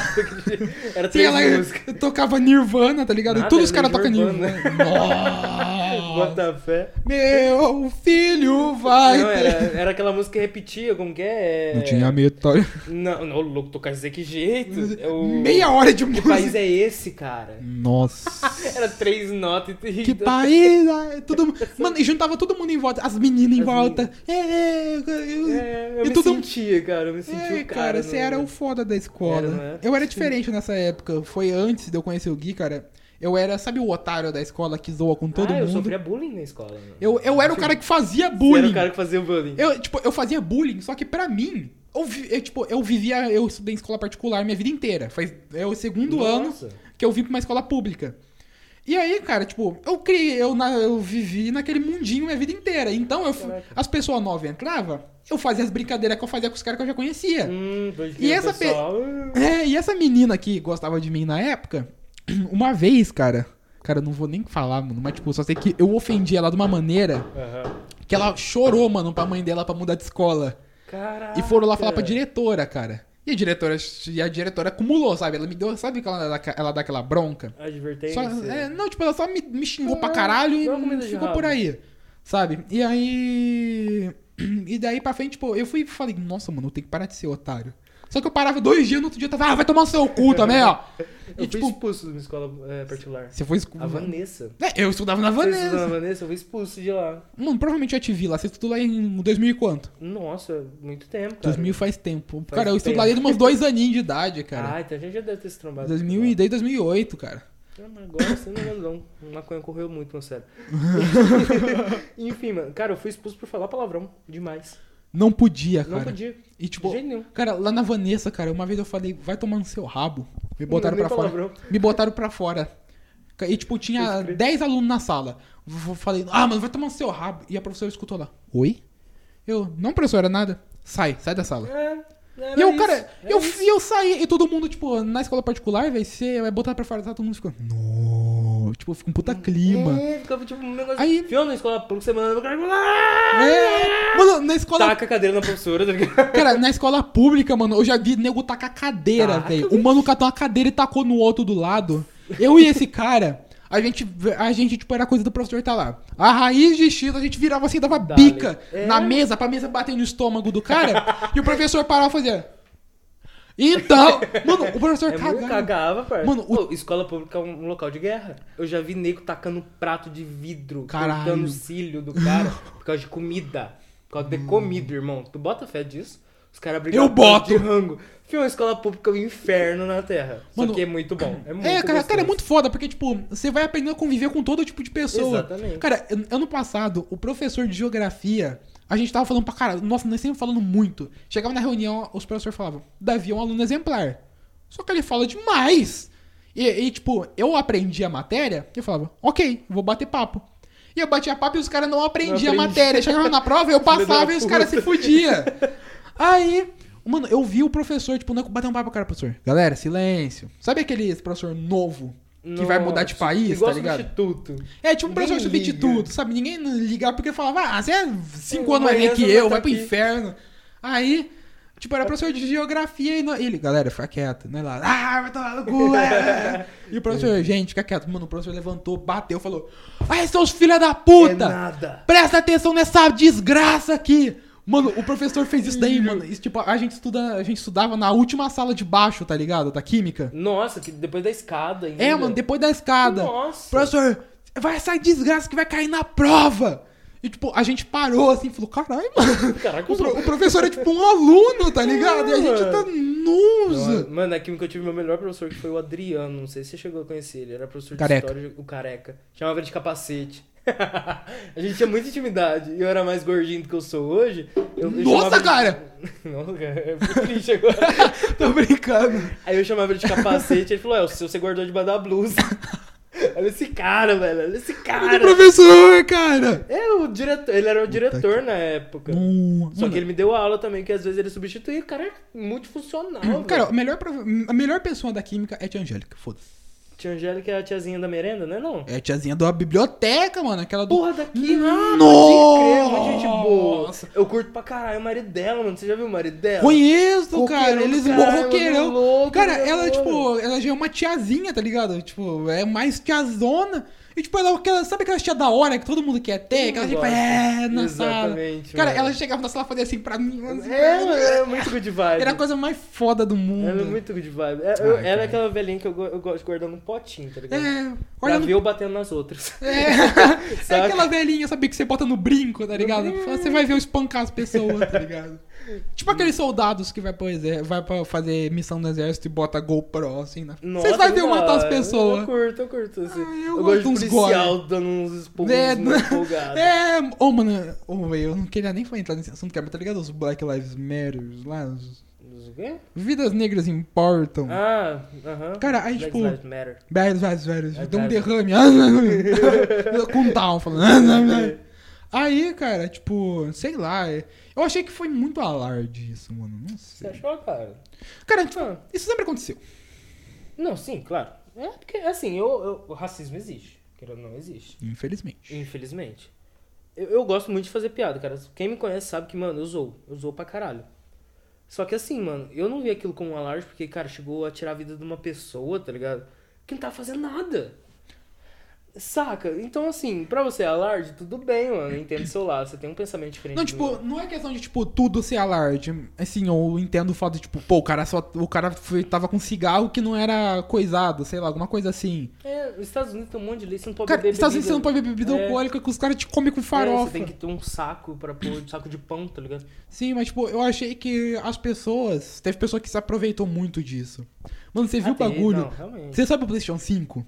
B: Era
A: Sim,
B: três
A: ela
B: músicas.
A: tocava Nirvana, tá ligado?
B: Nada,
A: Todos os caras
B: ela é
A: tocam
B: Nirvana.
A: Nirvana. Nossa.
B: Bota fé.
A: Meu filho vai
B: não, era,
A: ter...
B: era aquela música que repetia, como que é?
A: Não tinha medo, tá?
B: Não, não, louco, tocar isso aí que jeito. É o...
A: Meia hora de
B: Que
A: música.
B: país é esse, cara?
A: Nossa.
B: Era três notas e
A: Que país! é, Todo... Mano, e juntava todo mundo em volta, as meninas em
B: As
A: volta. É, é, eu-
B: É, eu
A: E
B: me
A: tudo-
B: sentia, cara. Eu me sentia
A: É,
B: o cara.
A: cara,
B: no-
A: você era o foda da escola.
B: Era, não é?
A: Eu era diferente nessa época. Foi antes de eu conhecer o Gui, cara. Eu era, sabe o otário da escola que zoa com todo
B: ah, eu
A: mundo?
B: sofria bullying na escola. mano.
A: Eu, eu era o cara que fazia
B: Você era
A: bullying.
B: o cara que fazia o bullying.
A: Eu, tipo, eu fazia bullying, só que pra mim, eu, vi- eu, tipo, eu vivia, eu estudei em escola particular minha vida inteira. Faz, é o segundo ano
B: Nossa.
A: que eu vim pra uma escola pública. E aí, cara, tipo, eu criei, eu, na- eu vivi naquele mundinho minha vida inteira. Então, eu, fu-
B: Caraca.
A: as pessoas novas entravam, eu fazia as brincadeiras que eu fazia com os caras que eu já conhecia.
B: Hum, pode
A: E
B: crer,
A: essa pe-
B: pessoal.
A: É, e essa menina que gostava de mim na época, uma vez, cara, cara, eu não vou nem falar, mano, mas tipo, só sei que eu ofendi ela de uma maneira
B: Aham.
A: que ela chorou, mano, pra mãe dela pra mudar de escola.
B: Caraca.
A: E foram lá falar pra diretora, cara. E a diretora, e a diretora acumulou, sabe? Ela me deu, sabe que ela, dá- ela dá aquela bronca? Só-
B: Advertência.
A: é, não, tipo, ela só me, me xingou pra caralho e
B: Só é uma comida de
A: ficou
B: rabo.
A: por aí. Sabe? E aí. E daí pra frente, tipo, eu fui e falei, nossa, mano, eu tenho que parar de ser otário. Só que eu parava dois dias, no outro dia eu tava, ah, vai tomar no seu cu também, ó.
B: Eu
A: E
B: fui
A: tipo,
B: expulso de uma escola é, particular.
A: você foi escu-
B: A Vanessa.
A: É, eu estudava na
B: Você estudou
A: Vanessa.
B: na Vanessa, eu fui expulso de lá.
A: Mano, provavelmente eu já te vi lá. Você estudou lá em 2000 e quanto?
B: Nossa, muito tempo, cara.
A: 2000 faz tempo.
B: Faz
A: cara, eu estudo lá
B: tempo.
A: desde meus dois aninhos de idade, cara.
B: Ah, então a gente já deve ter se trombado.
A: 2000 e desde 2008, cara.
B: Ah, mas Agora você não lembra, não. Maconha correu muito, meu sério. Enfim, mano. Cara, eu fui expulso por falar palavrão. Demais.
A: Não podia, cara.
B: Não podia. De
A: E tipo,
B: jeito nenhum.
A: Cara, lá na Vanessa, cara, uma vez eu falei, vai tomar no seu rabo. Me
B: Não,
A: botaram
B: nem
A: pra fora.
B: palavrão.
A: Me botaram pra fora. E, tipo, tinha
B: Pode crer.
A: 10 alunos na sala. V- Falei, ah, mano, vai tomar no seu rabo. E a professora escutou lá, oi? Eu, não, professora, é nada. Sai, sai da sala.
B: É, era
A: e eu,
B: isso,
A: cara,
B: era
A: eu,
B: isso.
A: e eu saí. E todo mundo, tipo, na escola particular, velho, você vai botar pra fora, tá? Todo mundo ficou, não. tipo, fica um puta clima.
B: É, ficava tipo um negócio.
A: Aí-
B: Fiona na escola pública, você manda no cara. lá,
A: É, mano, na escola.
B: Taca a cadeira na professora, tá ligado?
A: Cara, na escola pública, mano, eu já vi nego tacar cadeira,
B: Taca,
A: velho. O mano catou uma cadeira e tacou no outro do lado. Eu e esse cara, a gente, a gente tipo, era coisa do professor tá lá. A raiz de X, a gente virava assim, dava
B: Dale.
A: bica
B: É.
A: na mesa, pra mesa bater no estômago do cara. e o professor parava e fazia. Então, mano, o professor
B: É muito
A: cagava.
B: cagava, parça.
A: Mano, o-
B: Pô, escola pública é um local de guerra. Eu já vi nego tacando prato de vidro,
A: Caralho.
B: cortando o cílio do cara por causa de comida. Por causa de comida, irmão. Tu bota fé disso? Os caras
A: Hum.
B: brigam
A: Eu
B: por causa
A: boto.
B: de rango. Fio, a escola pública é um inferno na Terra.
A: Mano,
B: Só que é muito bom. É, muito
A: É, cara, cara, é
B: gostoso.
A: muito foda, porque, tipo, você vai aprendendo a conviver com todo tipo de pessoa.
B: Exatamente.
A: Cara, an- ano passado, o professor de geografia, a gente tava falando pra caralho, nossa, nós sempre falando muito. Chegava na reunião, os professores falavam, Davi é um aluno exemplar. Só que ele fala demais. E, e, tipo, eu aprendi a matéria, eu falava, ok, vou bater papo. E eu batia papo e os caras não aprendiam a
B: aprendi.
A: matéria. Chegava na prova, eu
B: Filho da
A: passava e os caras se
B: puta.
A: fudiam. Aí, mano, eu vi o professor, tipo, né, bater um papo com o cara, professor. Galera, silêncio. Sabe aquele professor novo que vai mudar de
B: Nossa,
A: país,
B: igual
A: tá ligado?
B: substituto.
A: É, tipo um
B: Ninguém
A: professor
B: liga.
A: substituto, sabe? Ninguém ligava porque falava, ah, você é cinco
B: É,
A: anos mais velho
B: amanhã
A: que
B: você
A: eu,
B: vai
A: vai
B: tá
A: pro
B: aqui.
A: inferno. Aí, tipo, era professor de geografia e não- ele, galera, fica quieto, né? Lá, ah, vai tomar no cu, é. E o professor, gente, fica quieto. Mano, o professor levantou, bateu, falou, ai, seus filha da puta!
B: É nada.
A: Presta atenção nessa desgraça aqui! Mano, o professor fez isso daí, mano. Isso, tipo, a gente, estuda, a gente estudava na última sala de baixo, tá ligado? Da química.
B: Nossa, que depois da escada ainda.
A: É, mano, depois da escada.
B: Nossa.
A: Professor, vai sair desgraça que vai cair na prova. E, tipo, a gente parou assim e falou, caralho, mano.
B: Caraca,
A: O,
B: os
A: pro- o professor é tipo um aluno, tá ligado? E a gente
B: mano.
A: tá nusa.
B: Mano, Mano, é química eu tive meu melhor professor, que foi o Adriano. Não sei se você chegou a conhecer ele. Era professor de
A: Careca.
B: história, o careca. Chamava ele de capacete. a gente tinha muita intimidade. E eu era mais gordinho do que eu sou hoje. Eu, eu
A: Nossa,
B: chamava
A: cara!
B: Ele... Nossa, cara, é muito triste agora.
A: Tô brincando.
B: Aí eu chamava ele de capacete. Ele falou: É, o seu você guardou debaixo da blusa. olha esse cara, velho. Olha esse
A: Olha o
B: cara.
A: professor, cara.
B: É, o diretor. Ele era o diretor na época.
A: Hum,
B: Só
A: mano,
B: que ele me deu aula também, que às vezes ele substituía. O cara é multifuncional.
A: Cara,
B: velho.
A: a melhor, prof- a melhor pessoa da química é a tia Angélica, foda-se.
B: Tia Angélica é a tiazinha da merenda, né? Não.
A: É a tiazinha da biblioteca, mano. Aquela do.
B: Porra, daqui. Ah,
A: Nossa!
B: pode crer, uma gente boa. Eu curto pra caralho o marido dela, mano. Você já viu o marido dela?
A: Conheço,
B: Roqueirão
A: cara.
B: do
A: Eles
B: caralho,
A: morroqueirão.
B: mano, louco,
A: cara,
B: né,
A: ela,
B: mano?
A: tipo, ela já é uma tiazinha, tá ligado? Tipo, é mais tiazona. E, tipo, ela, aquela- sabe aquela tia da hora que todo mundo quer ter? Que ela, tipo,
B: gosta.
A: é, na
B: Exatamente,
A: sala. Cara,
B: mano.
A: ela chegava na sala e fazia assim pra mim. assim,
B: É, mano, ela é muito good vibe.
A: Era a coisa mais foda do mundo.
B: Ela é muito good vibe.
A: Ai,
B: É, eu- ela
A: cara.
B: é aquela velhinha que eu, go- eu gosto de guardar num potinho, tá ligado?
A: É,
B: Pra
A: olha no...
B: ver eu batendo nas outras.
A: É, é
B: Saca?
A: aquela velhinha, sabe, que você bota no brinco, tá ligado? Você vai ver eu espancar as pessoas, tá ligado? Tipo aqueles soldados que vai pro exército, vai pra fazer missão no exército e bota GoPro, assim, na...
B: Nossa,
A: Vocês vão ver eu
B: da
A: matar as
B: hora.
A: pessoas.
B: Eu curto, eu curto. Assim.
A: Ah, eu
B: eu,
A: gosto
B: gosto
A: de uns
B: de policial dando uns espumos
A: É,
B: muito folgados.
A: É, ô, mano, ô, velho, eu não queria nem entrar nesse assunto, cara, mas tá ligado os Black Lives Matters lá? os-
B: Os quê?
A: Vidas negras importam.
B: Ah, aham.
A: Cara, aí,
B: Black
A: tipo,
B: Lives Matter.
A: Vários, vários, vários.
B: É,
A: Deu um
B: vários.
A: derrame. Com um down, falando. Aí, cara, tipo, sei lá. é- Eu achei que foi muito alarde isso, mano. Não
B: Você
A: sei.
B: achou, cara?
A: Cara, tipo,
B: Ah.
A: isso sempre aconteceu.
B: Não, sim, claro. É porque, assim, eu, eu- o racismo existe. Querendo ou não, existe.
A: Infelizmente.
B: Infelizmente. Eu, eu gosto muito de fazer piada, cara. Quem me conhece sabe que, mano, eu zoo. Eu zoo pra caralho. Só que assim, mano, eu não vi aquilo como um alarde porque, cara, chegou a tirar a vida de uma pessoa, tá ligado? Que não tá fazendo nada. Saca? Então, assim, pra você é alarde, tudo bem, mano. Eu Entendo seu lado. Você tem um pensamento diferente.
A: Não,
B: do
A: tipo,
B: meu.
A: não é questão de, tipo, tudo ser alarde. Assim, eu entendo o fato de, tipo, pô, o cara só. O cara foi, tava com cigarro que não era coisado, sei lá, alguma coisa assim.
B: É, os Estados Unidos tem um monte de lei, você não pode
A: Cara,
B: beber
A: Estados Unidos você não
B: bebida-
A: pode beber bebida
B: É.
A: alcoólica que os caras te comem com
B: É,
A: farofa.
B: você tem que ter um saco pra pôr, um saco de pão, tá ligado?
A: Sim, mas tipo, eu achei que as pessoas. Teve pessoa que se aproveitou muito disso. Mano, você viu
B: Ah,
A: o
B: tem-
A: bagulho?
B: Não, realmente.
A: Você sabe o PlayStation 5?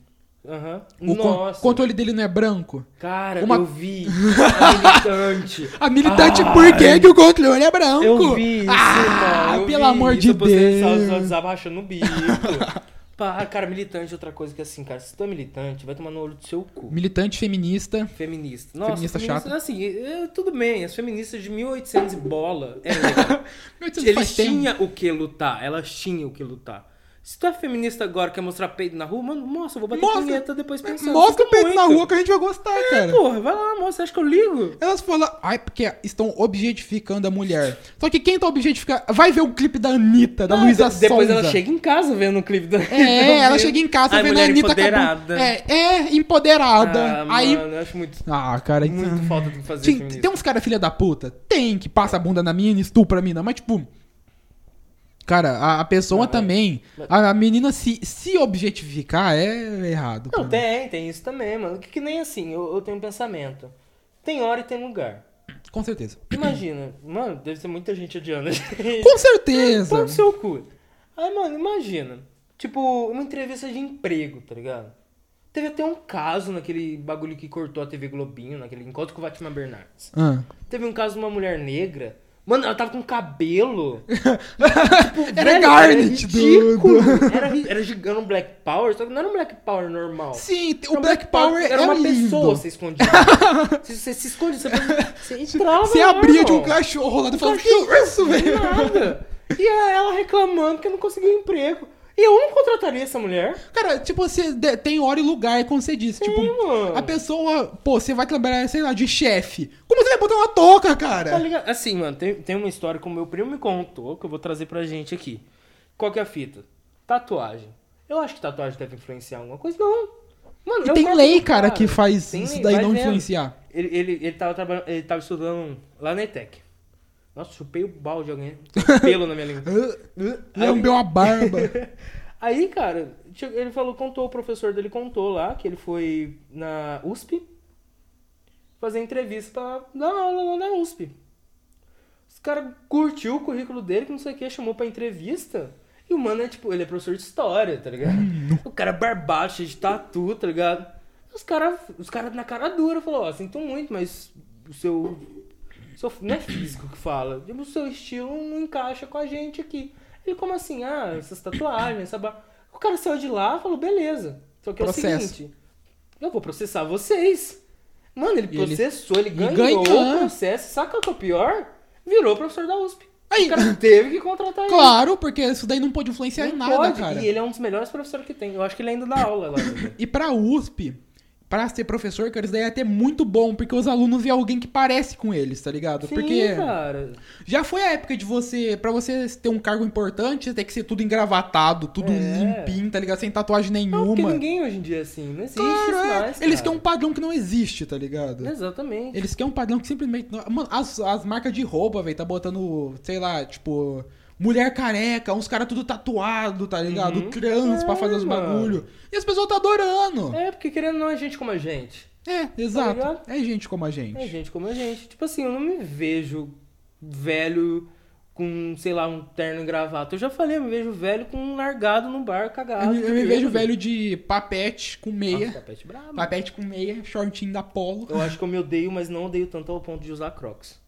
B: Aham.
A: O con-
B: Nossa.
A: controle dele não é branco?
B: Cara,
A: Uma-
B: eu vi. A militante.
A: A militante, por que que o controle é branco? Ah,
B: Ah, Eu vi isso, mano. Eu
A: pelo
B: vi
A: amor
B: isso,
A: de
B: eu postei no
A: Deus.
B: Deus. Desabaixando o bico. Pá, cara, militante é outra coisa que assim, cara, se tu é militante, vai tomar no olho do seu cu.
A: Militante feminista.
B: Feminista. Nossa,
A: Feminista chata.
B: Assim, é, tudo bem, as feministas de 1800 e bola. É, legal.
A: Meu Deus,
B: Eles
A: faz tempo.
B: tinham o que lutar, elas tinham o que lutar. Se tu é feminista agora quer mostrar peito na rua, mano, mostra, eu vou bater
A: Mostra.
B: punheta depois pensando.
A: Mostra o
B: Sinto
A: peito na
B: muito. É,
A: rua que a gente vai gostar, cara.
B: Porra, vai lá, mostra, acho que eu ligo.
A: Elas falam, ai, porque estão objetificando a mulher. Só que quem tá objetificando. Vai ver o clipe da Anitta, da
B: Não,
A: Luísa
B: de-
A: Sonza.
B: Depois ela chega em casa vendo o clipe da.
A: É, ela chega em casa
B: Então, Ai,
A: vendo a
B: mulher
A: Anitta
B: empoderada.
A: acabou- É, é, empoderada.
B: Ah,
A: Aí.
B: mano, eu acho muito,
A: Ah, cara. isso-
B: muito falta de fazer
A: Tem,
B: feminismo.
A: tem uns cara filha da puta? Tem, que passa a bunda na mina e estupra a mina, mas tipo. Cara, a, a pessoa
B: Não, é.
A: também. A, a menina se, se objetificar é errado.
B: Não,
A: cara.
B: tem, tem isso também, mano. Que, que nem assim, eu, eu tenho um pensamento. Tem hora e tem lugar.
A: Com certeza.
B: Imagina, mano, deve ter muita gente odiando a gente.
A: Com certeza.
B: Pau no seu cu. Aí, mano, imagina. Tipo, uma entrevista de emprego, tá ligado? Teve até um caso naquele bagulho que cortou a TV Globinho, naquele encontro com o Batman Bernardes.
A: Ah.
B: Teve um caso de uma mulher negra. Mano, ela tava com cabelo.
A: Era
B: Tipo, Velho, é
A: Garnet do-
B: ridículo.
A: do.
B: Era, ri- era gigante um Black Power, só que não era um Black Power normal.
A: Sim,
B: Era
A: o
B: um
A: Black Power
B: Era
A: é
B: uma
A: lindo.
B: pessoa se escondida. você, você se esconde, você, você entrava.
A: Você
B: lá,
A: abria de um
B: irmão.
A: cachorro lá e falava, que
B: cachorro,
A: isso,
B: Do
A: velho?
B: nada. E ela reclamando que eu não conseguiu emprego. E eu não contrataria essa mulher.
A: Cara, tipo, você de- tem hora e lugar, como você disse. tipo,
B: mano.
A: a pessoa, pô, você vai trabalhar, sei lá, de chefe. Como você vai botar uma touca,
B: Tá
A: cara?
B: ligado? Assim, mano, tem, tem uma história que o meu primo me contou que eu vou trazer pra gente aqui. Qual que é a fita? Tatuagem. Eu acho que tatuagem deve influenciar alguma coisa. Não. Mano,
A: E
B: eu
A: tem
B: gosto
A: lei,
B: do
A: cara, que faz
B: Tem
A: isso
B: lei,
A: daí
B: vai
A: não
B: vendo.
A: influenciar.
B: Ele, ele, ele, tava trabalhando, ele tava estudando lá na ETEC. Nossa, chupei o balde de alguém. Pelo na minha língua.
A: Lambeu a barba.
B: Aí, cara, che- ele falou, contou, o professor dele contou lá que ele foi na USP fazer entrevista pra dar aula lá na USP. Os caras curtiu o currículo dele, que não sei o que, chamou pra entrevista. E o mano é tipo, ele é professor de história, tá ligado? O cara é barbado, cheio de tatu, tá ligado? Os caras os cara na cara dura falou, ó, sinto muito, mas o seu. seu não é físico que fala. Tipo, o seu estilo não encaixa com a gente aqui. Ele, como assim? Ah, essas tatuagens, essa bar... O cara saiu de lá e falou, beleza. Só que é o
A: Processo.
B: seguinte. Eu vou processar vocês. Mano, ele
A: E ele-
B: processou, ele,
A: e
B: ganhou,
A: ganhou.
B: o processo. Saca o que é o pior? Virou professor da USP.
A: Aí-
B: O cara teve que contratar ele.
A: Claro, porque isso daí não pode influenciar em
B: Não
A: nada,
B: pode.
A: cara.
B: E ele é um dos melhores professores que tem. Eu acho que ele ainda dá aula lá. também.
A: E pra USP, pra ser professor, cara, isso daí é até muito bom, porque os alunos vê alguém que parece com eles, tá ligado?
B: Sim,
A: porque
B: cara.
A: já foi a época de você, pra você ter um cargo importante, você tem que ser tudo engravatado, tudo
B: É.
A: limpinho, tá ligado? Sem tatuagem
B: Não, porque
A: nenhuma.
B: ninguém hoje em dia é assim. Não existe
A: Claro,
B: isso
A: é.
B: mais,
A: Eles
B: cara.
A: querem um padrão que não existe, tá ligado?
B: Exatamente.
A: Eles querem um padrão que simplesmente. não- Mano, as, as marcas de roupa, velho, tá botando, sei lá, tipo. Mulher careca, uns caras tudo tatuado, tá ligado?
B: Uhum.
A: Trans pra
B: É,
A: fazer os
B: mano.
A: bagulho. E as pessoas tá adorando.
B: É, porque querendo ou não é gente como a gente.
A: É, exato.
B: tá ligado?
A: é gente como a gente.
B: É gente como a gente. Tipo assim, eu não me vejo velho com, sei lá, um terno e gravata. Eu já falei, eu me vejo velho com um largado no bar
A: eu
B: cagado.
A: me, eu me vejo velho de papete com meia.
B: Nossa, papete brabo.
A: Papete com meia, shortinho da polo.
B: Eu acho que eu me odeio, mas não odeio tanto ao ponto de usar crocs.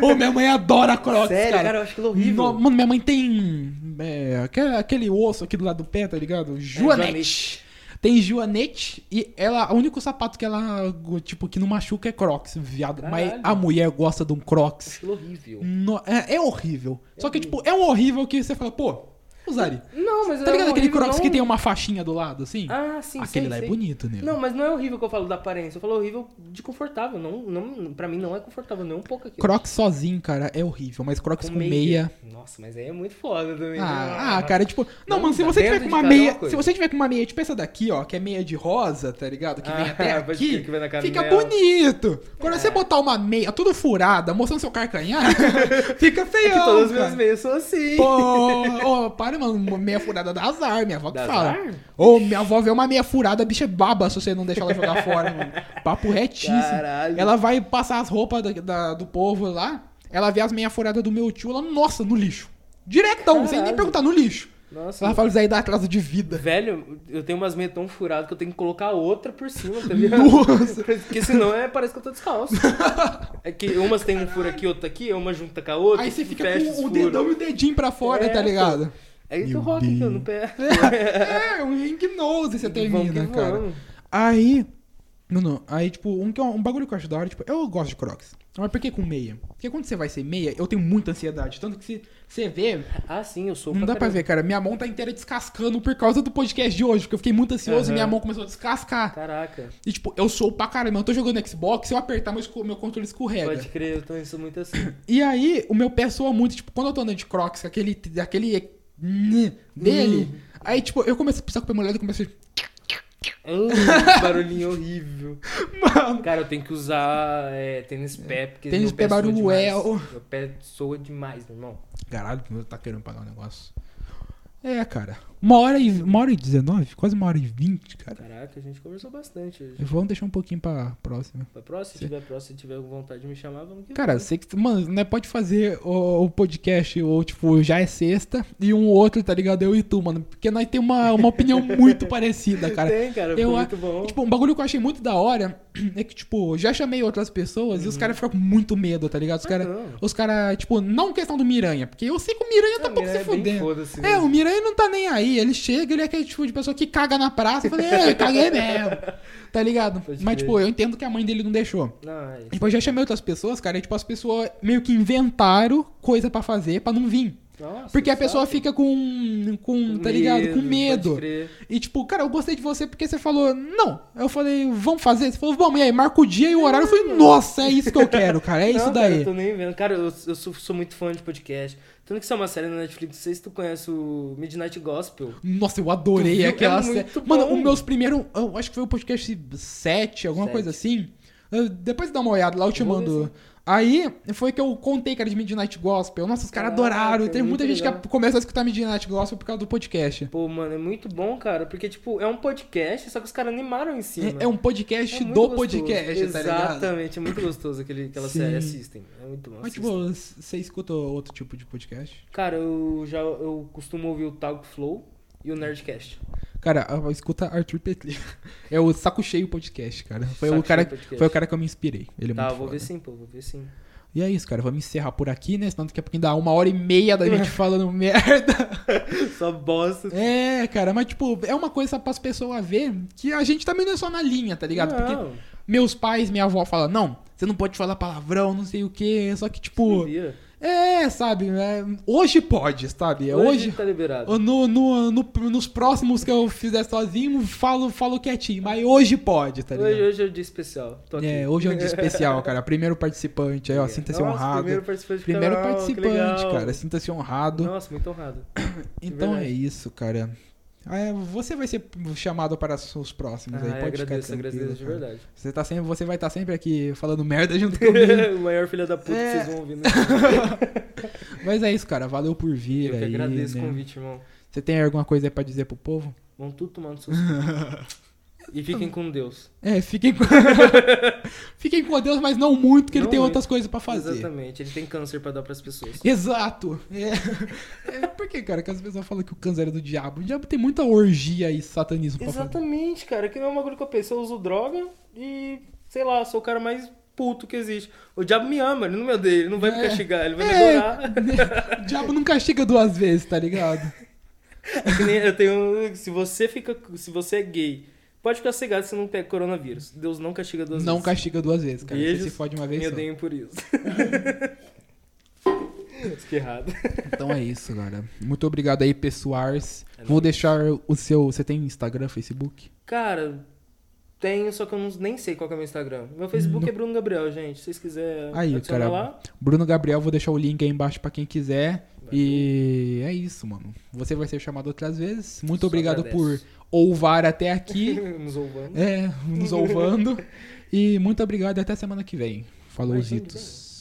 A: Ô, minha mãe adora crocs,
B: Sério, cara,
A: cara.
B: eu acho aquilo horrível.
A: No- mano, minha mãe tem é, aquele, aquele osso aqui do lado do pé, tá ligado? Joanete.
B: É, joanete.
A: tem Joanete e ela, o único sapato que ela, tipo, que não machuca é crocs, viado. Mas
B: Caralho.
A: a mulher gosta de um crocs.
B: Aquilo horrível.
A: No- é, é horrível. Só que, tipo, é um horrível que você fala, pô, usaria.
B: Não, mas
A: Tá ligado
B: é
A: aquele
B: horrível,
A: crocs
B: não-
A: que tem uma faixinha do lado, assim?
B: Ah, sim,
A: Aquele
B: sei,
A: lá é
B: sei.
A: bonito, né?
B: Não, mas não é horrível que eu falo da aparência. Eu falo horrível de confortável. Não, não, pra mim não é confortável, nem um pouco aqui.
A: Crocs sozinho, cara, é horrível, mas Crocs com, meia.
B: Nossa, mas aí é muito foda também. né?
A: Ah, ah, cara, tipo, não,
B: Não,
A: mano, se
B: tá
A: você
B: dentro
A: tiver com
B: de
A: uma
B: cada uma
A: meia,
B: coisa.
A: se você tiver com uma meia, tipo essa daqui, ó, que é meia de rosa, tá ligado? Que vem
B: Ah,
A: até
B: pode
A: aqui,
B: crer que É. vai na
A: fica
B: canela.
A: bonito. Quando você botar uma meia tudo furada, mostrando seu carcanhar, fica
B: Que todas
A: feião,
B: as minhas
A: cara.
B: meias são assim.
A: Pô, ô, para, mano, meia furada dá azar, minha avó que
B: Dá
A: fala.
B: azar?
A: Ô, minha avó vê uma meia furada, a bicha é baba se você não deixar ela jogar fora, mano. Papo retíssimo.
B: Caralho.
A: Ela vai passar as roupas da- da- do povo lá, ela vê as meia furadas do meu tio, ela, nossa, no lixo. Diretão, sem nem
B: Caralho.
A: perguntar, no lixo.
B: Nossa,
A: Ela fala isso aí da atraso de vida.
B: velho, eu tenho umas meias tão furadas que eu tenho que colocar outra por cima, tá ligado?
A: Nossa.
B: Porque senão é, parece que eu tô descalço. É que umas tem um furo aqui, outra aqui, uma junta com a outra.
A: Aí você fica
B: fecha
A: com
B: os
A: o
B: furos.
A: dedão e o dedinho pra fora,
B: É,
A: tá ligado?
B: É isso que
A: Meu
B: eu rock aqui, ó, no pé.
A: É, um hipnose você
B: Vamos que
A: termina, cara. um
B: vamos.
A: Aí. Não, não. Aí, tipo, um, que é um bagulho que eu acho da hora, tipo, eu gosto de Crocs. Mas por que com meia? Porque quando você vai ser meia, eu tenho muita ansiedade. Tanto que se você vê,
B: Ah, sim, eu sou
A: não dá pra
B: caramba.
A: ver, cara. Minha mão tá inteira descascando por causa do podcast de hoje, porque eu fiquei muito ansioso
B: Aham.
A: e minha mão começou a descascar.
B: Caraca,
A: E tipo, eu sou pra caramba, eu tô jogando Xbox, se eu apertar, meu, esco- meu controle escorrega.
B: pode crer, eu também sou muito assim.
A: E aí, o meu pé soa muito, tipo, quando eu tô andando de Crocs, aquele. aquele né, dele. Aí, tipo, eu começo a pisar com o pé molhado e começo a.
B: Hum, que barulhinho horrível.
A: Mano.
B: Cara, eu tenho que usar é, tênis pé, porque
A: Tênis
B: meu pé,
A: pé barulho
B: soa
A: é
B: demais.
A: o-
B: Meu pé soa demais, meu irmão.
A: Caralho, meu, tá querendo pagar um negócio. É, cara. Uma hora e. Uma hora e 19? Quase uma hora e 20, cara.
B: Caraca, a gente conversou bastante hoje.
A: Vamos deixar um pouquinho pra próxima.
B: Pra próxima, se tiver próxima, se tiver vontade de me chamar, vamos que
A: Cara, sei que. Mano, né, pode fazer o, o podcast, ou, tipo, já é sexta, e um outro, tá ligado? Eu e tu, mano. Porque nós temos uma, uma opinião muito parecida, cara.
B: Tem, cara, foi
A: eu a-
B: muito bom.
A: E, Tipo, um bagulho que eu achei muito da hora é que, tipo, já chamei outras pessoas
B: Uhum.
A: e os caras ficam com muito medo, tá ligado? Os caras.
B: não.
A: Os caras, tipo, não questão do Miranha, porque eu sei que o Miranha tá
B: Ah,
A: pouco
B: Miranha
A: se
B: é bem
A: fudendo.
B: foda-se
A: É,
B: mesmo.
A: o Miranha não tá nem aí. Ele chega, ele é aquele tipo de pessoa que caga na praça. Eu falei, é, caguei mesmo. Tá ligado?
B: Pode
A: Mas,
B: crer.
A: tipo, eu entendo que a mãe dele não deixou.
B: Não, é isso.
A: Tipo, eu já chamei outras pessoas, cara, e, tipo, as pessoas meio que inventaram coisa pra fazer pra não vir.
B: Nossa,
A: Porque a
B: sabe?
A: pessoa fica com. com tá ligado? Com medo.
B: Pode crer.
A: E tipo, cara, eu gostei de você porque você falou, não. Eu falei, vamos fazer? Você falou, vamos, e aí, marca o dia e o horário. Eu falei, nossa, é isso que eu quero, cara, é isso
B: Não, Cara,
A: daí.
B: eu tô nem vendo. Cara, eu, eu sou, sou muito fã de podcast. Tanto que isso é uma série na Netflix, não sei se tu conhece o Midnight Gospel.
A: Nossa, eu
B: Tu
A: adorei
B: viu?
A: aquela
B: É
A: série.
B: muito bom.
A: Mano, os meus primeiros. Eu acho que foi o podcast 7, alguma
B: Sete.
A: coisa assim. Eu- depois dá uma olhada lá, eu te
B: Eu vou ver,
A: mando.
B: sim.
A: Aí foi que eu contei, cara, de Midnight Gospel. Nossa, os caras
B: Caraca,
A: adoraram. Teve
B: muito
A: muita gente
B: legal.
A: que começou a escutar Midnight Gospel por causa do podcast.
B: Pô, mano, é muito bom, cara. Porque, tipo, é um podcast, só que os caras animaram em cima.
A: É, é um podcast
B: É muito
A: do
B: gostoso.
A: podcast, tá ligado?
B: Exatamente, é muito gostoso aquele, aquela
A: Sim.
B: série. Assistem. É muito bom.
A: Mas,
B: assistem.
A: tipo, você escuta outro tipo de podcast?
B: Cara, eu já eu costumo ouvir o Talk Flow e o Nerdcast.
A: Cara, a- escuta Arthur Petri. É o Saco Cheio Podcast, cara. Foi,
B: Saco
A: o cara,
B: Cheio Podcast.
A: foi o cara que eu me inspirei. Ele é
B: tá,
A: muito
B: vou
A: foda.
B: ver sim, pô, vou ver sim.
A: E é isso, cara. Vamos encerrar por aqui, né? Senão daqui a pouquinho dá uma hora e meia da gente falando merda.
B: Só bosta.
A: É, cara. Mas, tipo, é uma coisa pras pessoas ver que a gente também não é só na linha, tá ligado? Porque
B: Não,
A: meus pais, minha avó fala, não, você não pode falar palavrão, não sei o quê. Só que, tipo,
B: sabia.
A: é, sabe? É, hoje pode, sabe? é Hoje...
B: tá liberado.
A: Ou No, no, no- nos próximos que eu fizer sozinho, falo, falo quietinho. Mas hoje pode, tá
B: hoje,
A: ligado?
B: hoje é o dia especial. Tô aqui.
A: É, hoje é um dia especial, cara. Primeiro participante aí, ó.
B: Nossa,
A: Sinta-se honrado. Primeiro,
B: Primeiro participante, do canal, que
A: participante,
B: legal.
A: cara. tá Sinta-se honrado.
B: Nossa, muito honrado.
A: então é
B: verdade.
A: isso, cara. É, você vai ser chamado para os próximos aí.
B: Ah,
A: Pode ficar
B: agradeço,
A: tranquilo,
B: agradeço de
A: cara.
B: verdade.
A: Você, tá sempre, você vai estar sempre aqui falando merda junto comigo.
B: o maior filho da puta
A: É.
B: que vocês vão ouvir. Né?
A: Mas é isso, cara. Valeu por vir
B: Eu que
A: aí.
B: agradeço
A: né?
B: o convite, irmão.
A: Você tem alguma coisa aí pra dizer pro povo?
B: Vão tudo tomar no seu cu. E fiquem com Deus.
A: É, fiquem com... fiquem com Deus, mas não muito, que ele
B: Não
A: tem
B: muito.
A: outras coisas pra fazer.
B: Exatamente, ele tem câncer pra dar pras pessoas.
A: Exato. É. É, por que, cara? Que as pessoas falam que o câncer é do diabo. O diabo tem muita orgia e satanismo pra fazer.
B: Exatamente, cara. Que não é um bagulho que eu penso. Eu uso droga e, sei lá, sou o cara mais puto que existe. O diabo me ama, ele não me odeia, ele não vai me
A: É.
B: castigar, ele vai me adorar.
A: É, o diabo não castiga duas vezes, tá ligado?
B: É que nem eu tenho. Se você fica. Se você é gay, pode ficar cegado se não pega coronavírus. Deus não castiga duas
A: Não
B: vezes.
A: castiga duas vezes, cara. Você
B: Beijos,
A: se fode uma vez
B: Me
A: só.
B: odeiam por isso. Fiquei errado.
A: Então é isso, cara. Muito obrigado aí, pessoais.
B: É
A: Vou
B: nóis.
A: deixar o seu... Você tem Instagram, Facebook?
B: Cara, tenho, só que eu não, nem sei qual que é o meu Instagram. Meu Facebook é Bruno Gabriel, gente. Se vocês quiserem
A: Aí,
B: adicionar
A: cara.
B: lá.
A: Bruno Gabriel, vou deixar o link aí embaixo pra quem quiser. E é isso, mano. Você vai ser chamado outras vezes. Muito
B: Só
A: obrigado
B: agradeço.
A: por ouvar até aqui. né,
B: Nos ouvando.
A: é, nos ouvando. E muito obrigado e até semana que vem. Falou, Zitos.